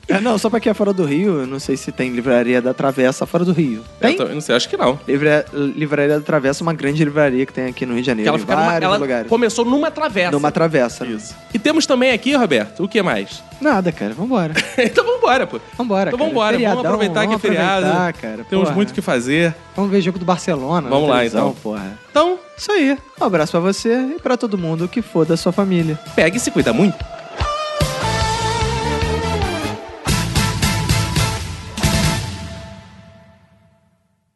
Speaker 2: É, não, só pra quem é fora do Rio, eu não sei se tem livraria da Travessa fora do Rio.
Speaker 1: Eu também não sei, acho que não.
Speaker 2: Livra- livraria da Travessa é uma grande livraria que tem aqui no Rio de
Speaker 1: Porque
Speaker 2: Janeiro,
Speaker 1: ela
Speaker 2: em
Speaker 1: fica numa-
Speaker 2: vários
Speaker 1: ela
Speaker 2: lugares.
Speaker 1: começou numa travessa.
Speaker 2: Numa travessa.
Speaker 1: Isso. E temos também aqui, Roberto, o que mais?
Speaker 2: Nada, cara, vambora.
Speaker 1: então vambora, pô.
Speaker 2: Vambora,
Speaker 1: Então
Speaker 2: cara.
Speaker 1: vambora,
Speaker 2: Feriadão,
Speaker 1: vamos aproveitar
Speaker 2: vamos
Speaker 1: que é feriado.
Speaker 2: aproveitar, cara,
Speaker 1: Temos
Speaker 2: porra.
Speaker 1: muito o que fazer.
Speaker 2: Vamos ver jogo do Barcelona.
Speaker 1: Vamos
Speaker 2: na
Speaker 1: lá,
Speaker 2: televisão,
Speaker 1: então.
Speaker 2: Porra.
Speaker 1: Então,
Speaker 2: isso aí. Um abraço pra você e pra todo mundo que for da sua família.
Speaker 1: Pega e se cuida muito.